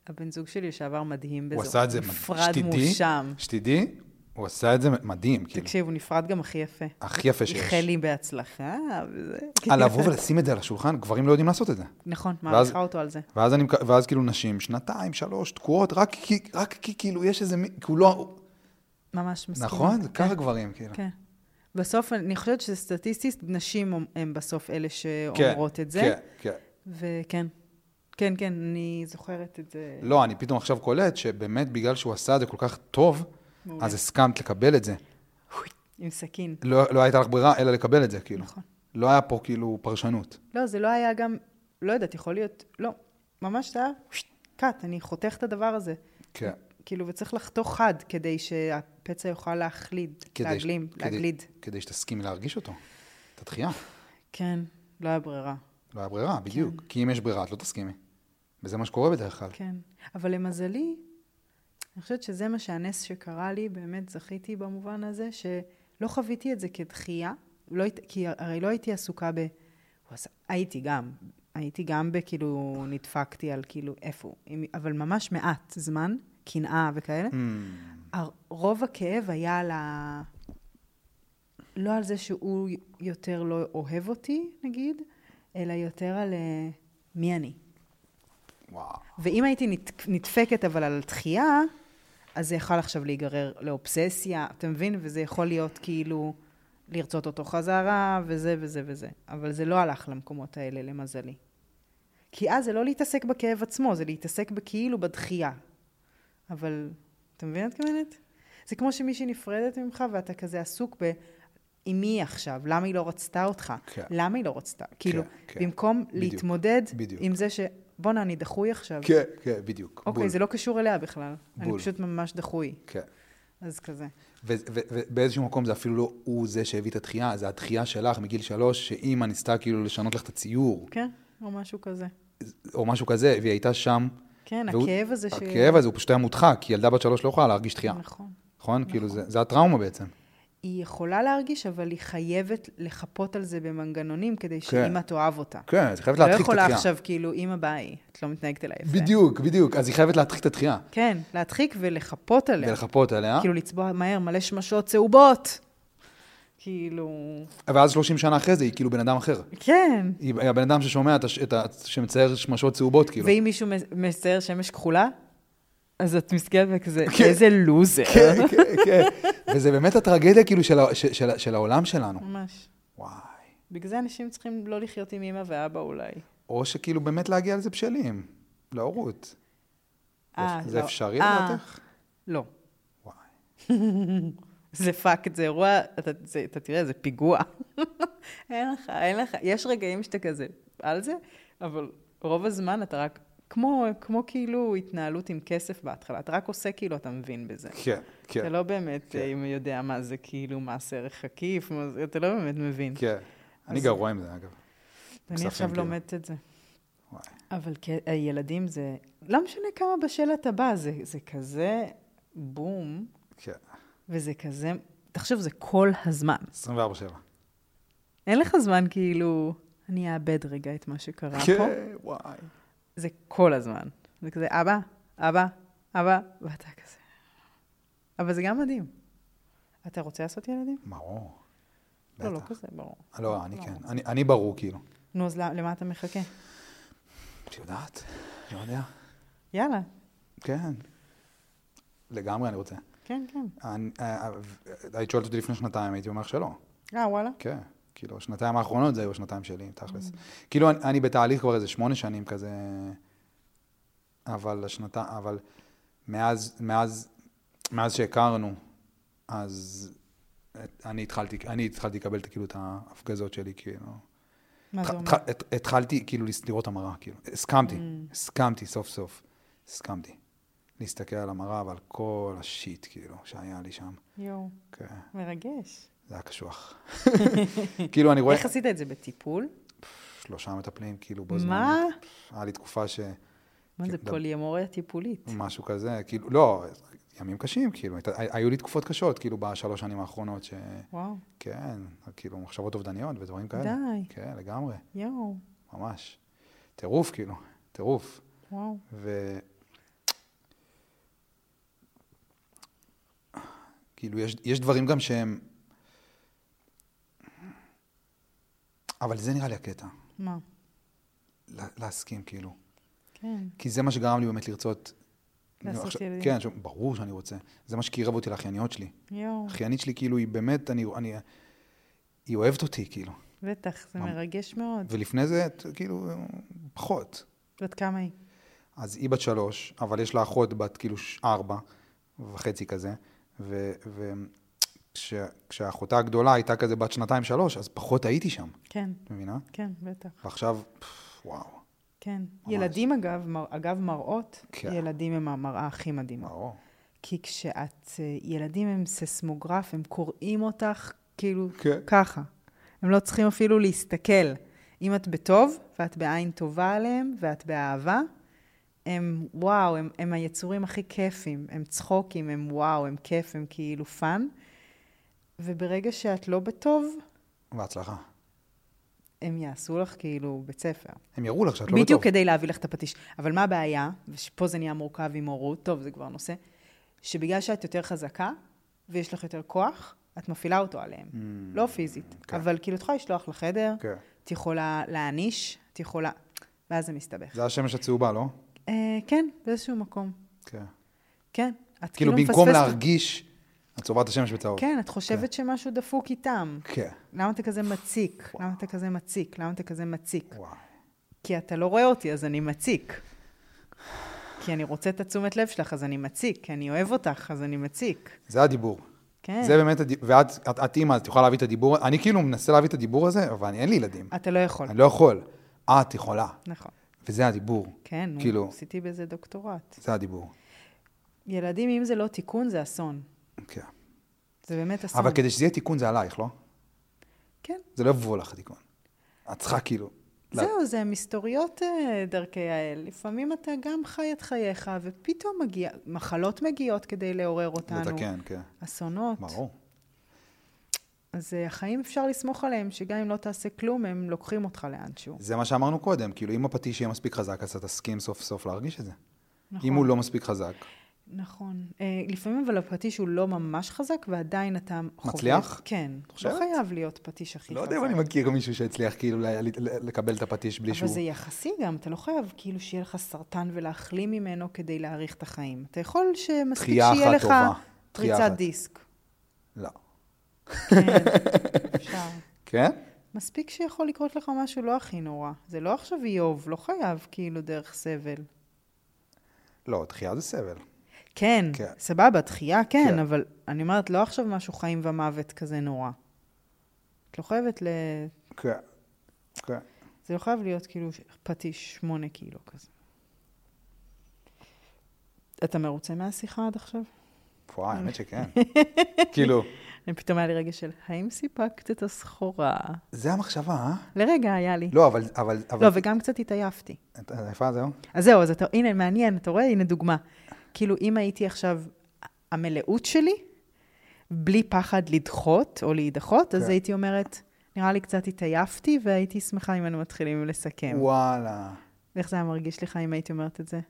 S2: הבן זוג שלי לשעבר מדהים בזה.
S1: הוא עשה את זה,
S2: נפרד
S1: שתדעי,
S2: מושם.
S1: שתדעי, הוא עשה את זה מדהים, כאילו,
S2: תקשיב, הוא נפרד גם הכי יפה.
S1: הכי יפה שיש.
S2: איחל לי בהצלחה, וזה...
S1: על לבוא ולשים את זה על השולחן, גברים לא יודעים לעשות את זה.
S2: [laughs] נכון,
S1: ואז-
S2: מעריכה אותו על זה.
S1: ואז, אני, מק- ואז כאילו נשים, שנתיים, שלוש, תקועות, רק כי, רק כי כאילו יש איזה מי, כי הוא לא...
S2: ממש מסכימה.
S1: נכון? זה
S2: כן,
S1: ככה גברים, כאילו.
S2: כן. בסוף, אני חושבת שסטטיסטית, נשים הם בסוף אלה שאומרות את זה.
S1: כן, כן.
S2: וכן. כן, כן, אני זוכרת את זה.
S1: לא, אני פתאום עכשיו קולט שבאמת בגלל שהוא עשה את זה כל כך טוב,
S2: מעולה.
S1: אז הסכמת לקבל את זה.
S2: עם סכין.
S1: לא, לא הייתה לך ברירה אלא לקבל את זה, כאילו.
S2: נכון.
S1: לא היה פה כאילו פרשנות.
S2: לא, זה לא היה גם, לא יודעת, יכול להיות, לא. ממש זה היה, פשוט, קאט, אני חותך את הדבר הזה.
S1: כן.
S2: כאילו, וצריך לחתוך חד כדי שהפצע יוכל להחליד,
S1: כדי ש-
S2: להגלים,
S1: כדי-
S2: להגליד.
S1: כדי שתסכימי להרגיש אותו. את הדחייה.
S2: כן, לא היה ברירה.
S1: לא היה ברירה,
S2: כן.
S1: בדיוק. כי אם יש ברירה, את לא תסכימי. וזה מה שקורה בדרך כלל.
S2: כן. אבל למזלי, אני חושבת שזה מה שהנס שקרה לי, באמת זכיתי במובן הזה, שלא חוויתי את זה כדחייה, לא, הת- כי הרי לא הייתי עסוקה ב... ואז הייתי גם, הייתי גם בכאילו, נדפקתי על כאילו איפה הוא, אם- אבל ממש מעט זמן, קנאה וכאלה.
S1: Mm,
S2: הר- רוב הכאב היה על ה... לא על זה שהוא יותר לא אוהב אותי, נגיד, אלא יותר על אה, מי אני.
S1: וואו.
S2: ואם הייתי נת- נדפקת אבל על דחייה, אז זה יכול עכשיו להיגרר לאובססיה, אתה מבין? וזה יכול להיות כאילו לרצות אותו חזרה, וזה וזה וזה. אבל זה לא הלך למקומות האלה, למזלי. כי אז זה לא להתעסק בכאב עצמו, זה להתעסק בכאילו בדחייה. אבל, אתה מבין מה את מתכוונת? זה כמו שמישהי נפרדת ממך ואתה כזה עסוק ב... עם מי היא עכשיו? למה היא לא רצתה אותך?
S1: כן.
S2: למה היא לא רצתה? כאילו,
S1: כן.
S2: במקום
S1: בדיוק,
S2: להתמודד
S1: בדיוק.
S2: עם זה ש... בואנה, אני דחוי עכשיו.
S1: כן, כן, בדיוק. בול.
S2: אוקיי, זה לא קשור אליה בכלל. אני
S1: בול.
S2: פשוט ממש דחוי.
S1: כן.
S2: אז כזה.
S1: ו- ו- ובאיזשהו מקום זה אפילו לא הוא זה שהביא את התחייה, זה התחייה שלך מגיל שלוש, שאימא ניסתה כאילו לשנות לך את הציור,
S2: כן? או משהו כזה.
S1: או משהו כזה, והיא הייתה שם.
S2: כן,
S1: והוא-
S2: הכאב הזה ש...
S1: הכאב הזה הוא פשוט היה מודחק, כי ילדה בת שלוש לא יכולה להרגיש תחייה.
S2: נכון.
S1: נכון? כאילו, זה זה הטראומה בעצם.
S2: היא יכולה להרגיש, אבל היא חייבת לחפות על זה במנגנונים כדי שאימא תאהב אותה.
S1: כן, אז היא חייבת
S2: לא
S1: להדחיק את
S2: יכולה
S1: התחייה.
S2: עכשיו, כאילו, אימא ביי, את לא מתנהגת אליי יפה.
S1: בדיוק, בדיוק. אז היא חייבת להדחיק את התחייה.
S2: כן, להדחיק ולחפות עליה.
S1: ולחפות עליה.
S2: כאילו, לצבוע מהר מלא שמשות צהובות. כאילו...
S1: ואז 30 שנה אחרי זה היא כאילו בן אדם אחר.
S2: כן.
S1: היא היא הבן אדם ששומע את הש... את ה... שמצייר שמשות צהובות, כאילו.
S2: ואם מישהו מס- מצייר שמש כחולה, אז את מסתכלת וכזה,
S1: כן.
S2: איזה לוזר.
S1: כן, כן, כן. וזה באמת הטרגדיה, כאילו, של ה- ש- של ה- של העולם שלנו.
S2: ממש.
S1: וואי.
S2: בגלל זה אנשים צריכים לא לחיות עם אמא ואבא אולי.
S1: או שכאילו באמת להגיע לזה בשלים, להורות.
S2: אה,
S1: זה
S2: לא.
S1: אפשרי
S2: אה,
S1: לדעתך?
S2: לא.
S1: וואי.
S2: [laughs] זה פאק, זה אירוע, אתה, זה, אתה תראה, זה פיגוע. [laughs] אין לך, אין לך, יש רגעים שאתה כזה על זה, אבל רוב הזמן אתה רק, כמו, כמו כאילו התנהלות עם כסף בהתחלה, אתה רק עושה כאילו אתה מבין בזה.
S1: כן,
S2: אתה
S1: כן,
S2: לא באמת
S1: כן.
S2: אה, יודע מה זה כאילו מס ערך עקיף, מה זה- אתה לא באמת מבין.
S1: כן. אני
S2: אז-
S1: גרוע עם זה, אגב.
S2: אני
S1: כספים,
S2: עכשיו
S1: כאילו.
S2: לומדת את זה.
S1: וואי.
S2: אבל כ- הילדים זה, לא משנה כמה בשל אתה בא, זה, זה כזה בום,
S1: כן,
S2: וזה כזה, תחשוב, זה כל הזמן.
S1: 24-7.
S2: אין לך זמן כאילו, אני אאבד רגע את מה שקרה פה.
S1: כן, וואי.
S2: זה כל הזמן. זה כזה, אבא, אבא, אבא, ואתה כזה. אבל זה גם מדהים. אתה רוצה לעשות ילדים?
S1: ברור.
S2: לא, לא
S1: בטח.
S2: כזה, ברור.
S1: לא, אני
S2: לא.
S1: כן. אני- אני ברור, כאילו.
S2: נו, אז למה- למה אתה מחכה?
S1: את יודעת? לא יודע.
S2: יאללה.
S1: כן. לגמרי אני רוצה.
S2: כן, כן.
S1: אני- אה, אה, היית שואלת אותי לפני שנתיים, הייתי אומר לך שלא.
S2: אה, וואלה.
S1: כן, כאילו, השנתיים האחרונות זה היו השנתיים שלי, תכלס.
S2: Mm.
S1: כאילו, אני, אני בתהליך כבר איזה שמונה שנים כזה, אבל השנתיים, אבל מאז, מאז, מאז שהכרנו, אז את- אני התחלתי, אני התחלתי לקבל כאילו את ההפגזות שלי, כאילו.
S2: מה זה
S1: התח-
S2: אומר?
S1: התח- הת- התחלתי כאילו לס- לראות המראה, כאילו. הסכמתי,
S2: Mm.
S1: הסכמתי סוף סוף, הסכמתי. להסתכל על המראה ועל כל השיט, כאילו, שהיה לי שם.
S2: יואו,
S1: כן,
S2: מרגש.
S1: זה היה
S2: [laughs]
S1: קשוח. [laughs] כאילו, אני רואה...
S2: איך עשית את זה? בטיפול?
S1: שלושה מטפלים, כאילו, בו זמן.
S2: מה?
S1: היה לי תקופה ש...
S2: מה זה
S1: דבר-
S2: פוליאמוריה טיפולית?
S1: משהו כזה, כאילו, לא, ימים קשים, כאילו, היית, היו לי תקופות קשות, כאילו, בשלוש שנים האחרונות, ש...
S2: וואו,
S1: כן, כאילו, מחשבות אובדניות ודברים כאלה.
S2: די.
S1: כן, לגמרי,
S2: יואו,
S1: ממש. טירוף, כאילו, טירוף.
S2: וואו.
S1: ו... כאילו, יש, יש דברים גם שהם... אבל זה נראה לי הקטע,
S2: מה?
S1: לה- להסכים, כאילו.
S2: כן.
S1: כי זה מה שגרם לי באמת לרצות...
S2: לעשות
S1: עכשיו-
S2: ילדים.
S1: כן, עכשיו, ברור שאני רוצה. זה מה שקירב אותי לאחייניות שלי.
S2: יואו,
S1: האחיינית שלי, כאילו, היא באמת, אני, אני... היא אוהבת אותי, כאילו.
S2: אוקיי. בטח, זה
S1: ממ-
S2: מרגש מאוד.
S1: ולפני זה, את- כאילו, פחות.
S2: בת כמה היא?
S1: אז היא בת שלוש, אבל יש לה אחות בת כאילו ש- ארבע וחצי כזה, וכשהאחותה הגדולה הייתה כזה בת שנתיים-שלוש, אז פחות הייתי שם,
S2: כן,
S1: את מבינה?
S2: כן, בטח,
S1: ועכשיו, פפ, וואו,
S2: כן.
S1: ממש.
S2: ילדים אגב, מר, אגב מראות,
S1: כן.
S2: ילדים הם המראה הכי מדהימה.
S1: ברור.
S2: כי כשאת, אה, ילדים הם ססמוגרף, הם קוראים אותך כאילו
S1: כן.
S2: ככה. הם לא צריכים אפילו להסתכל. אם את בטוב, ואת בעין טובה עליהם, ואת באהבה, הם וואו, הם, הם היצורים הכי כיפים, הם צחוקים, הם וואו, הם כיף, הם כאילו פאן. וברגע שאת לא בטוב,
S1: בהצלחה.
S2: הם יעשו לך כאילו בית ספר.
S1: הם יראו לך שאת לא
S2: בדיוק
S1: בטוב.
S2: כדי להביא לך את הפטיש. אבל מה הבעיה, ופה זה נהיה מורכב עם הורות, טוב, זה כבר נושא, שבגלל שאת יותר חזקה, ויש לך יותר כוח, את מפעילה אותו עליהם. לא פיזית,
S1: Mm, כן.
S2: אבל כאילו את יכולה לשלוח לחדר,
S1: כן.
S2: את יכולה להעניש, את יכולה... ואז זה מסתבך.
S1: זה השמש הצהובה, לא?
S2: אה, כן, באיזשהו מקום.
S1: כן.
S2: כן. את
S1: כאילו, במקום
S2: מפספסת-
S1: להרגיש, את צובעת את השמש בצהוב.
S2: כן, את חושבת שמשהו דפוק איתם.
S1: כן.
S2: למה אתה כזה מציק? למה אתה כזה מציק? למה אתה כזה מציק?
S1: וואו.
S2: כי אתה לא רואה אותי, אז אני מציק. כי אני רוצה את התשומת לב שלך, אז אני מציק. כי אני אוהב אותך, אז אני מציק.
S1: זה הדיבור.
S2: כן.
S1: זה באמת, הדיב- ואת את- את אימא, את יכולה להביא את הדיבור, אני כאילו מנסה להביא את הדיבור הזה, אבל אני- אין לי ילדים.
S2: אתה לא יכול.
S1: אני לא יכול. את יכולה.
S2: נכון.
S1: וזה הדיבור.
S2: כן, נו,
S1: כאילו,
S2: עשיתי בזה דוקטורט.
S1: זה הדיבור.
S2: ילדים, אם זה לא תיקון, זה אסון.
S1: כן.
S2: זה באמת אסון.
S1: אבל כדי שזה יהיה תיקון זה עלייך, לא?
S2: כן.
S1: זה לא יבוא לך התיקון. את צריכה כאילו... לא.
S2: זהו, זה מסתוריות אה, דרכי האל. לפעמים אתה גם חי את חייך, ופתאום מגיע, מחלות מגיעות כדי לעורר אותנו.
S1: לתקן, כן.
S2: אסונות.
S1: ברור.
S2: אז אה, החיים אפשר לסמוך עליהם, שגם אם לא תעשה כלום, הם לוקחים אותך לאנשהו.
S1: זה מה שאמרנו קודם, כאילו אם הפטיש יהיה מספיק חזק, אז אתה תסכים סוף סוף להרגיש את זה.
S2: נכון.
S1: אם הוא לא מספיק חזק,
S2: נכון. אה, לפעמים אבל הפטיש הוא לא ממש חזק, ועדיין אתה חווה...
S1: מצליח?
S2: כן.
S1: חושבת?
S2: לא חייב להיות פטיש הכי
S1: לא
S2: חזק.
S1: יודע אם אני מכיר מישהו שהצליח כאילו ל- ל- לקבל את הפטיש בלי
S2: אבל
S1: שהוא...
S2: זה יחסי גם, אתה לא חייב כאילו שיהיה לך סרטן ולהחלים ממנו כדי להאריך את החיים. אתה יכול שמספיק
S1: דחייה
S2: שיהיה
S1: אחת
S2: לך
S1: טובה. דחייה
S2: פריצת
S1: אחת.
S2: דיסק.
S1: לא. [laughs]
S2: כן, אפשר.
S1: כן?
S2: מספיק שיכול לקרות לך משהו לא הכי נורא. זה לא עכשיו איוב, לא חייב כאילו דרך סבל.
S1: לא, דחייה זה סבל.
S2: כן,
S1: כן.
S2: סבבה, דחייה כן,
S1: כן.
S2: אבל אני אומרת, לא עכשיו משהו חיים ומוות כזה נורא. את לא חייבת ל...
S1: כן. כן.
S2: זה לא חייב להיות כאילו ש- פטיש שמונה קילו כזה. אתה מרוצה מהשיחה עד עכשיו? [laughs]
S1: וואי, האמת שכן. כאילו,
S2: אני פתאום היה לי רגע של, האם סיפקת את הסחורה?
S1: זה המחשבה, אה?
S2: לרגע היה לי.
S1: לא, אבל... אבל... אבל-
S2: לא, וגם קצת התעייפתי.
S1: את- את עייפה זהו?
S2: אז זהו, אז אתה, הנה, מעניין, אתה רואה? הנה דוגמה. כאילו, אם הייתי עכשיו המלאות שלי, בלי פחד לדחות או להידחות, אז
S1: כן.
S2: הייתי אומרת, נראה לי קצת התעייפתי, והייתי שמחה אם אנו מתחילים לסכם.
S1: וואלה.
S2: איך זה היה מרגיש לך אם הייתי אומרת את זה?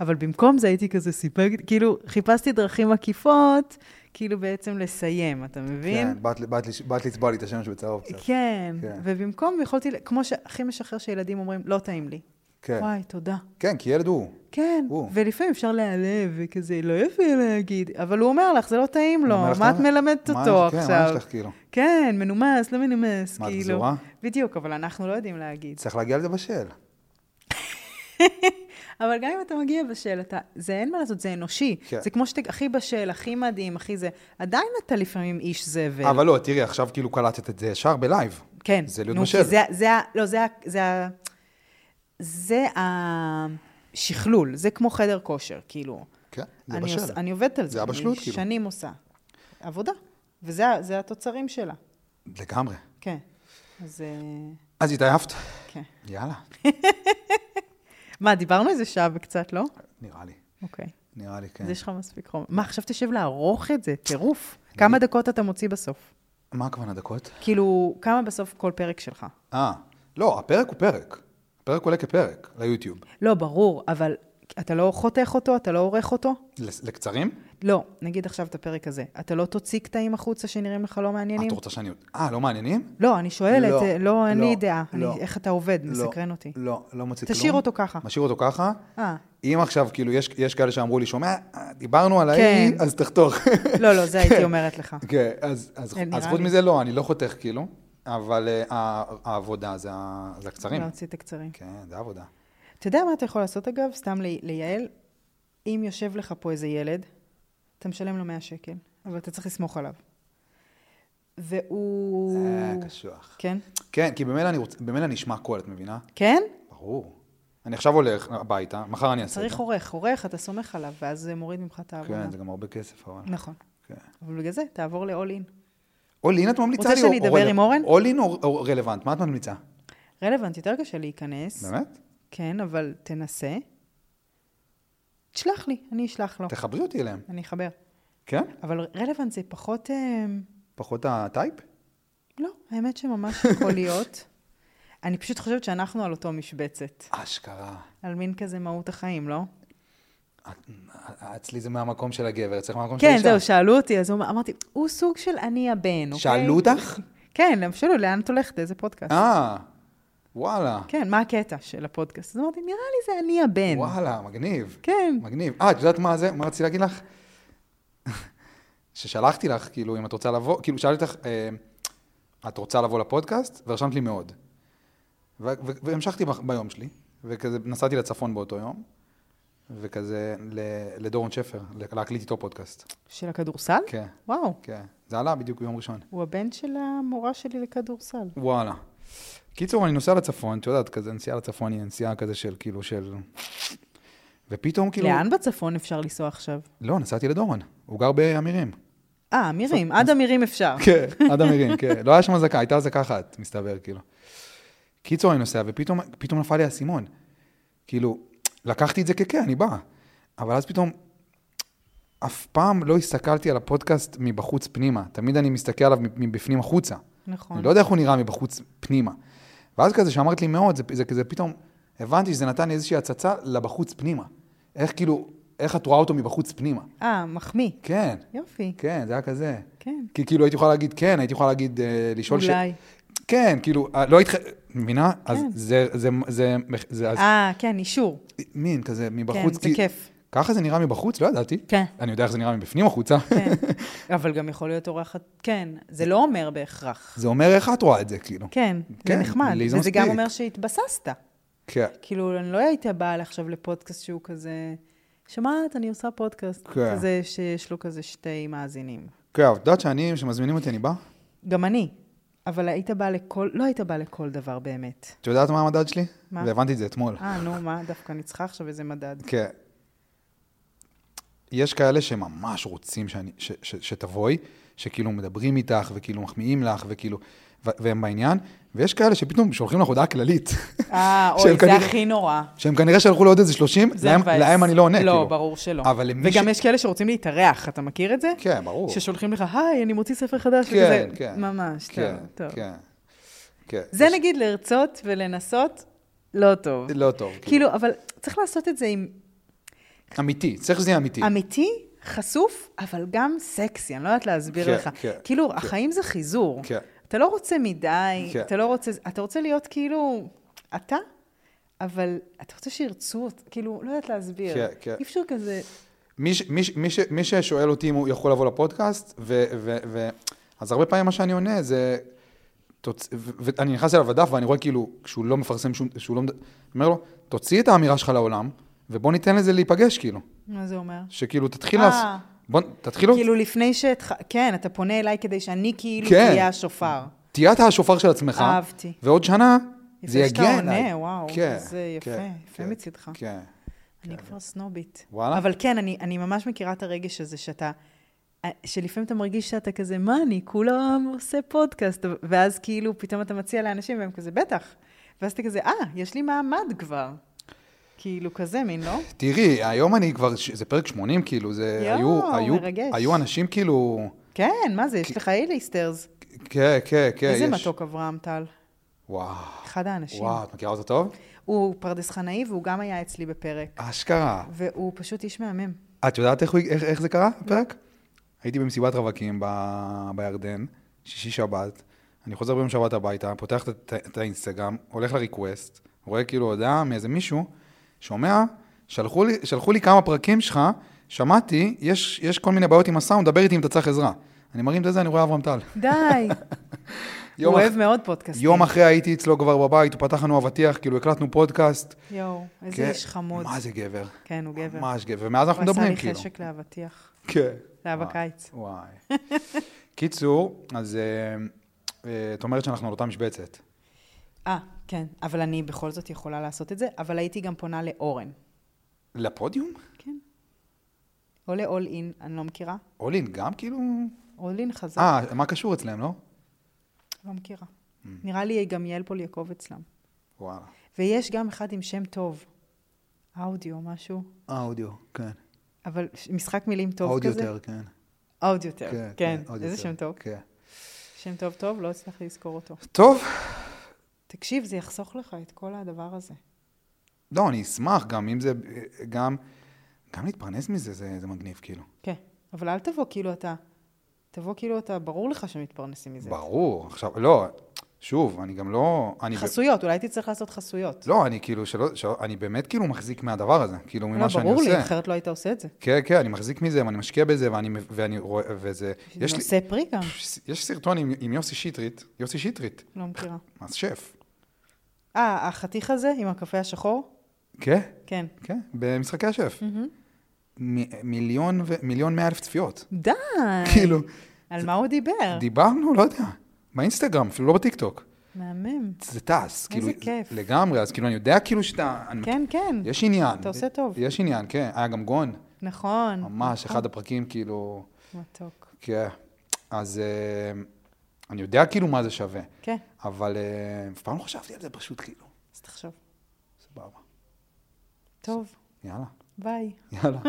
S2: אבל במקום זה הייתי כזה סיפקת, כאילו, חיפשתי דרכים עקיפות, כאילו בעצם לסיים, אתה מבין?
S1: כן, באת- באת לש- באת לצבוע לי את השמש בצהוב קצת.
S2: [laughs] כן,
S1: כן.
S2: ובמקום יכולתי, ל- כמו שהכי משחרר שילדים אומרים, לא טעים לי.
S1: כן.
S2: וואי, תודה.
S1: כן, כי ילד הוא.
S2: כן,
S1: או.
S2: ולפעמים אפשר להיעלב וכזה, לא יפה להגיד, אבל הוא אומר לך, זה לא טעים לו,
S1: אומר לך,
S2: מה את
S1: אתה-
S2: מלמדת
S1: מה
S2: אותו
S1: יש- כן,
S2: עכשיו?
S1: מה יש לך כאילו?
S2: כן, מנומס, לא מנומס,
S1: מה, את
S2: כאילו.
S1: גזורה?
S2: בדיוק, אבל אנחנו לא יודעים להגיד.
S1: צריך להגיע לזה בשל.
S2: אבל גם אם אתה מגיע בשל, אתה, זה אין מה לעשות, זה אנושי.
S1: כן.
S2: זה כמו שאתה הכי בשל, הכי מדהים, הכי זה. עדיין אתה לפעמים איש זבל.
S1: אבל לא, תראי, עכשיו כאילו קלטת את זה ישר בלייב.
S2: כן.
S1: זה להיות
S2: נו,
S1: בשל.
S2: כי זה, זה, ה- לא, זה, ה- זה, ה- זה השכלול, זה כמו חדר כושר, כאילו.
S1: כן, זה
S2: אני,
S1: בשל.
S2: עושה, אני עובדת על זה.
S1: זה הבשלות,
S2: אני
S1: כאילו.
S2: שנים עושה. עבודה. וזה ה- זה התוצרים שלה.
S1: לגמרי.
S2: כן. אז... אה,
S1: אז התעייפת?
S2: כן.
S1: יאללה,
S2: מה, דיברנו איזה שעה וקצת, לא?
S1: נראה לי.
S2: אוקיי.
S1: נראה לי, כן.
S2: אז יש לך מספיק חומר. מה, עכשיו תשב לערוך את זה? טירוף. כמה דקות אתה מוציא בסוף?
S1: מה הכוונה דקות?
S2: כאילו, כמה בסוף כל פרק שלך?
S1: אה, לא, הפרק הוא פרק. הפרק עולה כפרק ליוטיוב.
S2: לא, ברור, אבל אתה לא חותך אותו? אתה לא עורך אותו?
S1: לס- לקצרים? אה,
S2: לא, נגיד עכשיו את הפרק הזה. אתה לא תוציא קטעים החוצה שנראים לך לא מעניינים?
S1: את רוצה שאני... אה, לא מעניינים?
S2: לא, אני שואלת,
S1: לא,
S2: אה, לא, אין לי
S1: לא,
S2: דעה. אני-
S1: לא.
S2: איך אתה עובד,
S1: לא,
S2: מסקרן אותי.
S1: לא, לא מוציא כלום.
S2: תשאיר אותו ככה.
S1: משאיר אותו ככה.
S2: אה.
S1: אם עכשיו, כאילו, יש, יש כאלה שאמרו לי, שומע, אה, דיברנו על ההיא,
S2: כן.
S1: אז תחתוך.
S2: [laughs] לא, לא, זה הייתי אומרת לך.
S1: כן, אז, אז,
S2: כן,
S1: אז
S2: נראה
S1: חוץ
S2: לי.
S1: מזה לא, אני לא חותך כאילו, אבל uh, העבודה זה, ה- זה הקצרים.
S2: להוציא את הקצרים.
S1: כן, זה העבודה.
S2: אתה יודע מה אתה יכול לעשות, אגב? סתם לי- לייעל, אם יושב לך פה איזה ילד, אתה משלם לו 100 שקל, אבל אתה צריך לסמוך עליו. והוא...
S1: אה, קשוח.
S2: כן?
S1: כן, כי במילא אני, רוצ... במילא אני אשמע קול, את מבינה?
S2: כן?
S1: ברור. אני עכשיו הולך הביתה, מחר אני אעשה את זה.
S2: צריך עורך, עורך, אתה סומך עליו, ואז זה מוריד ממך את העבודה.
S1: כן, זה גם הרבה כסף, אבל...
S2: נכון.
S1: כן.
S2: אבל בגלל זה, תעבור ל-all in.
S1: אולין, את ממליצה
S2: רוצה
S1: לי?
S2: שאני אדבר
S1: רל-
S2: עם אורן?
S1: אולין או או רלוונט? מה את ממליצה?
S2: רלוונט, יותר קשה להיכנס.
S1: באמת?
S2: כן, אבל תנסה. תשלח לי, אני אשלח לו.
S1: תחברי אותי אליהם.
S2: אני אחבר.
S1: כן?
S2: אבל רלוונט זה פחות... אה,
S1: פחות הטייפ?
S2: לא, האמת שממש יכול להיות. [laughs] אני פשוט חושבת שאנחנו על אותו משבצת,
S1: אשכרה.
S2: על מין כזה מהות החיים, לא?
S1: את- אצלי זה מהמקום של הגבר, אצלך מהמקום של
S2: כן,
S1: האישה.
S2: זהו, שאלו אותי, אז הוא אמר- אמרתי, הוא סוג של אני הבן, אוקיי?
S1: שאלו אותך?
S2: כן, הם שאלו, לאן את הולכת? איזה פודקאסט?
S1: אה, וואלה,
S2: כן, מה הקטע של הפודקאסט? אז אמרתי, נראה לי זה אני הבן.
S1: וואלה, מגניב.
S2: כן.
S1: מגניב. אה, את יודעת מה זה? מה רציתי להגיד לך? ששלחתי לך, כאילו, אם את רוצה לבוא, כאילו, שאלתי אותך, אה, את רוצה לבוא לפודקאסט? ורשמת לי מאוד. ו- ו- והמשכתי ב- ביום שלי, וכזה נסעתי לצפון באותו יום, וכזה ל- לדורון שפר, ל- להקליט איתו פודקאסט.
S2: של הכדורסל?
S1: כן,
S2: וואו,
S1: כן. זה עלה בדיוק ביום ראשון.
S2: הוא הבן של המורה שלי לכדורסל.
S1: וואלה. קיצור, אני נוסע לצפון, את יודעת, כזה נסיעה לצפון היא נסיעה כזה של, כאילו, של... ופתאום, כאילו...
S2: לאן בצפון אפשר לנסוע עכשיו?
S1: לא, נסעתי לדורון. הוא גר באמירים.
S2: אה, אמירים, עד אמירים אפשר.
S1: כן, [laughs] עד אמירים, כן. לא היה שם אזעקה, הייתה אזעקה אחת, מסתבר, כאילו. קיצור, אני נוסע, ופתאום פתאום נפל לי האסימון. כאילו, לקחתי את זה ככן, אני בא. אבל אז פתאום, אף פעם לא הסתכלתי על הפודקאסט מבחוץ פנימה. תמיד אני מסתכל עליו מבפנים החוצה.
S2: נכון.
S1: אני לא יודע איך הוא נראה מבחוץ פנימה. ואז כזה, שאמרת לי מאוד, זה, זה כזה פתאום, הבנתי שזה נתן לי איזושהי הצצה לבחוץ פנימה. איך כאילו, איך את רואה אותו מבחוץ פנימה.
S2: אה, מחמיא.
S1: כן,
S2: יופי,
S1: כן, זה היה כזה.
S2: כן.
S1: כי כאילו הייתי יכולה להגיד כן, הייתי יכולה להגיד, אה, לשאול
S2: אולי.
S1: כן, כאילו, אה, לא התח... מבינה? אז
S2: כן.
S1: זה, זה, זה, זה, אז
S2: אה, כן, אישור.
S1: מין כזה
S2: כן,
S1: מבחוץ.
S2: זה
S1: כי-
S2: כיף.
S1: ככה זה נראה מבחוץ? לא ידעתי.
S2: כן.
S1: אני יודע איך זה נראה מבפנים החוצה. [laughs]
S2: כן. אבל גם יכול להיות אורחת, כן, זה לא אומר בהכרח.
S1: זה אומר איך את רואה את זה, כאילו.
S2: כן, זה
S1: כן,
S2: נחמד.
S1: לי זה
S2: וזה גם
S1: מספיק.
S2: אומר שהתבססת.
S1: כן.
S2: כאילו, אני לא הייתה באה עכשיו לפודקאסט שהוא כזה, שמעת, אני עושה פודקאסט.
S1: כן.
S2: כזה שיש לו כזה שתי מאזינים.
S1: כן, אבל את יודעת שאני, כשמזמינים אותי, אני בא?
S2: גם אני. אבל היית באה לכל, לא היית באה לכל דבר באמת.
S1: את יודעת מה המדד שלי?
S2: מה?
S1: והבנתי את זה אתמול.
S2: אה, נו, מה, דווקא אני צריכה עכשיו איזה
S1: [laughs]
S2: מדד.
S1: כן. יש כאלה שממש רוצים שאני, ש, ש, שתבואי, שכאילו מדברים איתך, וכאילו מחמיאים לך, וכאילו, ו, והם בעניין, ויש כאלה שפתאום שולחים לך הודעה כללית,
S2: אה,
S1: של
S2: אוי, זה
S1: כנראה-
S2: הכי נורא.
S1: שהם כנראה שלחו לעוד איזה 30,
S2: זה
S1: להם,
S2: מבאס.
S1: להם אני לא עונה,
S2: לא,
S1: כאילו.
S2: ברור שלא.
S1: אבל למי
S2: וגם
S1: ש-
S2: יש כאלה שרוצים להתארח, אתה מכיר את זה?
S1: כן, ברור.
S2: ששולחים לך, היי, אני מוציא ספר חדש,
S1: כן,
S2: וכזה,
S1: כן.
S2: ממש, טוב,
S1: כן,
S2: טוב.
S1: כן, כן.
S2: זה
S1: יש-
S2: נגיד לרצות ולנסות, לא טוב.
S1: לא טוב. כאילו,
S2: כאילו, אבל צריך לעשות את זה עם
S1: אמיתי, צריך שזה יהיה אמיתי.
S2: אמיתי, חשוף, אבל גם סקסי, אני לא יודעת
S1: כן,
S2: להסביר לך.
S1: כן,
S2: כאילו,
S1: כן.
S2: החיים זה חיזור.
S1: כן.
S2: אתה לא רוצה מדי,
S1: כן.
S2: אתה לא רוצה... אתה רוצה להיות כאילו... אתה, אבל אתה רוצה שירצו, אות- כאילו, לא יודעת להסביר.
S1: כן, כן.
S2: אי אפשר כזה...
S1: מי, ש- מי, ש- מי, ש- מי ששואל אותי אם הוא יכול לבוא לפודקאסט, ו, ו, ו, אז הרבה פעמים מה שאני עונה זה, תוצ... ו, ואני נכנס אליו לדף ואני רואה כאילו, כשהוא לא מפרסם שום, שהוא לא, מד- אומר לו, תוציא את האמירה שלך לעולם, ובוא ניתן לזה להיפגש כאילו,
S2: מה זה אומר?
S1: שכאילו תתחיל
S2: אה.
S1: לעשות, בוא, תתחיל, כאילו...
S2: כאילו, לפני שאתך... כן, אתה פונה אליי כדי שאני כאילו
S1: כן.
S2: תהיה השופר.
S1: תהיה אתה השופר של עצמך,
S2: אהבתי.
S1: ועוד שנה זה
S2: אה. יפה
S1: יגיע
S2: שאתה
S1: אליי.
S2: עונה, וואו, זה יפה, יפה
S1: כן,
S2: מצידך.
S1: כן,
S2: אני כבר סנובית.
S1: וואלה?
S2: אבל כן, אני, אני ממש מכירה את הרגש הזה שאתה, אה, שלפעמים אתה מרגיש שאתה כזה, מה אני, כולם עושה פודקאסט, ואז כאילו פתאום אתה מציע לאנשים והם כזה, בטח. ואז אתה כזה, אה, יש לי מעמד כבר. כאילו כזה מין, לא?
S1: תראי, היום אני כבר, ש- זה פרק 80 כאילו, זה
S2: יואו,
S1: היו, היו,
S2: מרגש.
S1: היו אנשים כאילו,
S2: כן, מה זה, יש לך אייליסטרס.
S1: כן, כן, כן,
S2: איזה
S1: יש.
S2: מתוק אברהם טל,
S1: וואו.
S2: אחד האנשים.
S1: וואו, את מכירה אותו טוב?
S2: הוא פרדס חנאי והוא גם היה אצלי בפרק,
S1: אשכרה.
S2: והוא פשוט איש מהמם.
S1: את יודעת איך, הוא- איך, איך זה קרה, הפרק? הייתי במסיבת רווקים ב, בירדן, שישי שבת, אני חוזר ביום שבת הביתה, פותח את, את האינסטגרם, הולך לריקווסט, רואה כאילו הודעה מאיזה מישהו, שומע, שלחו לי, שלחו לי כמה פרקים שלך, שמעתי, יש, יש כל מיני בעיות עם הסאונד, דבר איתי אם אתה צריך עזרה. אני מרים את זה, אני רואה אברהם טל.
S2: די, הוא
S1: יום, אח,
S2: אוהב מאוד פודקאסטים.
S1: יום אחרי הייתי אצלו כבר בבית, הוא פתח לנו אבטיח, כאילו הקלטנו פודקאסט.
S2: יואו,
S1: כן,
S2: איזה איש חמוד.
S1: מה זה גבר?
S2: כן, הוא גבר.
S1: ממש גבר. ומאז אנחנו מדברים,
S2: הוא
S1: כאילו.
S2: עשה לי חשק לאבטיח.
S1: כן.
S2: זה היה
S1: וואי,
S2: בקיץ.
S1: וואי. קיצור, אז אה, אה, את אומרת שאנחנו על אותה משבצת.
S2: אה, כן, אבל אני בכל זאת יכולה לעשות את זה, אבל הייתי גם פונה לאורן.
S1: לפודיום?
S2: כן. או ל-all in, אני לא מכירה.
S1: אולין גם כאילו?
S2: all in חזק,
S1: אה, מה קשור אצלם, לא?
S2: לא מכירה.
S1: Mm.
S2: נראה לי גם יעל פול יעקב אצלם.
S1: וואלה.
S2: ויש גם אחד עם שם טוב, אודיו משהו,
S1: אודיו, כן.
S2: אבל ש- משחק מילים טוב
S1: אודיו
S2: כזה.
S1: יותר, כן.
S2: אוד יותר, כן.
S1: אודיו
S2: איזה
S1: יותר,
S2: שם טוב.
S1: כן.
S2: שם טוב טוב, לא הצלחתי לזכור אותו.
S1: טוב,
S2: תקשיב, זה יחסוך לך את כל הדבר הזה.
S1: לא, אני אשמח גם אם זה, אה, גם, גם להתפרנס מזה, זה, זה מגניב כאילו.
S2: כן, אבל אל תבוא כאילו אתה, תבוא כאילו אתה, ברור לך שמתפרנסים מזה.
S1: ברור, עכשיו, לא, שוב, אני גם לא... אני ב-
S2: חסויות, אולי תצטרך לעשות חסויות.
S1: לא, אני כאילו, שלא, שלא, אני באמת כאילו מחזיק מהדבר הזה, כאילו ממה
S2: לא,
S1: שאני
S2: ברור
S1: עושה.
S2: לי, אחרת לא היית עושה את זה.
S1: כן, כן, אני מחזיק מזה, ואני משקיע בזה, ואני, מב- ואני רואה, וזה... יש
S2: זה
S1: לי,
S2: נושא פרי גם,
S1: יש סרטון עם, עם יוסי שטרית, יוסי שטרית,
S2: לא מכירה.
S1: מס שף.
S2: אה, החתיך הזה עם הקפה השחור?
S1: כן,
S2: כן.
S1: כן, במשחקי השף. מ- מיליון ו- מיליון מאה אלף צפיות.
S2: די!
S1: כאילו,
S2: על מה הוא דיבר?
S1: דיברנו, לא יודע, באינסטגרם, אפילו לא בטיקטוק.
S2: מהמם.
S1: זה טס, כאילו,
S2: כיף.
S1: לגמרי, אז כאילו, אני יודע כאילו שאתה... אני-
S2: כן, כן.
S1: יש עניין.
S2: אתה עושה טוב.
S1: יש עניין, כן. היה גם גון,
S2: נכון.
S1: ממש,
S2: נכון.
S1: אחד הפרקים, כאילו...
S2: מתוק.
S1: כן. אז אה, אני יודע כאילו מה זה שווה,
S2: כן,
S1: אבל אה, אף פעם לא חשבתי על זה פשוט, כאילו.
S2: אז תחשוב.
S1: סבבה.
S2: טוב,
S1: יאללה,
S2: ביי.
S1: יאללה.